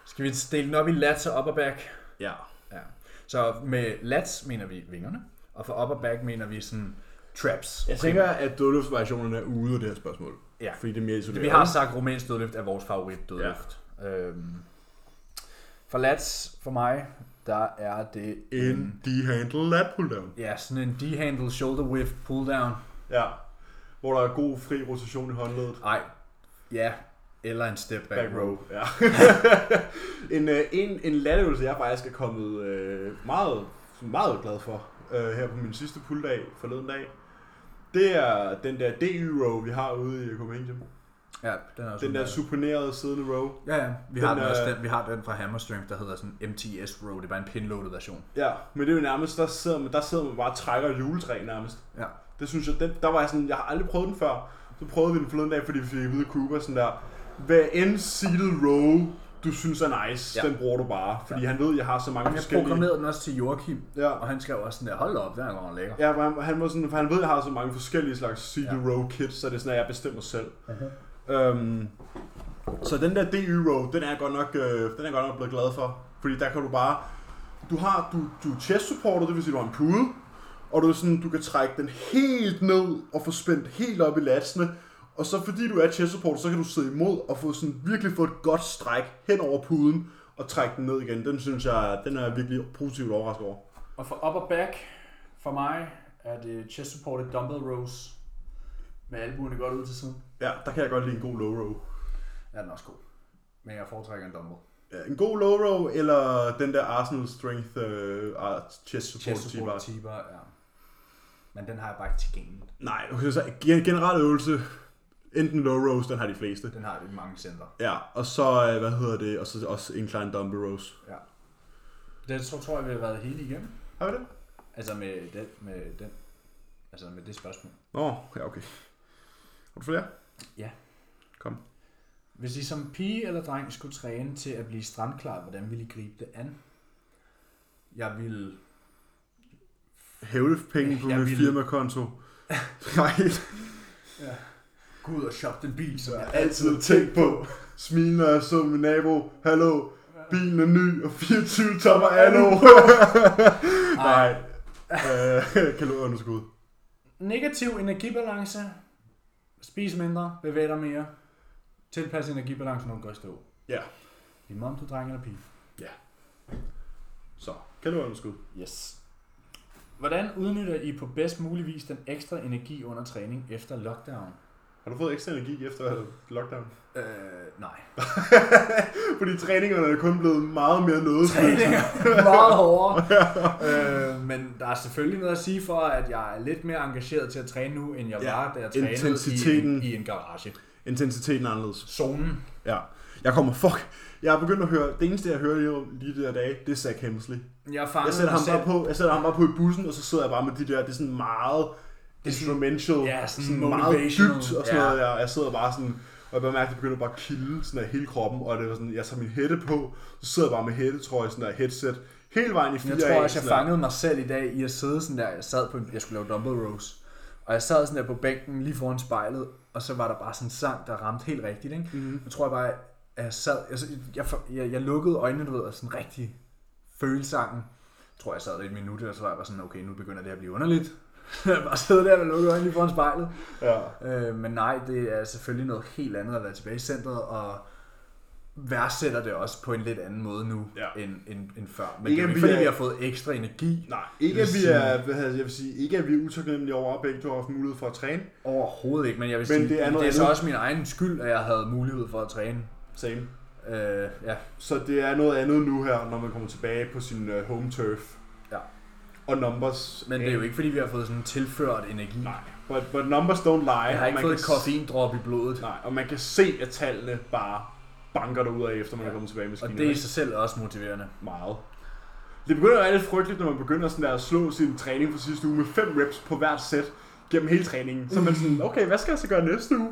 Skal vi dele den op i lats og upper back?
Ja.
Ja. Så med lats mener vi vingerne, og for upper back mener vi sådan traps.
Jeg tænker, at dødløftsvariationerne er ude af det her spørgsmål.
Ja.
Fordi det er mere isoleret.
Vi har sagt, at rumænsk dødløft er vores favorit dødløft. Ja. Øhm, for lats, for mig, der er det
en D-handle lat pulldown.
ja, sådan en D-handle shoulder width pull down.
Ja. Hvor der er god fri rotation i håndledet.
Ej, ja, eller en step back,
Back row. Ja. en, øh, en, en latøvelse, jeg faktisk er kommet øh, meget, meget glad for øh, her på min sidste pulldag forleden dag. Det er den der DY-row, vi har ude i Copenhagen.
Ja, den er også
Den der
udmærket.
suponerede siddende row.
Ja, ja. Vi
Den
har, den
er-
også, den, vi har den fra Hammer Strength, der hedder sådan MTS Row. Det er bare en pinloaded version.
Ja, men det er jo nærmest, der sidder man, der sidder man bare og trækker juletræ nærmest.
Ja.
Det synes jeg, den, der var jeg sådan, jeg har aldrig prøvet den før. Så prøvede vi den forleden dag, fordi vi fik at vide af Cooper sådan der, hvad end seated row, du synes er nice,
Ja.
ja. den bruger du bare. Fordi ja. han ved, jeg har så mange
Jeg
forskellige...
programmerede den også til Joachim,
Ja.
og han skrev også sådan der, hold da op, den er godt lækker.
Ja, for han, han, var sådan, for han ved, jeg har så mange forskellige slags seated ja. row kits, så det er sådan, at jeg bestemmer selv. Øhm, så den der DU row, den er jeg godt nok, øh, den er jeg godt nok blevet glad for. Fordi der kan du bare... Du har du, du er chest supporter, det vil sige, du har en pude. Og du, er sådan, du kan trække den helt ned og få spændt helt op i latsene. Og så fordi du er chest supporter, så kan du sidde imod og få sådan, virkelig få et godt stræk hen over puden og trække den ned igen. Den synes jeg, den er jeg virkelig positivt overrasket over.
Og for upper back, for mig, er det chest supported dumbbell rows. Med albuerne godt ud til siden.
Ja, der kan jeg godt lide en god low row.
Ja, den er også god. Men jeg foretrækker en dumbbell.
Ja, Øh, En god low row, eller den der Arsenal Strength øh, ah, chest support
Chest
chest
support tiber, ja. Men den har jeg bare ikke tilgængeligt.
Nej, okay, så gen- generel øvelse, enten low rows, den har de fleste.
Den har jeg i mange center.
Ja, og så, øh, hvad hedder det, og så også incline dumbbell rows.
Den tror, tror jeg, vi har været hele igennem.
Har vi det?
Altså med den, med den. Altså med det spørgsmål.
Nå, ja, okay. Har du flere?
Hvis I som pige eller dreng skulle træne til at blive strandklar, hvordan ville I gribe det an? Jeg ville...
Hævde penge på
Jeg
mit
vil-
firmakonto. Nej,
Gå ud og shoppe den bil, som jeg
altid tænk på. Smil, når jeg så min nabo. Hallo, bilen er ny, og 24 tommer anno. Nej. Øh, kalorieunderskud.
Negativ energibalance. Spis mindre, bevæg dig mere. Tilpas energibalancen, når du går i stå.
Ja.
Lige meget om du er dreng eller pige.
Så, kalorieunderskud.
Yes. Hvordan udnytter I på bedst mulig vis den ekstra energi under træning efter lockdown?
Har du fået ekstra energi efter lockdown?
Øh, nej.
Fordi træningerne er kun blevet meget mere noget.
træninger meget hårdere. øh, men der er selvfølgelig noget at sige for, at jeg er lidt mere engageret til at træne nu, end jeg
Ja,
var, da jeg trænede i, en-
intensiteten.
i en garage.
Intensiteten er anderledes.
Zonen.
Ja. Jeg kommer, fuck. Jeg er begyndt at høre, det eneste jeg hører lige, om- lige de der dage, det er Zach Hemsley.
Jeg fangede
Jeg sætter ham
mig
bare
selv.
på, jeg sætter ham bare på i bussen, og så sidder jeg bare med de der, det er sådan meget instrumental,
ja, sådan
meget
motivational.
dybt og sådan noget. Jeg, jeg sidder bare sådan, og jeg bare mærker, at det begynder bare at kilde sådan af hele kroppen, og det var sådan, jeg tager min hætte på, så sidder jeg bare med hættetrøje, sådan der headset, Hele vejen i fire
Jeg tror
af,
også, jeg
sådan der.
fangede mig selv i dag i at sidde sådan der. Jeg sad på, en- jeg skulle lave dumbbell rows. Og jeg sad sådan der på bænken lige foran spejlet, og så var der bare sådan en sang, der ramte helt rigtigt, ikke?
Mhm.
Mm. Jeg tror jeg bare, at jeg sad, jeg, jeg, jeg, jeg lukkede øjnene, du ved, og sådan rigtig følte sangen. Jeg tror, jeg sad der i et minut, og så var jeg bare sådan, okay, nu begynder det at blive underligt. jeg bare sidde der med lukkede øjnene lige foran spejlet.
Ja.
Øh, men nej, det er selvfølgelig noget helt andet at være tilbage i centret, og værdsætter det også på en lidt anden måde nu,
Ja.
ja. end, end, end før. Men
Ikke,
ikke, det er
at vi
jo ikke, fordi
er-
vi har fået ekstra energi
Nej, ikke
Det
at
vil
vi
sige-
er, hvad hedder, det, jeg vil sige, ikke at vi er utaknemmelige over, at begge to har haft mulighed for at træne.
overhovedet ikke, men jeg vil
Men
sige,
det er
det er,
noget
det er så
andet.
også min egen skyld, at jeg havde mulighed for at træne.
Same.
Øh, ja,
Så det er noget andet nu her, når man kommer tilbage på sin uh, home turf.
Ja.
Og numbers.
men det er jo ikke, fordi vi har fået sådan tilført energi.
Nej, but, but numbers don't lie.
jeg har
og
ikke
man
fået
kan
et koffeindrop i blodet,
s- Nej, og man kan se, at tallene bare banker dig ud af, efter man er kommet tilbage med
og
skinerne.
det er i sig selv også motiverende.
meget. Det begynder at være lidt frygteligt, når man begynder sådan der at slå sin træning fra sidste uge med 5 reps på hvert sæt gennem hele træningen. Så er man sådan, okay, hvad skal jeg så gøre næste uge?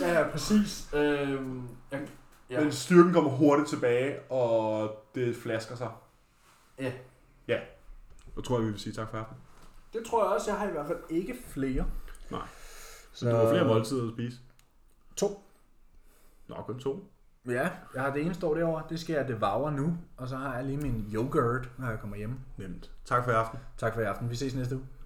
Ja, ja, præcis. Øhm, jeg,
Ja.
Ja.
Men styrken kommer hurtigt tilbage, og det flasker sig.
Ja.
Ja. Og tror jeg, vi vil sige tak for aften.
det tror jeg også, jeg har i hvert fald ikke flere.
Så du har flere måltider at spise?
To.
Nå, kun to.
Ja, jeg har det ene står derovre, det skal jeg devour nu, og så har jeg lige min yoghurt, når jeg kommer hjem.
Nemt. Tak for i aften.
Tak for i aften, vi ses næste uge.